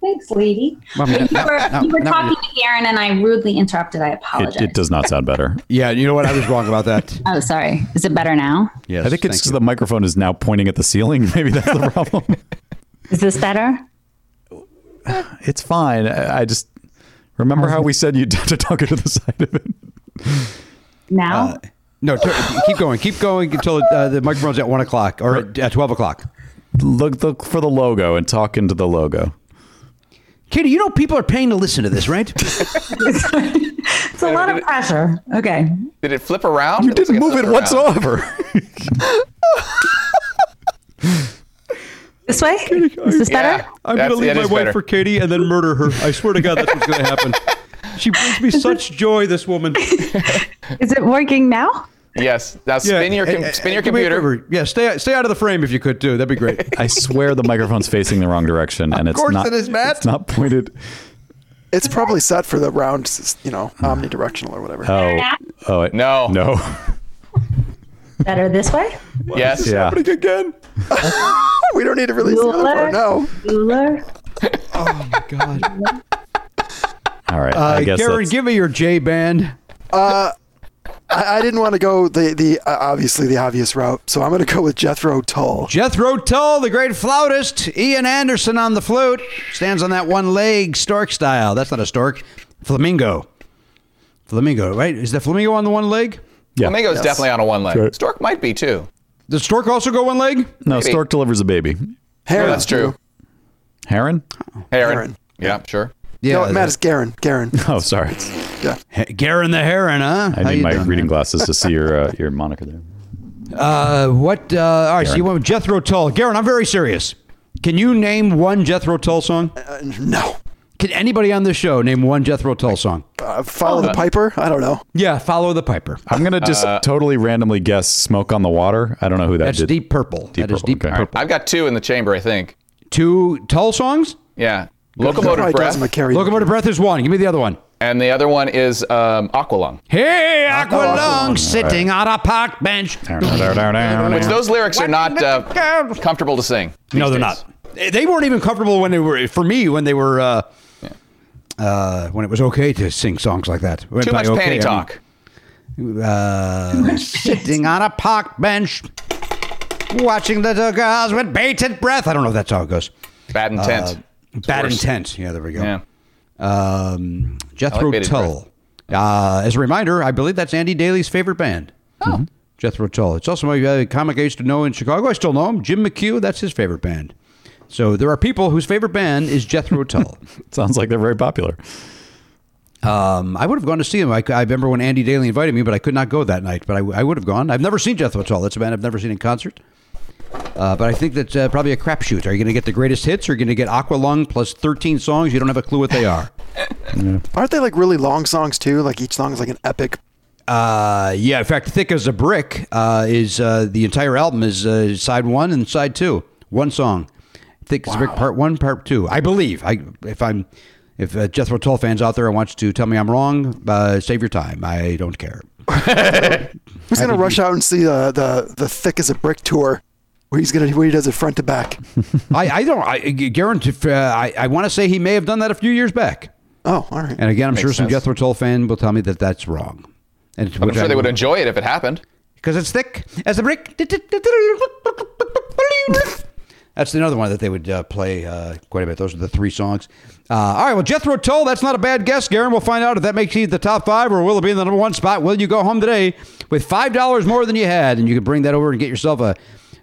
I: Thanks, lady.
D: Mommy,
I: you
D: no,
I: were,
D: no,
I: you were
D: no,
I: talking to Aaron, and I rudely interrupted. I apologize.
A: It, it does not sound better.
D: Yeah, you know what? I was wrong about that.
I: oh, sorry. Is it better now?
D: Yes,
A: I think it's because the microphone is now pointing at the ceiling. Maybe that's the problem.
I: Is this better?
A: it's fine. I, I just remember how we said you'd have to talk into the side of it.
I: Now?
A: Uh,
D: No, t- keep going, keep going until uh, the microphone's at one o'clock or at at twelve o'clock.
A: Look, look for the logo and talk into the logo.
D: Katie, you know people are paying to listen to this, right?
I: it's a lot of pressure. Okay.
E: Did it flip around?
A: You didn't move it whatsoever.
I: This way? Is this better?
D: I'm going to
E: That's-
D: leave
E: that
D: my
E: is
D: wife
E: better.
D: for Katie and then murder her. I swear to God, that's what's going to happen. She brings me such joy, this woman.
I: Is it working now?
E: Yes. Now spin your com-
D: and-
E: spin
D: and
E: your
D: do eh, me a
E: computer.
D: favor. Yeah, stay stay out of the frame if you could too. That'd be great.
A: I swear the microphone's facing the wrong direction, and it's
H: course
A: not.
H: it is, Matt.
A: It's not pointed.
H: It's probably set for the round, s- you know, omnidirectional or whatever.
A: Oh, oh, it, no, no.
I: Better this way?
E: Yes.
A: Yeah.
H: happening again. we don't need to release the other part now.
D: Oh my God.
A: All right.
D: Uh,
A: I guess
D: Karen,
A: that's-
D: give me your J band.
H: Uh, I, I didn't want to go the the uh, obviously the obvious route, so I'm going to go with Jethro Tull.
D: Jethro Tull, the great flautist. Ian Anderson on the flute stands on that one leg, stork style. That's not a stork, flamingo. Flamingo, right? Is the flamingo on the one leg?
A: yeah.
E: Flamingo's
D: Yes.
E: definitely on a one leg.
A: Sure.
E: Stork might be too.
D: Does stork also go one leg?
A: no.
E: maybe.
A: Stork delivers a baby.
E: Yeah,
H: Heron.
E: that's true.
A: Heron.
E: Heron.
H: Heron.
E: Yeah, sure.
H: Yeah,
D: Yeah,
H: no, Matt is Garen. Garen.
A: Oh, sorry.
D: He- Garen the heron, huh?
A: I
D: How
A: need
D: you
A: my
D: doing?
A: reading glasses to see your uh, your moniker there.
D: Uh, what? Uh, all right, so
A: Garen.
D: you went with Jethro Tull. Garen, I'm very serious. Can you name one Jethro Tull song?
H: Uh, no.
D: Can anybody on this show name one Jethro Tull song?
H: Uh,
I: Oh.
H: follow the Piper. I don't know.
D: Yeah, Follow the Piper.
A: I'm gonna just totally randomly guess "Smoke on the Water." I don't know who that
D: Uh, That's
A: did.
D: Deep Purple. That is
A: Purple,
D: Deep
A: okay.
D: Purple.
E: I've got two in the chamber, I think.
D: Two Tull songs?
E: Yeah.
H: Probably
E: Locomotive
H: Dallas
E: breath.
H: McCary.
D: Locomotive Breath is one. Give me the other one.
E: And the other one is um, Aqualung.
D: Hey, Aqualung,
A: Aqualung, right.
D: sitting on a park bench.
E: Which those lyrics are not uh, comfortable to sing. these
D: No, they're
E: days.
D: not. They they weren't even comfortable when they were, for me, when they were, uh, uh, when it was okay to sing songs like that. When
E: Too
D: by
E: much
D: okay, I
E: panty
D: mean-
E: talk.
D: Uh, sitting on a park bench, watching the two girls with bated breath. I don't know if that's how it goes.
E: Bad intent.
D: Uh, bad
E: worse.
D: intent. Yeah, there we go.
E: yeah.
D: Um, Jethro
E: bated
D: Tull. Uh, as a reminder, I believe that's Andy Daly's favorite band. Oh. Jethro Tull. It's also my uh, comic I used to know in Chicago. I still know him. Jim McHugh, that's his favorite band. So there are people whose favorite band is Jethro Tull.
A: Sounds like they're very popular.
D: Um, I would have gone to see him. I, I remember when Andy Daly invited me, but I could not go that night. But I, I would have gone. I've never seen Jethro Tull. That's a band I've never seen in concert. Uh, but I think that's uh, probably a crapshoot. Are you going to get the greatest hits? Or are you going to get Aqualung plus 13 songs? You don't have a clue what they are.
H: Aren't they like really long songs too? Like each song is like an epic.
D: Uh, yeah, in fact, Thick as a Brick uh, is uh, the entire album is uh, side one and side two. One song. Thick as a Brick, part one, part two. I believe. I If I'm. If uh, Jethro Tull fans out there wants to tell me I'm wrong, uh, save your time. I don't care.
H: Who's gonna rush out and see the the the thick as a brick tour, where he's gonna where he does it front to back?
D: I, I don't. I guarantee. Uh, I, I want to say he may have done that a few years back.
H: Oh, all right.
D: And again, I'm sure some
E: sense.
D: Jethro Tull fan will tell me that that's wrong. And
E: I'm sure they would enjoy it if it happened.
D: because it's thick as a brick. That's another one that they would uh, play uh, quite a bit. Those are the three songs. Uh, all right. Well, Jethro Tull. That's not a bad guess, Garen. We'll find out if that makes you the top five, or will it be in the number one spot? Will you go home today with five dollars more than you had, and you can bring that over and get yourself a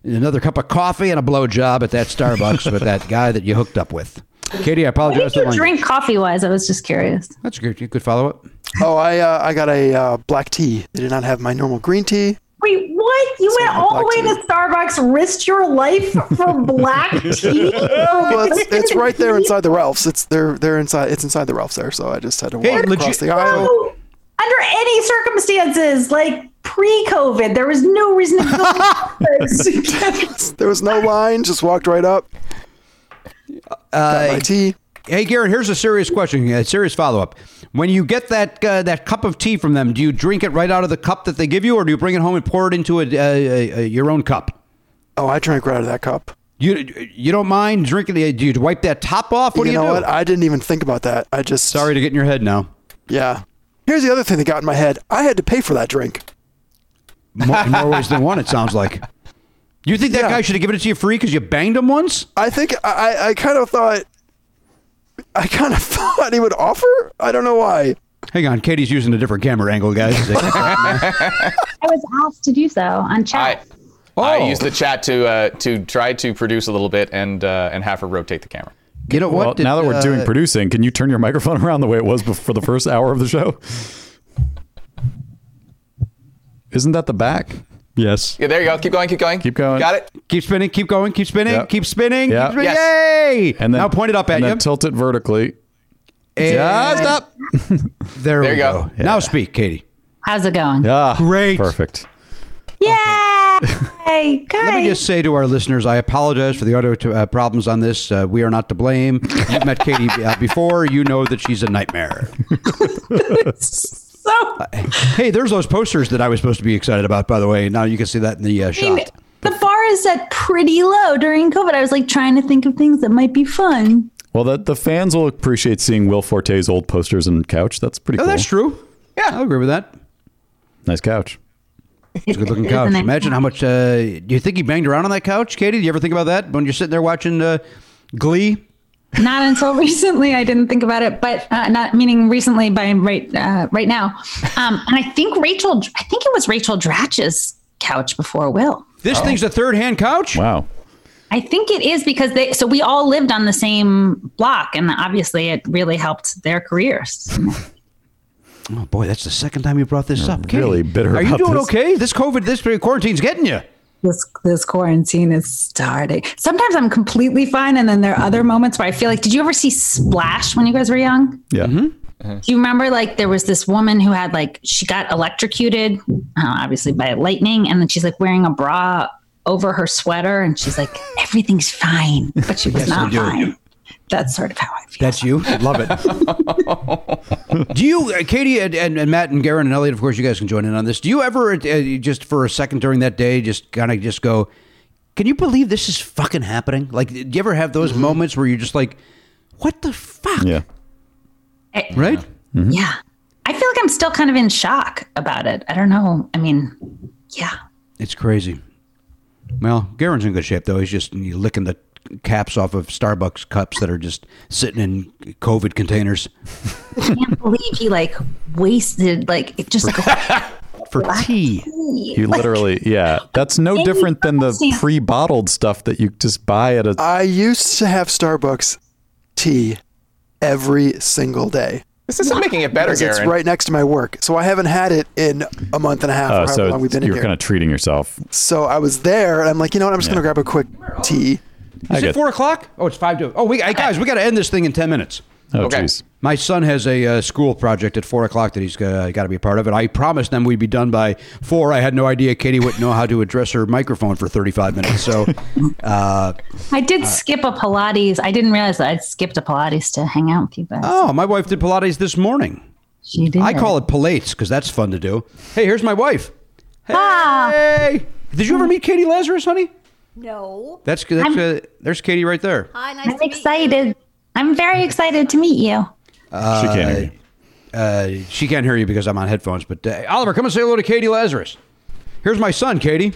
D: another cup of coffee and a blowjob at that Starbucks with that guy that you hooked up with? Katie, I
I: What
D: apologize.
I: did
D: for the
I: you
D: language.
I: drink coffee wise? I was just curious.
D: That's good. You could follow up.
H: Oh, I uh, I got a uh, black tea. They did not have my normal green tea.
J: Wait, what? You went all the way to Starbucks, risked your life for black tea?
H: Well, it's, it's right there inside the Ralphs. It's they're they're inside. It's inside the Ralphs there. So I just had to walk
I: Oh.
D: legit-
H: across the aisle.
J: Under any circumstances, like pre-COVID. There was no reason to go.
H: there was no line. Just walked right up.
D: Uh, Hey, Garrett. Here's a serious question. A serious follow up. When you get that uh, that cup of tea from them, do you drink it right out of the cup that they give you, or do you bring it home and pour it into a, a, a, a- your own cup?
H: Oh, I drank right out of that cup.
D: You you don't mind drinking? it? Do you wipe that top off? What do
H: you
D: you
H: know
D: do?
H: what? I didn't even think about that. I just
D: sorry to get in your head now.
H: Yeah. Here's the other thing that got in my head. I had to pay for that drink.
D: More, in more ways than one. It sounds like. You think that guy should have given it to you free because you banged him once?
H: I think I, I kind of thought. I kind of thought he would offer. I don't know why.
D: Hang on, Katie's using a different camera angle, guys.
I: I was asked to do so on chat.
E: I used the chat to uh, to try to produce a little bit and uh, and have her rotate the camera.
D: You know
A: Well,
D: what?
A: now that
D: Did,
A: we're doing
D: uh,
A: producing, can you turn your microphone around the way it was bef- for the first hour of the show? Isn't that the back? Yes.
E: Yeah, there you go. Keep going. Keep going. Keep
A: going.
E: Got it.
D: Keep spinning. Keep going. Keep spinning.
A: Yep.
D: Keep spinning.
A: Yeah.
D: Keep spinning. Yay!
A: And then
D: now point it up at
A: and
D: you.
A: Then tilt it vertically.
D: And-
A: Yeah, stop.
D: There, we go. Ah, Now speak, Katie.
I: How's it going?
A: Yeah.
D: Great.
A: Perfect.
J: Yay, guys!
D: Let me just say to our listeners, I apologize for the audio to, uh, problems on this. Uh, we are not to blame. You've met Katie uh, before. You know that she's a nightmare.
J: so
D: hey, there's those posters that I was supposed to be excited about, by the way. Now you can see that in the uh,
J: I mean,
D: shot.
J: the bar is set pretty low during COVID. I was like trying to think of things that might be fun.
A: Well, the, the fans will appreciate seeing Will Forte's old posters and couch. That's pretty
D: Oh,
A: cool.
D: that's true. Yeah, I agree with that.
A: Nice couch.
D: It's a good looking
A: It's a
D: couch.
A: nice
D: Imagine how much. Uh, do you think he banged around on that couch, Katie? Do you ever think about that when you're sitting there watching uh, Glee?
I: not until recently I didn't think about it, but uh, not meaning recently by right uh, right now. Um, and I think Rachel, I think it was Rachel Dratch's couch before Will.
D: This thing's a third hand couch.
A: Wow.
I: I think it is because they so we all lived on the same block, and obviously it really helped their careers.
D: Oh boy, that's the second time you brought this up. Katie.
A: really bitter
D: Are you
A: about
D: doing
A: this.
D: okay? This COVID, this quarantine's getting you.
J: This this quarantine is starting.
I: Sometimes I'm completely fine, and then there are other
D: Mm-hmm.
I: moments where I feel like, did you ever see Splash when you guys were young?
A: Yeah.
D: Mm-hmm.
I: Do you remember like there was this woman who had like she got electrocuted, uh, obviously by lightning, and then she's like wearing a bra over her sweater, and she's like everything's fine, but she was
D: Yes, I
I: not
D: do.
I: fine. That's sort of how I.
D: That's you. Love it. do you, uh, Katie and, and, and Matt and Garen and Elliot? Of course, you guys can join in on this. Do you ever, uh, just for a second during that day, just kind of just go, "Can you believe this is fucking happening?" Like, do you ever have those moments where you're just like, "What the fuck?"
A: Yeah.
I: I-
D: Right.
I: Yeah, I feel like I'm still kind of in shock about it. I don't know. I mean, yeah,
D: It's crazy. Well, Garen's in good shape though. He's just licking the caps off of Starbucks cups that are just sitting in COVID containers
I: I can't believe he like wasted like it just like
D: for tea.
A: You literally, yeah. That's no different than the pre bottled stuff that you just buy at a.
H: I used to have Starbucks tea every single day.
E: This isn't making it better,
H: Because It's
E: Garen.
H: right next to my work, so I haven't had it in a month and a half. or
A: Oh,
H: however
A: so
H: long we've been in
A: you're
H: here.
A: kind of treating yourself.
H: So I was there, and I'm like, you know what? I'm just gonna grab a quick tea.
D: Is it four o'clock? Oh, it's five to. Oh, we hey, guys, we got to end this thing in ten minutes.
A: Oh, jeez.
D: My son has a uh, school project at four o'clock that he's uh, got to be a part of, and I promised them we'd be done by four. I had no idea Katie wouldn't know how to address her microphone for thirty-five minutes, so uh,
I: I did skip a Pilates. I didn't realize that I skipped a Pilates to hang out with you guys.
D: Oh, my wife did Pilates this morning.
I: She did.
D: I call it Pilates because that's fun to do. Hey, here's my wife. Hey. Did you ever meet Katie Lazarus, honey?
K: No.
D: That's, that's uh, there's Katie right there.
K: Hi, nice
I: I'm excited. I'm very excited to meet you.
D: Uh,
A: She can't hear
D: you. Uh, she can't hear you because I'm on headphones. But uh, Oliver, come and say hello to Katie Lazarus. Here's my son, Katie.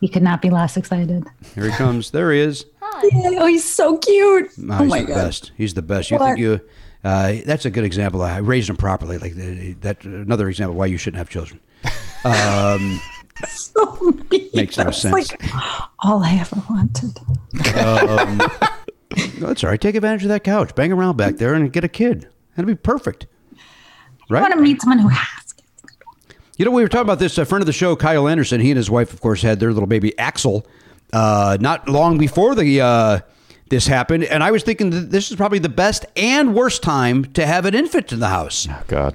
I: You could not be less excited.
D: Here he comes. There he is.
J: Yeah, oh, he's so cute.
D: No,
I: Oh
D: he's the best. He's the best. You
J: What?
D: think you? Uh, that's a good example. I raised him properly. Like uh, that. Another example why you shouldn't have children. Um, makes no
J: That's
D: sense.
J: like all I ever wanted.
D: um, no, that's all right. Take advantage of that couch. Bang around back there and get a kid. That'd be perfect. Right?
I: I want to meet someone who has.
D: You know, we were talking about this. A friend of the show, Kyle Anderson, he and his wife, of course, had their little baby Axel uh, not long before the uh, this happened. And I was thinking that this is probably the best and worst time to have an infant in the house.
A: God.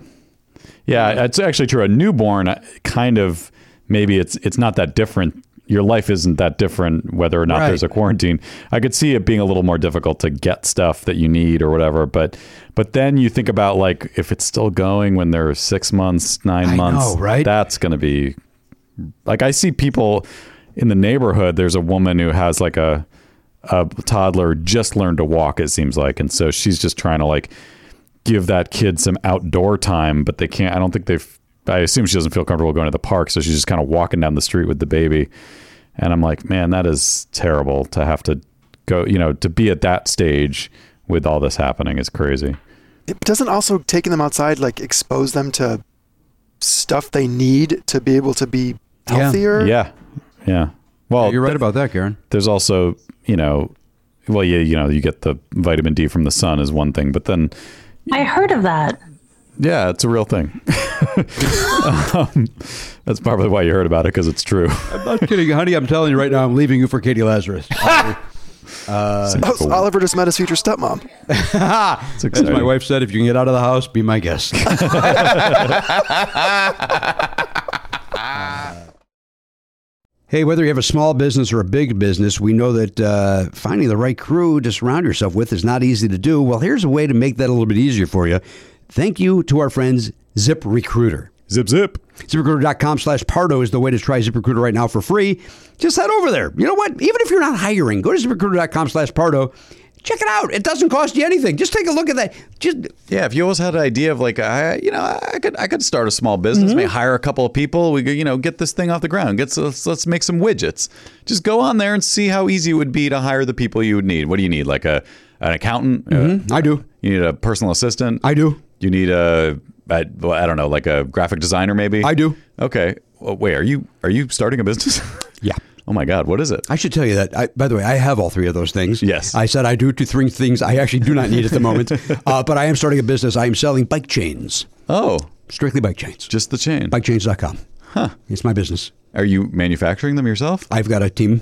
A: Yeah, it's actually true. A newborn, uh, kind of, maybe it's it's not that different. Your life isn't that different whether or not
K: Right.
A: there's a quarantine. I could see it being a little more difficult to get stuff that you need or whatever, but but then you think about like if it's still going when they're six months, nine
D: I
A: months,
D: know, right?
A: That's gonna be like I see people in the neighborhood. There's a woman who has like a a toddler just learned to walk. It seems like, and so she's just trying to like give that kid some outdoor time, but they can't. I don't think they've. I assume she doesn't feel comfortable going to the park, so she's just kind of walking down the street with the baby. And I'm like, man, that is terrible to have to go. You know, to be at that stage with all this happening is crazy.
H: It doesn't also taking them outside like expose them to stuff they need to be able to be healthier.
A: Yeah. Yeah. Well,
D: you're right about that, Karen.
A: There's also, you know, well, yeah, you know, you get the vitamin D from the sun is one thing, but then,
J: I heard of that.
A: yeah, it's a real thing. um, that's probably why you heard about it because it's true.
D: I'm not kidding, honey. I'm telling you right now, I'm leaving you for Katie Lazarus. uh,
H: Oh, so Oliver just met his future stepmom.
D: As my wife said, if you can get out of the house, be my guest. Hey, whether you have a small business or a big business, we know that uh, finding the right crew to surround yourself with is not easy to do. Well, here's a way to make that a little bit easier for you. Thank you to our friends ZipRecruiter.
A: Zip, zip.
D: ZipRecruiter.com slash Pardo is the way to try ZipRecruiter right now for free. Just head over there. You know what? Even if you're not hiring, go to ZipRecruiter.com slash Pardo. Check it out. It doesn't cost you anything. Just take a look at that. Just
A: Yeah, if you always had an idea of like, I, you know, I could, I could start a small business, maybe hire a couple of people. We could, you know, get this thing off the ground. Get let's, let's make some widgets. Just go on there and see how easy it would be to hire the people you would need. What do you need? Like a an accountant? Uh,
D: I do.
A: You need a personal assistant.
D: I do.
A: You need a, I, well, I don't know, like a graphic designer, maybe. I
D: do.
A: Okay. Well, wait, are you are you starting a business?
D: yeah.
A: Oh my God, what is it?
D: I should tell you that. I, by the way, I have all three of those things.
A: Yes.
D: I said I do two, three things I actually do not need at the moment, uh, but I am starting a business. I am selling bike chains.
A: Oh,
D: strictly bike chains.
A: Just the chain.
D: Bikechains.com.
A: Huh.
D: It's my business.
A: Are you manufacturing them yourself?
D: I've got a team.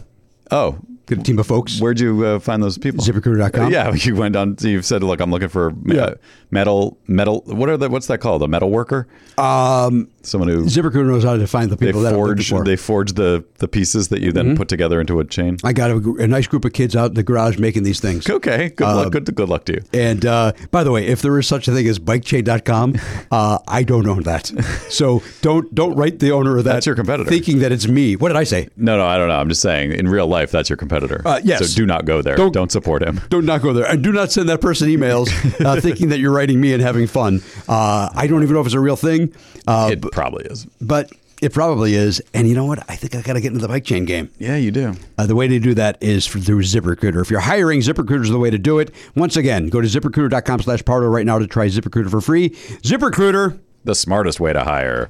A: Oh,
D: got a team of folks.
A: Where'd you uh, find those people?
D: ZipRecruiter.com.
A: Uh, yeah, you went on. You said, "Look, I'm looking for me-
D: Yeah.
A: uh, metal, metal. What are the? What's that called? A metal worker?
D: Um,
A: Someone who
D: ZipRecruiter knows how to find the
A: they
D: people that I'm looking
A: forge.
D: for.
A: They forge the the pieces that you then
D: Mhm.
A: put together into a chain.
D: I got a, gr- a nice group of kids out in the garage making these things.
A: Okay, good
D: Uh,
A: luck. Good good luck to you.
D: And uh, by the way, if there is such a thing as bikechain.com, uh, I don't own that. So don't don't write the owner of that.
A: That's your competitor.
D: Thinking that it's me. What did I say?
A: No, no, I don't know. I'm just saying, in real life, that's your competitor.
D: Uh, yes.
A: So do not go there.
D: Don't-
A: Don't, support him.
D: Do not go there, and do not send that person emails uh, thinking that you're writing me and having fun. Uh, I don't even know if it's a real thing. Uh,
A: it probably is,
D: but it probably is. And you know what? I think I got to get into the bike chain game.
A: Yeah, you do.
D: Uh, the way to do that is for- through ZipRecruiter. If you're hiring, ZipRecruiter is the way to do it. Once again, go to ZipRecruiter.com slash Pardo right now to try ZipRecruiter for free. ZipRecruiter.
A: The smartest way to hire.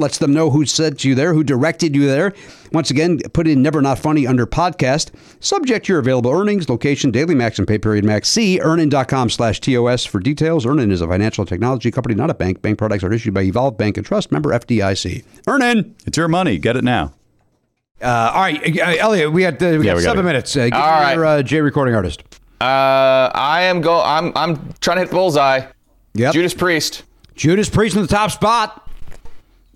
D: Lets them know who sent you there, who directed you there. Once again, put in "Never Not Funny" under podcast. Subject to your available earnings, location, daily max, and pay period max. See earnin.com slash TOS for details. Earnin is a financial technology company, not a bank. Bank products are issued by Evolve Bank and Trust, member FDIC. Earnin!
A: It's your money. Get it now.
D: Uh, all right, uh, Elliot, we got, uh, we
A: Yeah,
D: got
A: we got
D: seven
A: it.
D: minutes. Uh, give
E: All
D: me your uh, J recording artist.
E: Uh, I am go. I'm I'm trying to hit the bullseye.
D: Yep.
E: Judas Priest.
D: Judas Priest in the top spot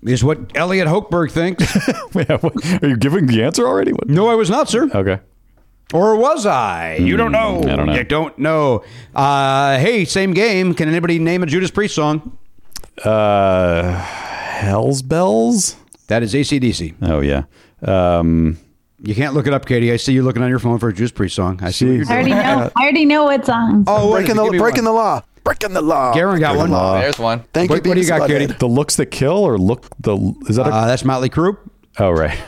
D: is what Elliot Hochberg thinks.
A: Yeah, what- are you giving the answer already? What-
D: no, I was not, sir.
A: Okay. Hmm.
D: Or was I? You don't know.
A: I don't know.
D: You don't know. Uh, hey, same game. Can anybody name a Judas Priest song?
A: Uh, Hell's bells.
D: That is ACDC.
A: Oh yeah. Um,
D: You can't look it up, Katie. I see you looking on your phone for a Judas Priest song. I see what you're
J: I already
D: doing.
J: know. I already know what's on.
D: Oh,
H: breaking the breaking the law. Breaking the law.
D: Garen got one.
A: uh,
E: There's one.
H: Thank
D: What,
H: you.
D: what do you
H: Beavis
D: got,
H: Butthead.
D: Katie?
A: the looks that kill, or look the is that a?
D: Uh, that's Motley Crue.
A: oh right.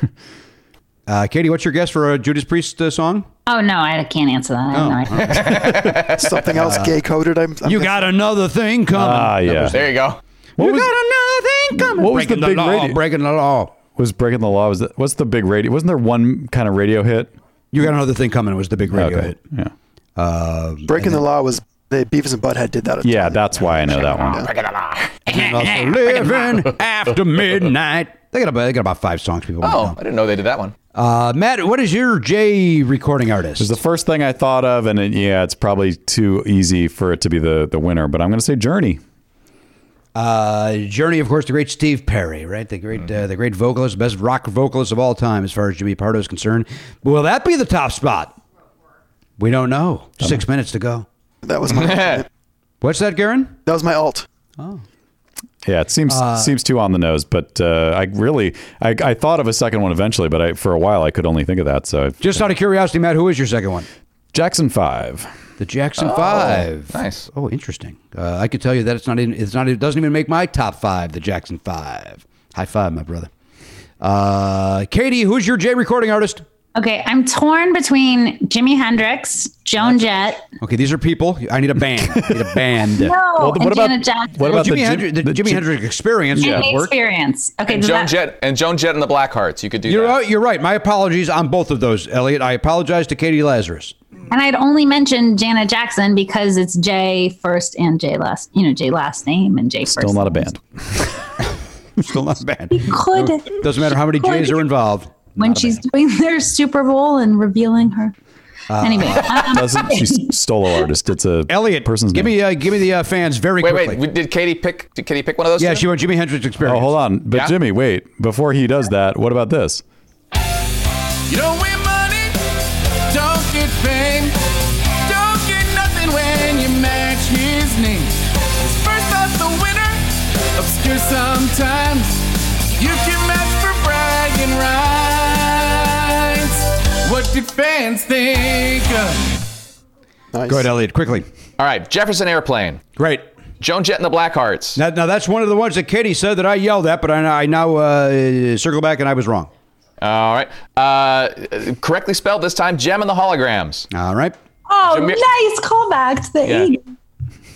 D: Uh, Katie, what's your guess for a Judas Priest uh, song?
I: Oh no, I can't answer that. I
D: Oh,
I: have no idea.
H: Something else gay coded. I'm, I'm guessing.
D: another thing coming.
A: Ah yeah.
E: There you go.
A: What
D: you
A: was-
D: got another thing coming.
A: What was
D: breaking
A: the big
D: law,
A: radio-
D: Breaking the law.
A: was breaking the law. Was that, what's the big radio? Wasn't there one kind of radio hit?
D: You got another thing coming was the big radio
A: Okay.
D: hit.
A: Yeah.
H: breaking the law was the Beavis and Butthead did that. at the
A: Yeah,
H: time.
A: that's why I know that one.
D: And also living after midnight. They got about they got about five songs people. might
E: Oh,
D: know.
E: I didn't know they did that one.
D: Uh, Matt, what is your J recording artist?
A: It's the first thing I thought of, and it, yeah, it's probably too easy for it to be the, the winner, but I'm going to say Journey.
D: Uh, Journey, of course, the great Steve Perry, right? The great,
A: Mm-hmm.
D: uh, the great vocalist, best rock vocalist of all time, as far as Jimmy Pardo is concerned. Will that be the top spot? We don't know. Six minutes to go.
H: That was my that
D: What's that, Garen?
H: was my alt.
A: Yeah, it seems seems too on the nose, but uh, I really I, I thought of a second one eventually, but I, for a while I could only think of that. So I've-
D: Just out of curiosity, Matt, who is your second one?
A: Jackson Five.
D: The Jackson Five.
E: nice.
D: Oh, interesting. Uh, I could tell you that it's not. In, it's not. It doesn't even make my top five. The Jackson Five. High five, my brother. Uh, Katie, who's your J recording artist?
I: Okay, I'm torn between Jimi Hendrix, Joan Jett.
D: Okay, these are people. I need a band. I need a band.
I: No,
A: Well, what
I: and
A: about-
I: Janet Jackson.
A: what
D: Well,
A: about the
D: Jimi
A: Jim-
D: Hendrix, the,
A: the
D: Jimi
A: Jim-
D: Hendrix experience
I: and
D: would
I: the
D: work.
I: experience. Okay,
E: And
I: does
E: Joan
I: that-
E: Jett and Joan Jett and the Blackhearts. You could do
D: You're
E: that.
D: right, you're right. My apologies on both of those, Elliot. I apologize to Katie Lazarus.
I: And I'd only mentioned Janet Jackson because it's J first and J last, you know, J last name and J first.
A: Still not a
I: name.
A: band.
D: Still not bad.
I: Could
D: Doesn't matter how many J's are involved.
I: when she's doing their Super Bowl and revealing her. anyway, um,
A: Doesn't she's solo artist? It's a
D: Elliot,
A: person's
D: give
A: name.
D: me uh, give me the uh, fans very
E: Wait,
D: quickly.
E: wait. we- Did Katie pick? Did Katie pick one of those?
D: yeah,
E: two?
D: she went Jimi Hendrix experience.
A: Oh, hold on, but
E: Yeah?
A: Jimmy, wait! Before he does that, what about this?
F: You don't win money, don't get fame, don't get nothing when you match his name. His first thought's the winner, obscure sometimes. You can match for bragging rights. What do fans think of?
H: Nice.
D: Go ahead, Elliot, quickly.
E: All right. Jefferson Airplane.
D: Great.
E: Joan Jett and the Blackhearts.
D: Now, now that's one of the ones that Katie said that I yelled at, but I, I now uh, circle back and I was wrong.
E: All right. Uh, correctly spelled this time. Gem and the Holograms.
D: All right.
J: Oh,
E: Jami-
J: nice callback to the
E: Yeah.
J: 80s.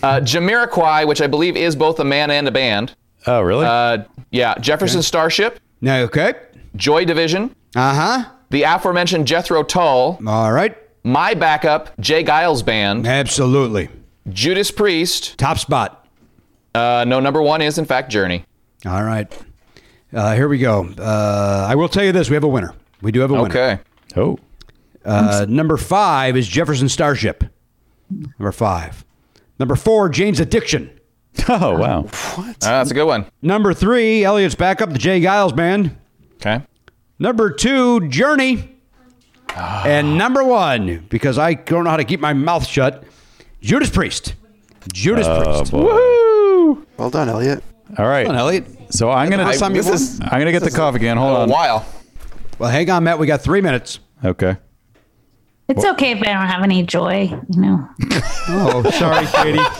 E: Uh, Jamiroquai, which I believe is both a man and a band.
A: Oh, really?
E: Uh, yeah. Jefferson Starship.
D: Now, okay.
E: Joy Division.
D: Uh huh.
E: The aforementioned Jethro Tull.
D: All right.
E: My backup, Jay Giles Band.
D: Absolutely.
E: Judas Priest.
D: Top spot.
E: Uh, no, number one is, in fact, Journey.
D: All right. Uh, here we go. Uh, I will tell you this: we have a winner. We do have a winner.
E: Okay.
A: oh,
D: Uh, number five is Jefferson Starship. Number five. Number four, Jane's Addiction.
A: oh, wow!
E: Uh, that's a good one.
D: Number three, Elliot's backup, the Jay Giles Band.
E: Okay.
D: Number two, Journey. and number one, because I don't know how to keep my mouth shut, Judas Priest. Judas Priest.
A: Woohoo!
H: Well done, Elliot.
A: All right.
D: Come on, Elliot.
A: So I'm gonna.
E: This
A: I'm
E: is-
A: gonna get the coffee can. Hold on.
E: while.
D: Well, hang on, Matt. We got three minutes.
A: Okay.
I: It's okay if I don't have any joy, you know.
D: Oh, sorry, Katie.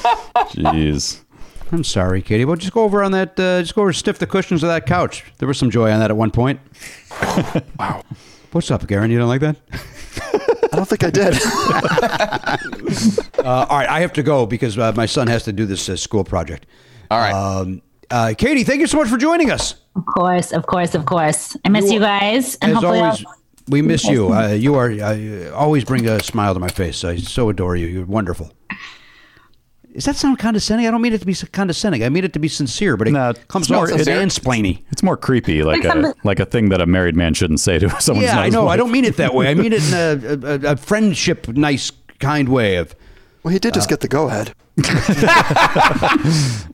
A: Jeez.
D: I'm sorry, Katie. Well, just go over on that. Uh, just go over and stiff the cushions of that couch. There was some joy on that at one point. wow. What's up, Garen? You don't like that?
H: I don't think I did.
D: Uh, all right, I have to go because uh, my son has to do this uh, school project.
E: All right.
D: Um, uh, Katie, thank you so much for joining us.
I: Of course, of course, of course. I miss you, guys, and
D: As
I: hopefully,
D: always,
I: I'll,
D: we miss you. Uh, you are uh, you always bring a smile to my face. I so adore you. You're wonderful. Does that sound condescending? I don't mean it to be so condescending. I mean it to be sincere, but it comes
A: it's more-
D: off as
A: it's-
D: mansplaining.
A: It's more creepy, like
D: Like
A: a
D: somebody-
A: like a thing that a married man shouldn't say to someone.
D: Yeah, I know. I don't mean it that way. I mean it in a, a, a friendship, nice, kind way of.
H: Well, he did just get the go ahead.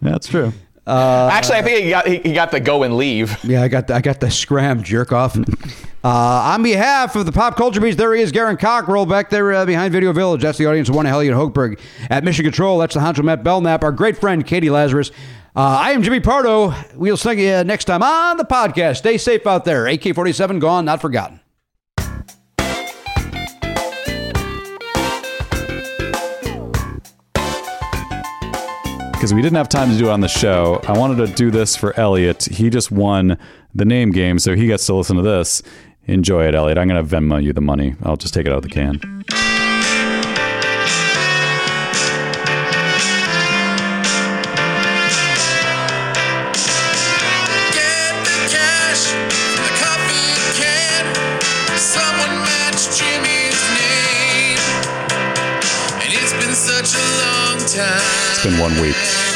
A: That's true.
E: Actually, I think he got he, he got the go and leave.
D: Yeah, I got the, I got the scram jerk off. uh, on behalf of the Pop Culture Beast, there he is, Garen Cockrell, back there uh, behind Video Village. That's the audience of One Hellion Hochberg at Mission Control. That's the honcho Matt Belknap, our great friend Katie Lazarus. Uh, I am Jimmy Pardo. We'll see you next time on the podcast. Stay safe out there. AK 47 gone, not forgotten.
A: because we didn't have time to do it on the show. I wanted to do this for Elliot. He just won the name game, so he gets to listen to this. Enjoy it, Elliot. I'm gonna Venmo you the money. I'll just take it out of the can.
F: Get the cash, the coffee can. Someone matched Jimmy's name. And it's been such a long time.
A: It's been one week.